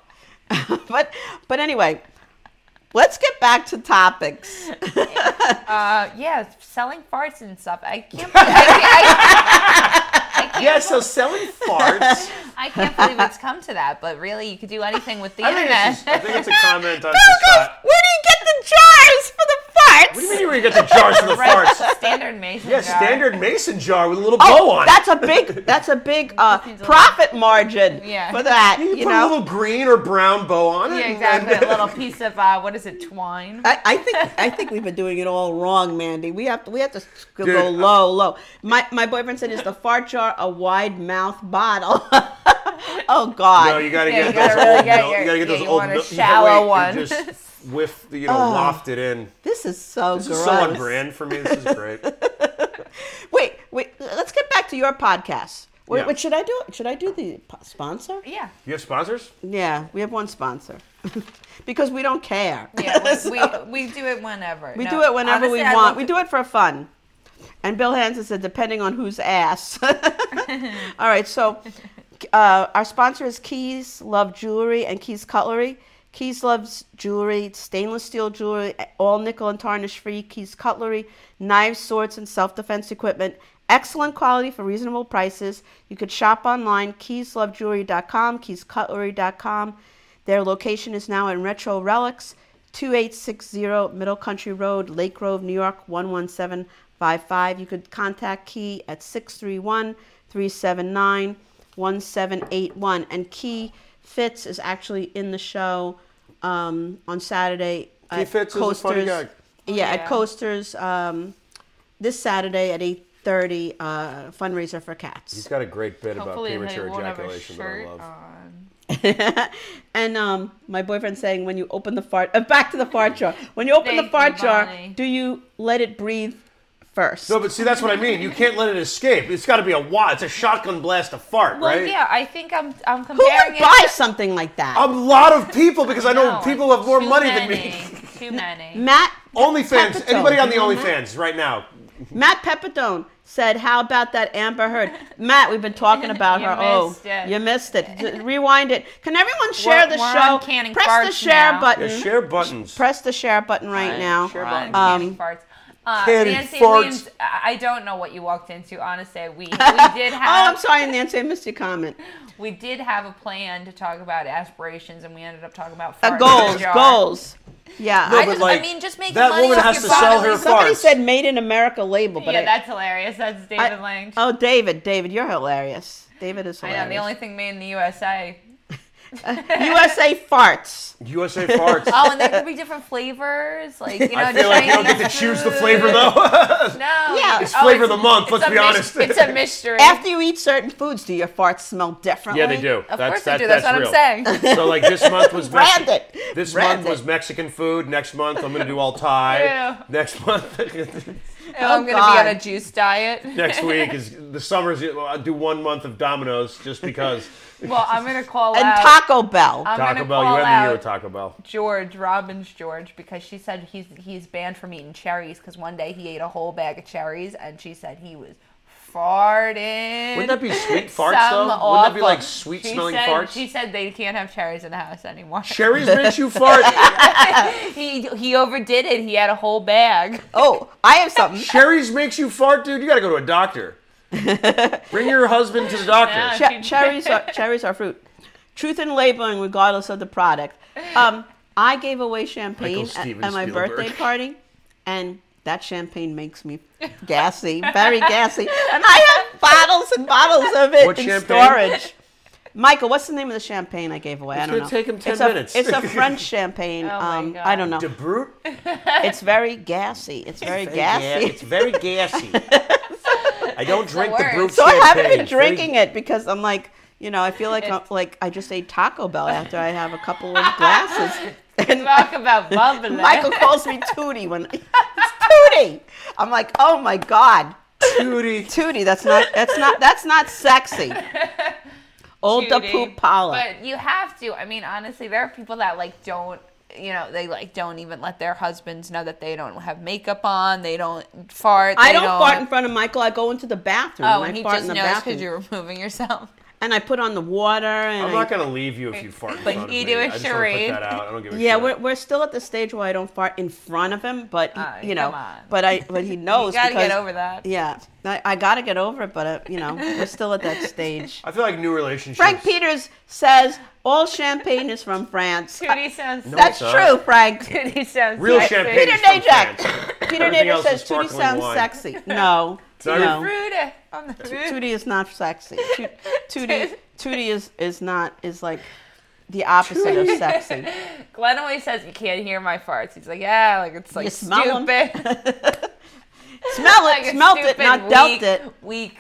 [SPEAKER 3] [laughs] but but anyway, let's get back to topics.
[SPEAKER 2] Uh, yeah, selling farts and stuff. I
[SPEAKER 4] [laughs]
[SPEAKER 2] can't. I can't, I, I
[SPEAKER 3] [laughs]
[SPEAKER 2] can't
[SPEAKER 4] Yeah, so selling
[SPEAKER 2] [laughs]
[SPEAKER 4] farts.
[SPEAKER 2] I can't believe it's come to that, but really, you could do anything with the
[SPEAKER 4] [laughs] I think,
[SPEAKER 2] internet.
[SPEAKER 4] it's just, I think
[SPEAKER 2] [laughs]
[SPEAKER 4] it's a comment
[SPEAKER 3] Bill
[SPEAKER 4] on
[SPEAKER 3] goes,
[SPEAKER 4] society.
[SPEAKER 3] "Where do you get the jars for the farts?"
[SPEAKER 4] What do you mean you get the jars for the
[SPEAKER 2] right,
[SPEAKER 4] farts?
[SPEAKER 2] [laughs] standard mason.
[SPEAKER 4] Yeah,
[SPEAKER 2] jar.
[SPEAKER 4] standard mason jar with a little
[SPEAKER 3] Oh,
[SPEAKER 4] bow on. it.
[SPEAKER 3] that's a
[SPEAKER 4] [laughs]
[SPEAKER 3] big that's a big uh,
[SPEAKER 2] He's a
[SPEAKER 3] profit margin
[SPEAKER 2] Yeah.
[SPEAKER 3] for that.
[SPEAKER 4] You,
[SPEAKER 3] You,
[SPEAKER 4] can put a
[SPEAKER 3] know,
[SPEAKER 4] little green or brown bow on it.
[SPEAKER 2] Yeah,
[SPEAKER 4] and-
[SPEAKER 2] exactly.
[SPEAKER 4] and-
[SPEAKER 2] A
[SPEAKER 4] [laughs]
[SPEAKER 2] little piece of uh, what is it, twine?
[SPEAKER 3] I, I think I think we've been doing it all wrong, Mandy. We have to we have to go
[SPEAKER 4] Dude, I-
[SPEAKER 3] low, low. My my boyfriend said, "Is the fart jar a wide mouth bottle?" [laughs] oh God.
[SPEAKER 4] No, you gotta
[SPEAKER 2] Yeah, you
[SPEAKER 4] get
[SPEAKER 2] gotta
[SPEAKER 4] those
[SPEAKER 2] really
[SPEAKER 4] old.
[SPEAKER 2] get
[SPEAKER 4] mil-
[SPEAKER 2] your-
[SPEAKER 4] you gotta get
[SPEAKER 2] yeah,
[SPEAKER 4] those
[SPEAKER 2] you
[SPEAKER 4] old.
[SPEAKER 2] want a
[SPEAKER 4] mil- you
[SPEAKER 2] shallow
[SPEAKER 4] gotta wait
[SPEAKER 2] one. Ah. [laughs]
[SPEAKER 4] and just whiff, you know,
[SPEAKER 3] Oh.
[SPEAKER 4] waft it in.
[SPEAKER 3] this is so
[SPEAKER 4] This
[SPEAKER 3] gross.
[SPEAKER 4] is so on brand for me. This
[SPEAKER 2] [laughs]
[SPEAKER 4] is great.
[SPEAKER 3] Wait, wait. Let's get back to your podcast. Wait,
[SPEAKER 4] Yeah.
[SPEAKER 3] wait, should I do? Should I do the po- sponsor?
[SPEAKER 2] Yeah.
[SPEAKER 4] You have sponsors?
[SPEAKER 3] Yeah, we have one sponsor [laughs] because we don't care.
[SPEAKER 4] [laughs]
[SPEAKER 2] Yeah,
[SPEAKER 3] So-
[SPEAKER 2] we, we, we do it whenever.
[SPEAKER 3] We
[SPEAKER 2] No,
[SPEAKER 3] do it whenever
[SPEAKER 2] honestly,
[SPEAKER 3] we
[SPEAKER 2] I'd
[SPEAKER 3] want.
[SPEAKER 2] love
[SPEAKER 3] We
[SPEAKER 2] to-
[SPEAKER 3] do it for fun. And Bill Hansen said, depending on
[SPEAKER 2] [laughs]
[SPEAKER 3] whose ass. [laughs] All right, so uh, our sponsor is Keys Love Jewelry and Keys Cutlery. Keys loves jewelry, stainless steel jewelry, all nickel and tarnish free. Keys Cutlery, knives, swords, and self defense equipment. Excellent quality for reasonable prices. You could shop online, keyslovejewelry.com, keyscutlery.com. Their location is now in Retro Relics, 2860 Middle Country Road, Lake Grove, New York, 11755. You could contact Key at 631 379 1781. And Key Fitz is actually in the show um, on Saturday.
[SPEAKER 4] Key
[SPEAKER 3] at
[SPEAKER 4] Fitz is a funny guy.
[SPEAKER 3] Yeah, at
[SPEAKER 2] Yeah.
[SPEAKER 3] Coasters um, this Saturday at 8.30, uh, fundraiser for cats.
[SPEAKER 4] He's got a great bit about
[SPEAKER 2] Hopefully, they
[SPEAKER 4] premature
[SPEAKER 2] won't have a
[SPEAKER 4] ejaculation, but I
[SPEAKER 2] shirt um,
[SPEAKER 4] love.
[SPEAKER 2] on.
[SPEAKER 3] and um, my boyfriend saying when you open the fart, [laughs] uh, back to the fart jar. When you open the
[SPEAKER 2] Thank
[SPEAKER 3] fart
[SPEAKER 2] you,
[SPEAKER 3] jar,
[SPEAKER 2] Bonnie.
[SPEAKER 3] do you let it breathe first?
[SPEAKER 4] No, but see, that's what I mean. You can't let it escape. It's got to be a wad. It's a shotgun blast of fart,
[SPEAKER 2] Well,
[SPEAKER 4] right?
[SPEAKER 2] yeah, I think I'm I'm
[SPEAKER 3] Who
[SPEAKER 2] comparing
[SPEAKER 3] would
[SPEAKER 2] it.
[SPEAKER 3] buy something like that?
[SPEAKER 4] A lot of people, because I know
[SPEAKER 2] No,
[SPEAKER 4] people have more
[SPEAKER 2] too
[SPEAKER 4] money than
[SPEAKER 2] many,
[SPEAKER 4] me.
[SPEAKER 2] Too
[SPEAKER 3] [laughs]
[SPEAKER 2] many.
[SPEAKER 3] Matt
[SPEAKER 4] OnlyFans.
[SPEAKER 3] Pepitone.
[SPEAKER 4] Anybody on the
[SPEAKER 3] You know
[SPEAKER 4] OnlyFans right now?
[SPEAKER 3] Matt Pepitone said, "How about that Amber
[SPEAKER 2] [laughs]
[SPEAKER 3] Heard?" Matt, we've been talking about
[SPEAKER 2] You
[SPEAKER 3] her. Oh,
[SPEAKER 2] missed it.
[SPEAKER 3] you missed it. J- Rewind it. Can everyone share
[SPEAKER 2] We're-
[SPEAKER 3] the
[SPEAKER 2] we're
[SPEAKER 3] show?
[SPEAKER 2] on canning
[SPEAKER 3] Press the
[SPEAKER 2] farts
[SPEAKER 3] share
[SPEAKER 2] now.
[SPEAKER 4] Yeah,
[SPEAKER 3] button.
[SPEAKER 4] share buttons.
[SPEAKER 3] Press the share button right now. Um,
[SPEAKER 4] Share
[SPEAKER 2] Ron,
[SPEAKER 4] button.
[SPEAKER 2] canning farts. Uh,
[SPEAKER 4] Canning
[SPEAKER 2] Nancy
[SPEAKER 4] farts.
[SPEAKER 2] Williams, I I don't know what you walked into. Honestly, we we did
[SPEAKER 3] [laughs] Oh,
[SPEAKER 2] have
[SPEAKER 3] I'm sorry, Nancy. I missed
[SPEAKER 2] [laughs]
[SPEAKER 3] your comment.
[SPEAKER 2] we did have a plan to talk about aspirations, and we ended up talking about
[SPEAKER 3] Uh,
[SPEAKER 2] farts
[SPEAKER 3] goals,
[SPEAKER 2] in a jar.
[SPEAKER 3] goals. Yeah.
[SPEAKER 4] No,
[SPEAKER 3] I-
[SPEAKER 2] I,
[SPEAKER 4] but
[SPEAKER 2] just,
[SPEAKER 4] like,
[SPEAKER 2] I mean, just make
[SPEAKER 4] that
[SPEAKER 2] money
[SPEAKER 4] woman
[SPEAKER 2] off
[SPEAKER 4] has
[SPEAKER 2] your
[SPEAKER 4] to
[SPEAKER 2] body.
[SPEAKER 4] sell her
[SPEAKER 2] Lisa.
[SPEAKER 3] somebody
[SPEAKER 4] farts.
[SPEAKER 3] said "Made in America" label, but
[SPEAKER 2] Yeah,
[SPEAKER 3] I,
[SPEAKER 2] that's hilarious. That's David
[SPEAKER 3] I-
[SPEAKER 2] Lange.
[SPEAKER 3] Oh, David, David, you're hilarious. David is
[SPEAKER 2] I
[SPEAKER 3] hilarious.
[SPEAKER 2] know the only thing made in the USA. [laughs]
[SPEAKER 3] USA farts. [laughs]
[SPEAKER 4] USA farts.
[SPEAKER 2] Oh, and there could be different flavors, like [laughs] you know.
[SPEAKER 4] I feel like you don't get to
[SPEAKER 2] Chinese
[SPEAKER 4] choose the
[SPEAKER 2] food.
[SPEAKER 4] flavor though.
[SPEAKER 2] [laughs] No. Oh,
[SPEAKER 3] Yeah. It's
[SPEAKER 4] flavor of the month,
[SPEAKER 2] it's
[SPEAKER 4] let's
[SPEAKER 2] a
[SPEAKER 4] be
[SPEAKER 2] mys-
[SPEAKER 4] honest.
[SPEAKER 2] It's a mystery.
[SPEAKER 3] After you eat certain foods, do your farts smell differently?
[SPEAKER 4] yeah, they do.
[SPEAKER 2] of
[SPEAKER 4] that's
[SPEAKER 2] course
[SPEAKER 4] that,
[SPEAKER 2] they do. That's,
[SPEAKER 4] that's
[SPEAKER 2] what
[SPEAKER 4] real.
[SPEAKER 2] I'm saying.
[SPEAKER 4] So like this month
[SPEAKER 3] [laughs]
[SPEAKER 4] was Mexi-
[SPEAKER 3] Brand it.
[SPEAKER 4] This
[SPEAKER 3] Brand
[SPEAKER 4] month was
[SPEAKER 2] [laughs]
[SPEAKER 3] it.
[SPEAKER 4] Mexican food. Next month [laughs] I'm gonna do all Thai.
[SPEAKER 2] Ew.
[SPEAKER 4] Next month
[SPEAKER 2] I'm gonna
[SPEAKER 3] God.
[SPEAKER 2] be on a juice diet. [laughs]
[SPEAKER 4] Next week is the summer's. I'll do one month of Domino's just because
[SPEAKER 2] well, I'm gonna call
[SPEAKER 3] and
[SPEAKER 2] out
[SPEAKER 3] Taco Bell.
[SPEAKER 2] [laughs] I'm
[SPEAKER 4] Taco
[SPEAKER 2] gonna
[SPEAKER 4] Bell. You
[SPEAKER 2] call
[SPEAKER 4] have the year
[SPEAKER 2] out-
[SPEAKER 4] with Taco Bell.
[SPEAKER 2] George, Robin's George, because she said he's he's banned from eating cherries because one day he ate a whole bag of cherries and she said he was farting. [laughs]
[SPEAKER 4] Wouldn't that be sweet farts
[SPEAKER 2] Some
[SPEAKER 4] though? Wouldn't that be
[SPEAKER 2] awful-
[SPEAKER 4] like sweet
[SPEAKER 2] she
[SPEAKER 4] smelling
[SPEAKER 2] said,
[SPEAKER 4] farts?
[SPEAKER 2] She said they can't have cherries in the house anymore.
[SPEAKER 4] Cherries makes you fart.
[SPEAKER 2] [laughs] he he overdid it. He had a whole bag. [laughs]
[SPEAKER 3] oh, I have something.
[SPEAKER 4] Cherries makes you fart, dude. You gotta go to a
[SPEAKER 2] [laughs]
[SPEAKER 4] doctor. Bring your husband to the
[SPEAKER 3] [laughs]
[SPEAKER 4] doctor.
[SPEAKER 3] Che- cherries are cherries are fruit. Truth in labeling, regardless of the product. Um, I gave away champagne
[SPEAKER 4] Michael
[SPEAKER 3] at,
[SPEAKER 4] Steven
[SPEAKER 3] at my
[SPEAKER 4] Spielberg.
[SPEAKER 3] birthday party, and that champagne
[SPEAKER 2] [laughs]
[SPEAKER 3] makes me gassy, very gassy. And I have bottles and bottles of it
[SPEAKER 4] What
[SPEAKER 3] in
[SPEAKER 4] champagne?
[SPEAKER 3] storage. Michael, what's the name of the champagne I gave away? I
[SPEAKER 4] It's
[SPEAKER 3] don't
[SPEAKER 4] gonna
[SPEAKER 3] know.
[SPEAKER 4] take him 10
[SPEAKER 3] it's a,
[SPEAKER 4] minutes.
[SPEAKER 3] It's a
[SPEAKER 4] [laughs]
[SPEAKER 3] French champagne.
[SPEAKER 2] Oh my
[SPEAKER 3] um,
[SPEAKER 2] God.
[SPEAKER 3] I don't know.
[SPEAKER 4] De Brute?
[SPEAKER 3] It's very gassy. It's very gassy.
[SPEAKER 2] [laughs]
[SPEAKER 4] very gassy. I don't drink
[SPEAKER 2] the worst. Brute
[SPEAKER 3] So I haven't been drinking it because I'm like, you know, I feel like I'm, like I just ate Taco Bell after I have a couple of
[SPEAKER 2] [laughs]
[SPEAKER 3] glasses. And
[SPEAKER 2] Talk about bubbling.
[SPEAKER 3] [laughs] Michael calls me Tootie when [laughs] it's Tootie. I'm like, oh my god,
[SPEAKER 4] Tootie.
[SPEAKER 3] Tootie. That's not that's not that's
[SPEAKER 2] [laughs]
[SPEAKER 3] not sexy. Old da
[SPEAKER 2] Judy.
[SPEAKER 3] poop Paula.
[SPEAKER 2] But you have to. I mean, honestly, there are people that like don't. You know, they like don't even let their husbands know that they don't have makeup on. They don't fart.
[SPEAKER 3] I
[SPEAKER 2] they
[SPEAKER 3] don't fart in front of Michael. I go into the bathroom.
[SPEAKER 2] Oh,
[SPEAKER 3] I
[SPEAKER 2] and he
[SPEAKER 3] fart
[SPEAKER 2] just
[SPEAKER 3] in the
[SPEAKER 2] knows
[SPEAKER 3] bathroom,
[SPEAKER 2] because you're removing
[SPEAKER 3] [laughs]
[SPEAKER 2] yourself.
[SPEAKER 3] and I put on the water. And
[SPEAKER 4] I'm
[SPEAKER 3] I-
[SPEAKER 4] not gonna leave you if you fart. in
[SPEAKER 2] But
[SPEAKER 4] front of
[SPEAKER 2] you
[SPEAKER 4] me.
[SPEAKER 2] do a
[SPEAKER 4] I just wanna put
[SPEAKER 2] charade.
[SPEAKER 4] that out. I don't give a
[SPEAKER 3] Yeah,
[SPEAKER 4] shit.
[SPEAKER 3] we're, we're still at the stage where I don't fart in front of him, but he-
[SPEAKER 2] Aye,
[SPEAKER 3] you know,
[SPEAKER 2] come on.
[SPEAKER 3] but I but he knows.
[SPEAKER 2] [laughs] You gotta
[SPEAKER 3] because,
[SPEAKER 2] get over that.
[SPEAKER 3] Yeah, I, I gotta get over it, but uh, you know, we're still at that stage.
[SPEAKER 4] I feel like new relationships.
[SPEAKER 3] Frank Peters says all champagne is from France. Uh,
[SPEAKER 2] Tootie sounds.
[SPEAKER 4] No,
[SPEAKER 3] That's
[SPEAKER 4] it's
[SPEAKER 3] true,
[SPEAKER 4] not.
[SPEAKER 3] Frank.
[SPEAKER 2] Tootie sounds.
[SPEAKER 4] Real
[SPEAKER 2] sexy.
[SPEAKER 4] champagne.
[SPEAKER 3] Peter
[SPEAKER 4] is from
[SPEAKER 3] Najak.
[SPEAKER 4] France.
[SPEAKER 2] [laughs]
[SPEAKER 3] Peter
[SPEAKER 4] Everything
[SPEAKER 3] Nader
[SPEAKER 4] else is
[SPEAKER 3] says Tootie
[SPEAKER 4] sparkling
[SPEAKER 3] sounds
[SPEAKER 4] wine.
[SPEAKER 3] sexy. No,
[SPEAKER 4] not
[SPEAKER 3] no,
[SPEAKER 2] Fruity on the fruit.
[SPEAKER 3] Tootie is not sexy. Toot- Tootie, Tootie is is not is like the opposite of sexy.
[SPEAKER 2] Glenn always says you can't hear my farts. He's like, yeah, like it's like
[SPEAKER 3] You smell 'em.
[SPEAKER 2] stupid. [laughs]
[SPEAKER 3] Smell
[SPEAKER 2] like
[SPEAKER 3] [laughs] it,
[SPEAKER 2] it's
[SPEAKER 3] smelt it,
[SPEAKER 2] stupid,
[SPEAKER 3] not dealt
[SPEAKER 2] weak,
[SPEAKER 3] it.
[SPEAKER 2] Weak.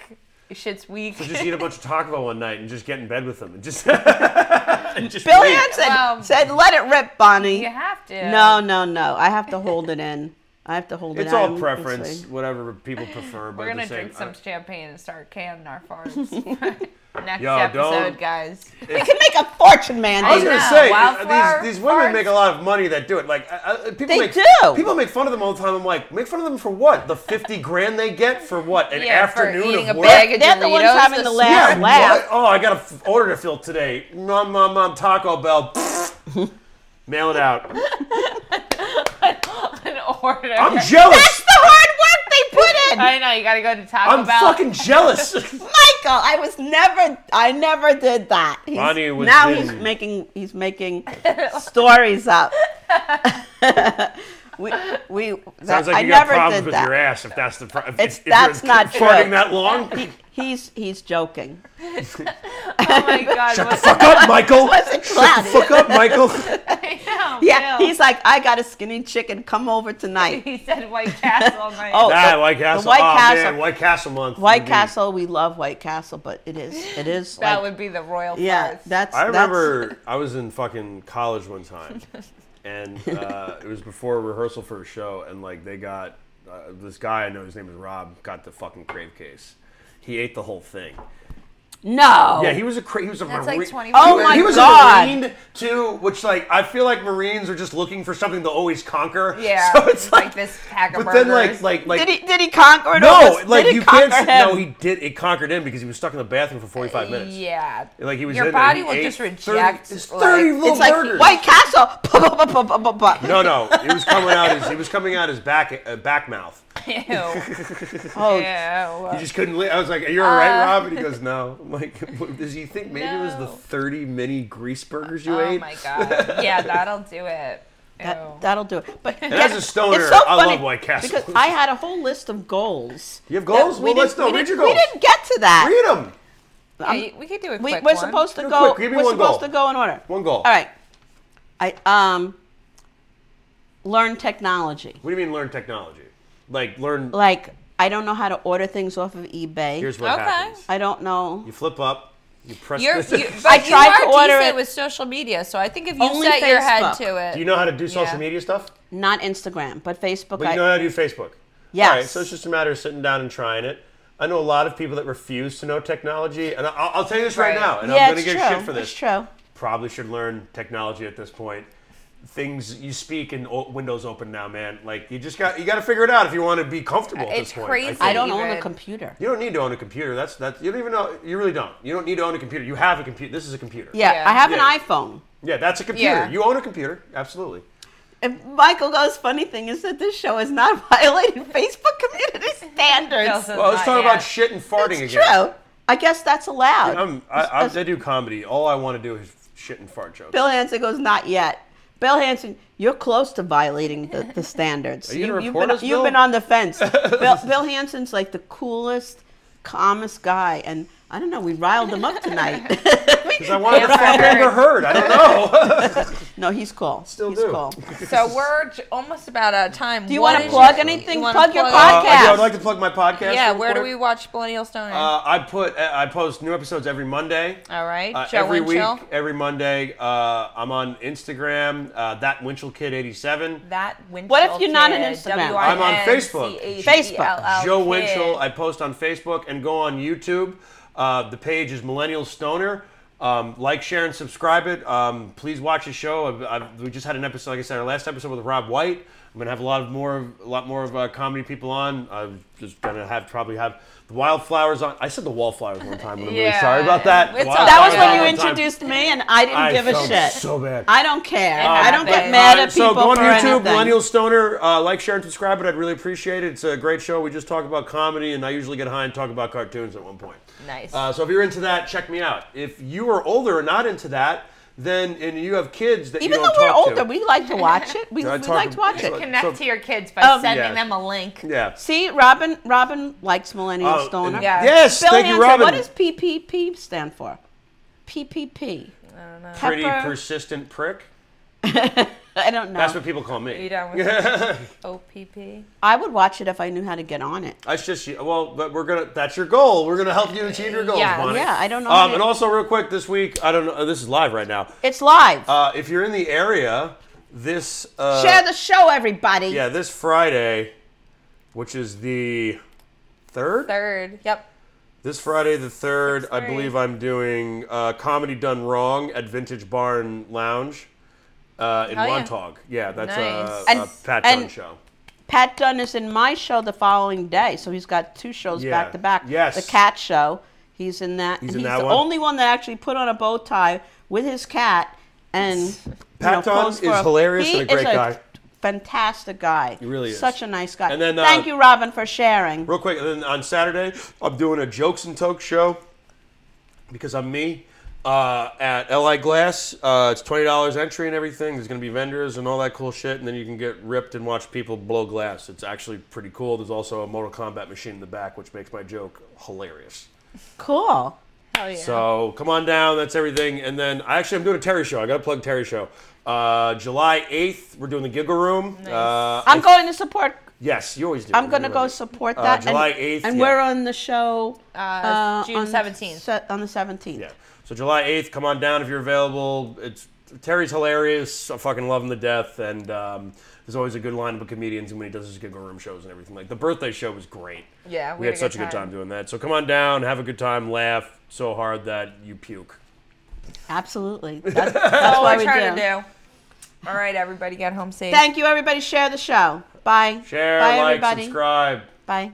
[SPEAKER 2] Shit's weak.
[SPEAKER 4] So just eat a bunch of Taco Bell one night and just get in bed with them and
[SPEAKER 2] [laughs]
[SPEAKER 4] just. and just
[SPEAKER 3] Bill
[SPEAKER 4] wait.
[SPEAKER 3] Hansen
[SPEAKER 2] Wow.
[SPEAKER 3] said, "Let it rip, Bonnie."
[SPEAKER 2] [laughs] you have to.
[SPEAKER 3] No, no, no. I have to hold it in. I have to hold it.
[SPEAKER 4] It's
[SPEAKER 3] in.
[SPEAKER 4] all
[SPEAKER 3] I'm-
[SPEAKER 4] preference,
[SPEAKER 3] it's like-
[SPEAKER 4] whatever people prefer. But
[SPEAKER 2] We're
[SPEAKER 4] at the
[SPEAKER 2] gonna
[SPEAKER 4] same-
[SPEAKER 2] drink some
[SPEAKER 4] I-
[SPEAKER 2] champagne and start canning our farts. [laughs]
[SPEAKER 4] [laughs]
[SPEAKER 2] Next
[SPEAKER 4] Yo,
[SPEAKER 2] episode,
[SPEAKER 4] don't-
[SPEAKER 2] guys.
[SPEAKER 3] You can make a fortune, man.
[SPEAKER 4] I was
[SPEAKER 2] Yeah,
[SPEAKER 4] gonna
[SPEAKER 2] uh,
[SPEAKER 4] say uh,
[SPEAKER 2] wildflower
[SPEAKER 4] these, these women
[SPEAKER 2] farts.
[SPEAKER 4] make a lot of money that do it. Like uh, uh, people
[SPEAKER 3] They
[SPEAKER 4] make
[SPEAKER 3] do.
[SPEAKER 4] people make fun of them all the time. I'm like, make fun of them for what? The fifty grand they get for what? An
[SPEAKER 2] Yeah, for
[SPEAKER 4] afternoon
[SPEAKER 2] eating
[SPEAKER 4] of
[SPEAKER 2] a
[SPEAKER 4] work?
[SPEAKER 2] bag of
[SPEAKER 3] They're the ones
[SPEAKER 2] Doritos,
[SPEAKER 3] having the laugh.
[SPEAKER 4] yeah,
[SPEAKER 3] laugh.
[SPEAKER 4] what? Oh, I got an f- order to fill today. Mom, mom, mom. Taco Bell. [laughs] Mail it out.
[SPEAKER 2] An [laughs] order. [laughs]
[SPEAKER 3] [laughs]
[SPEAKER 4] I'm jealous.
[SPEAKER 3] That's the hard work they put in.
[SPEAKER 2] I know you gotta go to Taco
[SPEAKER 4] I'm
[SPEAKER 2] Bell.
[SPEAKER 4] fucking
[SPEAKER 3] [laughs]
[SPEAKER 4] jealous.
[SPEAKER 3] Michael, I was never. I never did that. He's-
[SPEAKER 4] Bonnie was
[SPEAKER 3] now
[SPEAKER 4] in-
[SPEAKER 3] he's making. He's making stories up. [laughs] we we. that-
[SPEAKER 4] Sounds like
[SPEAKER 3] I
[SPEAKER 4] you got
[SPEAKER 3] never
[SPEAKER 4] problems
[SPEAKER 3] did
[SPEAKER 4] with
[SPEAKER 3] that.
[SPEAKER 4] your ass if that's the problem.
[SPEAKER 3] It's- that's not true.
[SPEAKER 4] farting that long.
[SPEAKER 3] He, he's he's joking.
[SPEAKER 2] [laughs] oh
[SPEAKER 4] [laughs]
[SPEAKER 2] my god.
[SPEAKER 4] Shut the
[SPEAKER 2] what- [laughs]
[SPEAKER 4] fuck up, Michael.
[SPEAKER 3] [laughs] wasn't
[SPEAKER 4] Shut the
[SPEAKER 3] cloudy.
[SPEAKER 4] fuck
[SPEAKER 3] [laughs]
[SPEAKER 4] up, Michael.
[SPEAKER 2] I know,
[SPEAKER 3] Yeah,
[SPEAKER 2] Oh, Bill.
[SPEAKER 3] he's like, I got a skinny chicken. Come over tonight.
[SPEAKER 2] [laughs] He said White Castle all night.
[SPEAKER 3] [laughs] Oh.
[SPEAKER 4] Ah,
[SPEAKER 3] the-
[SPEAKER 4] White
[SPEAKER 3] the
[SPEAKER 4] Castle.
[SPEAKER 3] White
[SPEAKER 4] oh,
[SPEAKER 3] Castle.
[SPEAKER 4] man, White Castle month.
[SPEAKER 3] White
[SPEAKER 4] would be-
[SPEAKER 3] Castle, we love White Castle, but it is it is
[SPEAKER 2] that
[SPEAKER 3] like,
[SPEAKER 2] would be the royal
[SPEAKER 3] yeah,
[SPEAKER 2] farts.
[SPEAKER 3] that's
[SPEAKER 4] I
[SPEAKER 3] that's-
[SPEAKER 4] remember I was in fucking college
[SPEAKER 3] [laughs]
[SPEAKER 4] one time, and uh, it was before a rehearsal for a show, and like they got uh, this guy I know his name is Rob got the fucking crave case. He ate the whole thing.
[SPEAKER 3] no.
[SPEAKER 4] Yeah, he was a cra- he was a
[SPEAKER 2] That's
[SPEAKER 4] Marine.
[SPEAKER 2] like 20
[SPEAKER 3] Oh
[SPEAKER 4] he,
[SPEAKER 3] my
[SPEAKER 4] was
[SPEAKER 3] God.
[SPEAKER 4] a Marine too, which like I feel like Marines are just looking for something to always conquer.
[SPEAKER 2] Yeah,
[SPEAKER 4] [laughs] so it's
[SPEAKER 2] it's
[SPEAKER 4] like,
[SPEAKER 2] like this pack of
[SPEAKER 4] But then like
[SPEAKER 2] burgers.
[SPEAKER 4] like like
[SPEAKER 3] did he did he conquer it?
[SPEAKER 4] no,
[SPEAKER 3] over?
[SPEAKER 4] like
[SPEAKER 3] did it
[SPEAKER 4] you can't.
[SPEAKER 3] conquer
[SPEAKER 4] s- No,
[SPEAKER 3] him?
[SPEAKER 4] he did. It conquered him because he was stuck in the bathroom for forty five minutes.
[SPEAKER 2] Yeah.
[SPEAKER 4] [laughs] Like he was
[SPEAKER 2] Your
[SPEAKER 4] in there,
[SPEAKER 2] body
[SPEAKER 4] he
[SPEAKER 2] will
[SPEAKER 4] ate
[SPEAKER 2] just
[SPEAKER 4] 30
[SPEAKER 2] reject.
[SPEAKER 4] it's 30
[SPEAKER 2] like,
[SPEAKER 4] little
[SPEAKER 3] It's like
[SPEAKER 4] burgers.
[SPEAKER 3] White Castle. [laughs] Bah, bah, bah, bah, bah, bah, bah. [laughs]
[SPEAKER 4] No, no, it was coming out his. It was coming out his back uh, back mouth.
[SPEAKER 2] ew,
[SPEAKER 3] Oh,
[SPEAKER 4] He
[SPEAKER 2] ew.
[SPEAKER 4] just couldn't. Li- I was like, "You're all right, Rob," and he goes, "No." I'm like, what- does he think maybe it was the
[SPEAKER 2] Uh. No.
[SPEAKER 4] 30 mini grease burgers you
[SPEAKER 2] Oh
[SPEAKER 4] ate?
[SPEAKER 2] my god. Yeah, that'll do it. Ew.
[SPEAKER 3] that, that'll do it. But
[SPEAKER 4] as a stoner,
[SPEAKER 3] it's so
[SPEAKER 4] I
[SPEAKER 3] funny
[SPEAKER 4] love White Castle.
[SPEAKER 3] because I had a whole list of goals.
[SPEAKER 4] You have goals?
[SPEAKER 3] that
[SPEAKER 4] Well, let's
[SPEAKER 3] didn't-
[SPEAKER 4] know.
[SPEAKER 3] We,
[SPEAKER 4] Read your
[SPEAKER 3] didn't- we
[SPEAKER 4] goals.
[SPEAKER 3] didn't get to that.
[SPEAKER 4] Read them.
[SPEAKER 2] Yeah, you- we could do a quick
[SPEAKER 3] We,
[SPEAKER 2] one.
[SPEAKER 3] we're supposed to
[SPEAKER 4] Do it
[SPEAKER 3] go.
[SPEAKER 4] quick. Give me
[SPEAKER 3] we're
[SPEAKER 4] one
[SPEAKER 3] supposed
[SPEAKER 4] goal.
[SPEAKER 3] to go in order.
[SPEAKER 4] One goal.
[SPEAKER 3] All right. I um. Learn technology.
[SPEAKER 4] What do you mean learn technology? Like learn.
[SPEAKER 3] Like I don't know how to order things off of eBay.
[SPEAKER 4] Here's what
[SPEAKER 2] Okay.
[SPEAKER 4] happens.
[SPEAKER 3] I don't know.
[SPEAKER 4] You flip up. You
[SPEAKER 3] [laughs]
[SPEAKER 4] press.
[SPEAKER 2] You're,
[SPEAKER 4] the-
[SPEAKER 2] you, but
[SPEAKER 3] I
[SPEAKER 2] you
[SPEAKER 3] tried
[SPEAKER 2] are
[SPEAKER 3] to order
[SPEAKER 2] decent
[SPEAKER 3] it-
[SPEAKER 2] with social media, so I think if you
[SPEAKER 3] Only
[SPEAKER 2] set your head
[SPEAKER 3] Facebook.
[SPEAKER 4] [laughs]
[SPEAKER 2] to it,
[SPEAKER 4] do you know how to do social
[SPEAKER 2] Yeah.
[SPEAKER 4] media stuff?
[SPEAKER 3] Not Instagram, but Facebook.
[SPEAKER 4] But
[SPEAKER 3] I,
[SPEAKER 4] you know how to do Facebook.
[SPEAKER 3] Yes.
[SPEAKER 4] All right, so it's just a matter of sitting down and trying it. I know a lot of people that refuse to know technology, and I- I'll, I'll tell you this right,
[SPEAKER 2] Right.
[SPEAKER 4] now, and
[SPEAKER 3] yeah,
[SPEAKER 4] I'm going
[SPEAKER 3] it's
[SPEAKER 4] to get
[SPEAKER 3] true.
[SPEAKER 4] shit for this.
[SPEAKER 3] It's true.
[SPEAKER 4] Probably should learn technology at this point. Things you speak and o- Windows open now, man. Like you just got you got to figure it out if you want to be comfortable at
[SPEAKER 2] It's
[SPEAKER 4] this point.
[SPEAKER 2] crazy.
[SPEAKER 4] think.
[SPEAKER 3] I don't
[SPEAKER 2] Even-
[SPEAKER 3] own a computer.
[SPEAKER 4] You don't need to own a computer. That's that's you don't even know. You really don't. You don't need to own a computer. You have a computer. This is a computer.
[SPEAKER 3] Yeah,
[SPEAKER 2] Yeah.
[SPEAKER 3] I have
[SPEAKER 4] Yeah.
[SPEAKER 3] an iPhone.
[SPEAKER 4] Yeah, that's a computer.
[SPEAKER 2] Yeah.
[SPEAKER 4] You own a computer. Absolutely.
[SPEAKER 3] And Michael Go's funny thing is that this show has not [laughs] violated Facebook community standards.
[SPEAKER 2] Also-
[SPEAKER 4] Well, let's
[SPEAKER 2] Uh,
[SPEAKER 4] talk
[SPEAKER 2] yeah.
[SPEAKER 4] about shit and farting
[SPEAKER 3] It's
[SPEAKER 4] again. Um,
[SPEAKER 3] true. I guess that's allowed.
[SPEAKER 4] I'm, I, I, I do comedy. All I want to do is shit and fart jokes.
[SPEAKER 3] Bill Hanson goes, not yet. Bill Hanson, you're close to violating the, the standards.
[SPEAKER 4] Are you gonna
[SPEAKER 3] have
[SPEAKER 4] report
[SPEAKER 3] been,
[SPEAKER 4] us,
[SPEAKER 3] you've
[SPEAKER 4] Bill?
[SPEAKER 3] been on the
[SPEAKER 4] [laughs]
[SPEAKER 3] fence. Bill, Bill Hanson's like the coolest, calmest guy, and I don't know. We riled him up tonight. [laughs]
[SPEAKER 4] Because I wanted to
[SPEAKER 2] Amber
[SPEAKER 4] fuck
[SPEAKER 2] Heard.
[SPEAKER 4] Amber Heard. I
[SPEAKER 2] [laughs]
[SPEAKER 4] don't know. Uh,
[SPEAKER 3] no, he's cool.
[SPEAKER 4] Still
[SPEAKER 3] he's
[SPEAKER 4] do. [laughs]
[SPEAKER 3] cool.
[SPEAKER 2] So we're j- almost about out of time.
[SPEAKER 3] Do you
[SPEAKER 2] What
[SPEAKER 3] wanna
[SPEAKER 2] is
[SPEAKER 3] plug
[SPEAKER 2] your-
[SPEAKER 3] anything?
[SPEAKER 2] you wanna
[SPEAKER 3] Plug your
[SPEAKER 4] Uh,
[SPEAKER 3] podcast.
[SPEAKER 4] yeah, I'd like to plug my podcast.
[SPEAKER 2] Yeah,
[SPEAKER 4] real
[SPEAKER 2] where do
[SPEAKER 4] quick.
[SPEAKER 2] we watch Millennial Stoner?
[SPEAKER 4] Uh, I put I post new episodes every Monday.
[SPEAKER 2] All right,
[SPEAKER 4] Uh,
[SPEAKER 2] Joe
[SPEAKER 4] every
[SPEAKER 2] Winchell.
[SPEAKER 4] week, every Monday. Uh, I'm on Instagram. Uh, that Winchell Kid 87.
[SPEAKER 2] that Winchell.
[SPEAKER 3] What if you're not on Instagram?
[SPEAKER 4] I'm on Facebook.
[SPEAKER 3] Facebook.
[SPEAKER 4] Joe Winchell. I post on Facebook and go on YouTube. Uh, the page is Millennial Stoner. Um, like, share, and subscribe it. Um, please watch the show. I've, I've, we just had an episode, like I said, our last episode with Rob White. I'm gonna have a lot of more, a lot more of uh, comedy people on. I'm just gonna have probably have the wildflowers on. I said the wallflowers one time. and I'm really
[SPEAKER 2] Yeah.
[SPEAKER 4] sorry about that.
[SPEAKER 2] It's all
[SPEAKER 4] Wildflowers
[SPEAKER 3] That was
[SPEAKER 2] Sorry,
[SPEAKER 3] when
[SPEAKER 4] on
[SPEAKER 3] you
[SPEAKER 4] one time.
[SPEAKER 3] introduced me, and I didn't
[SPEAKER 4] I
[SPEAKER 3] give a
[SPEAKER 4] felt
[SPEAKER 3] shit.
[SPEAKER 4] so bad.
[SPEAKER 3] I don't care.
[SPEAKER 2] Um,
[SPEAKER 3] I don't get
[SPEAKER 2] Um,
[SPEAKER 3] mad at people
[SPEAKER 4] so go on
[SPEAKER 3] for
[SPEAKER 4] YouTube,
[SPEAKER 3] anything.
[SPEAKER 4] Millennial Stoner. Uh, like, share, and subscribe. It. I'd really appreciate it. It's a great show. We just talk about comedy, and I usually get high and talk about cartoons at one point.
[SPEAKER 2] Nice.
[SPEAKER 4] Uh, so if you're into that, check me out. If you are older and not into that, then and you have kids that
[SPEAKER 3] Even
[SPEAKER 4] you
[SPEAKER 3] though
[SPEAKER 4] don't
[SPEAKER 3] we're
[SPEAKER 4] talk
[SPEAKER 3] older,
[SPEAKER 4] to.
[SPEAKER 3] we like to watch it. We, we
[SPEAKER 4] I talk
[SPEAKER 3] like to
[SPEAKER 4] about-
[SPEAKER 3] watch it.
[SPEAKER 4] so-
[SPEAKER 2] Connect
[SPEAKER 4] so-
[SPEAKER 2] to your kids by
[SPEAKER 3] Oh,
[SPEAKER 2] sending
[SPEAKER 4] yeah.
[SPEAKER 2] them a link.
[SPEAKER 4] yeah.
[SPEAKER 3] See, Robin. Robin likes Millennial
[SPEAKER 4] Oh,
[SPEAKER 3] Stoner.
[SPEAKER 4] and-
[SPEAKER 2] Yeah.
[SPEAKER 4] Yes,
[SPEAKER 3] Bill
[SPEAKER 4] thank
[SPEAKER 3] Hanson,
[SPEAKER 4] you, Robin.
[SPEAKER 3] what does PPP stand for? PPP.
[SPEAKER 2] I don't know.
[SPEAKER 4] Pretty
[SPEAKER 3] Pepper-
[SPEAKER 4] persistent prick.
[SPEAKER 3] I don't know.
[SPEAKER 4] That's what people call
[SPEAKER 2] You
[SPEAKER 4] me.
[SPEAKER 2] down with
[SPEAKER 4] [laughs]
[SPEAKER 2] it? OPP?
[SPEAKER 3] I would watch it if I knew how to get on it.
[SPEAKER 4] That's just well, but we're gonna. That's your goal. We're gonna help you achieve your goals,
[SPEAKER 2] Yeah.
[SPEAKER 4] Bonnie.
[SPEAKER 3] Yeah, I don't know. how
[SPEAKER 4] Um,
[SPEAKER 3] to-
[SPEAKER 4] and also, real quick, this week I don't know. This is live right now.
[SPEAKER 3] it's live.
[SPEAKER 4] Uh, if you're in the area, this uh,
[SPEAKER 3] Share the show, everybody.
[SPEAKER 4] yeah, this Friday, which is the third.
[SPEAKER 2] Third. Yep.
[SPEAKER 4] This Friday the third, I
[SPEAKER 2] 6:30.
[SPEAKER 4] believe I'm doing uh, comedy done wrong at Vintage Barn Lounge uh, in
[SPEAKER 2] Hell yeah.
[SPEAKER 4] Montauk. Yeah, that's
[SPEAKER 2] Nice.
[SPEAKER 4] a, a
[SPEAKER 3] And-
[SPEAKER 4] Pat
[SPEAKER 3] and-
[SPEAKER 4] Dunn show.
[SPEAKER 3] Pat Dunn is in my show the following day, so he's got two shows
[SPEAKER 4] Yeah.
[SPEAKER 3] back to back.
[SPEAKER 4] Yes.
[SPEAKER 3] The cat show. He's in that. and
[SPEAKER 4] He's in
[SPEAKER 3] he's
[SPEAKER 4] that
[SPEAKER 3] the
[SPEAKER 4] one?
[SPEAKER 3] only one that actually put on a bow tie with his cat and
[SPEAKER 4] Pat
[SPEAKER 3] you know,
[SPEAKER 4] Dunn
[SPEAKER 3] posed for
[SPEAKER 4] is
[SPEAKER 3] a-
[SPEAKER 4] hilarious
[SPEAKER 3] he
[SPEAKER 4] and a great
[SPEAKER 3] is
[SPEAKER 4] guy.
[SPEAKER 3] Fantastic guy. He
[SPEAKER 4] really is.
[SPEAKER 3] Such a nice guy.
[SPEAKER 4] And then, uh,
[SPEAKER 3] Thank you, Robin, for sharing.
[SPEAKER 4] Real quick, and then on Saturday, I'm doing a jokes and toke show because I'm me uh, at Li Glass. Uh, it's twenty dollars entry and everything. There's gonna be vendors and all that cool shit, and then you can get ripped and watch people blow glass. It's actually pretty cool. There's also a Mortal Kombat machine in the back, which makes my joke hilarious.
[SPEAKER 3] Cool.
[SPEAKER 2] Hell yeah.
[SPEAKER 4] So come on down. That's everything. And then I actually I'm doing a Terry show. I got to plug Terry show. Uh, July 8th, we're doing the Giggle Room. Uh,
[SPEAKER 3] I'm going to support.
[SPEAKER 4] yes, you always do.
[SPEAKER 3] I'm going to
[SPEAKER 4] You're
[SPEAKER 3] go
[SPEAKER 4] right.
[SPEAKER 3] support
[SPEAKER 4] Uh,
[SPEAKER 3] that. and-
[SPEAKER 4] July 8th,
[SPEAKER 3] And
[SPEAKER 4] yeah.
[SPEAKER 3] we're on the show
[SPEAKER 2] Uh,
[SPEAKER 3] uh,
[SPEAKER 2] June
[SPEAKER 3] on the
[SPEAKER 2] 17th.
[SPEAKER 3] se- on the 17th.
[SPEAKER 4] Yeah. So July 8th, come on down if you're available. It's Terry's hilarious. I fucking love him to death. And um, there's always a good lineup of comedians when he does his Giggle Room shows and everything. Like the birthday show was great.
[SPEAKER 2] Yeah,
[SPEAKER 4] we, had, such a good time doing that. So come on down, have a good time, laugh so hard that you puke. [laughs]
[SPEAKER 3] Absolutely.
[SPEAKER 2] That's
[SPEAKER 3] That's, that's
[SPEAKER 2] what
[SPEAKER 3] what
[SPEAKER 2] we're
[SPEAKER 3] we
[SPEAKER 2] trying
[SPEAKER 3] do.
[SPEAKER 2] to do. All right, everybody, get home safe.
[SPEAKER 3] Thank you, everybody. Share the show. Bye.
[SPEAKER 4] Share,
[SPEAKER 3] Bye,
[SPEAKER 4] like,
[SPEAKER 3] everybody.
[SPEAKER 4] subscribe.
[SPEAKER 3] Bye.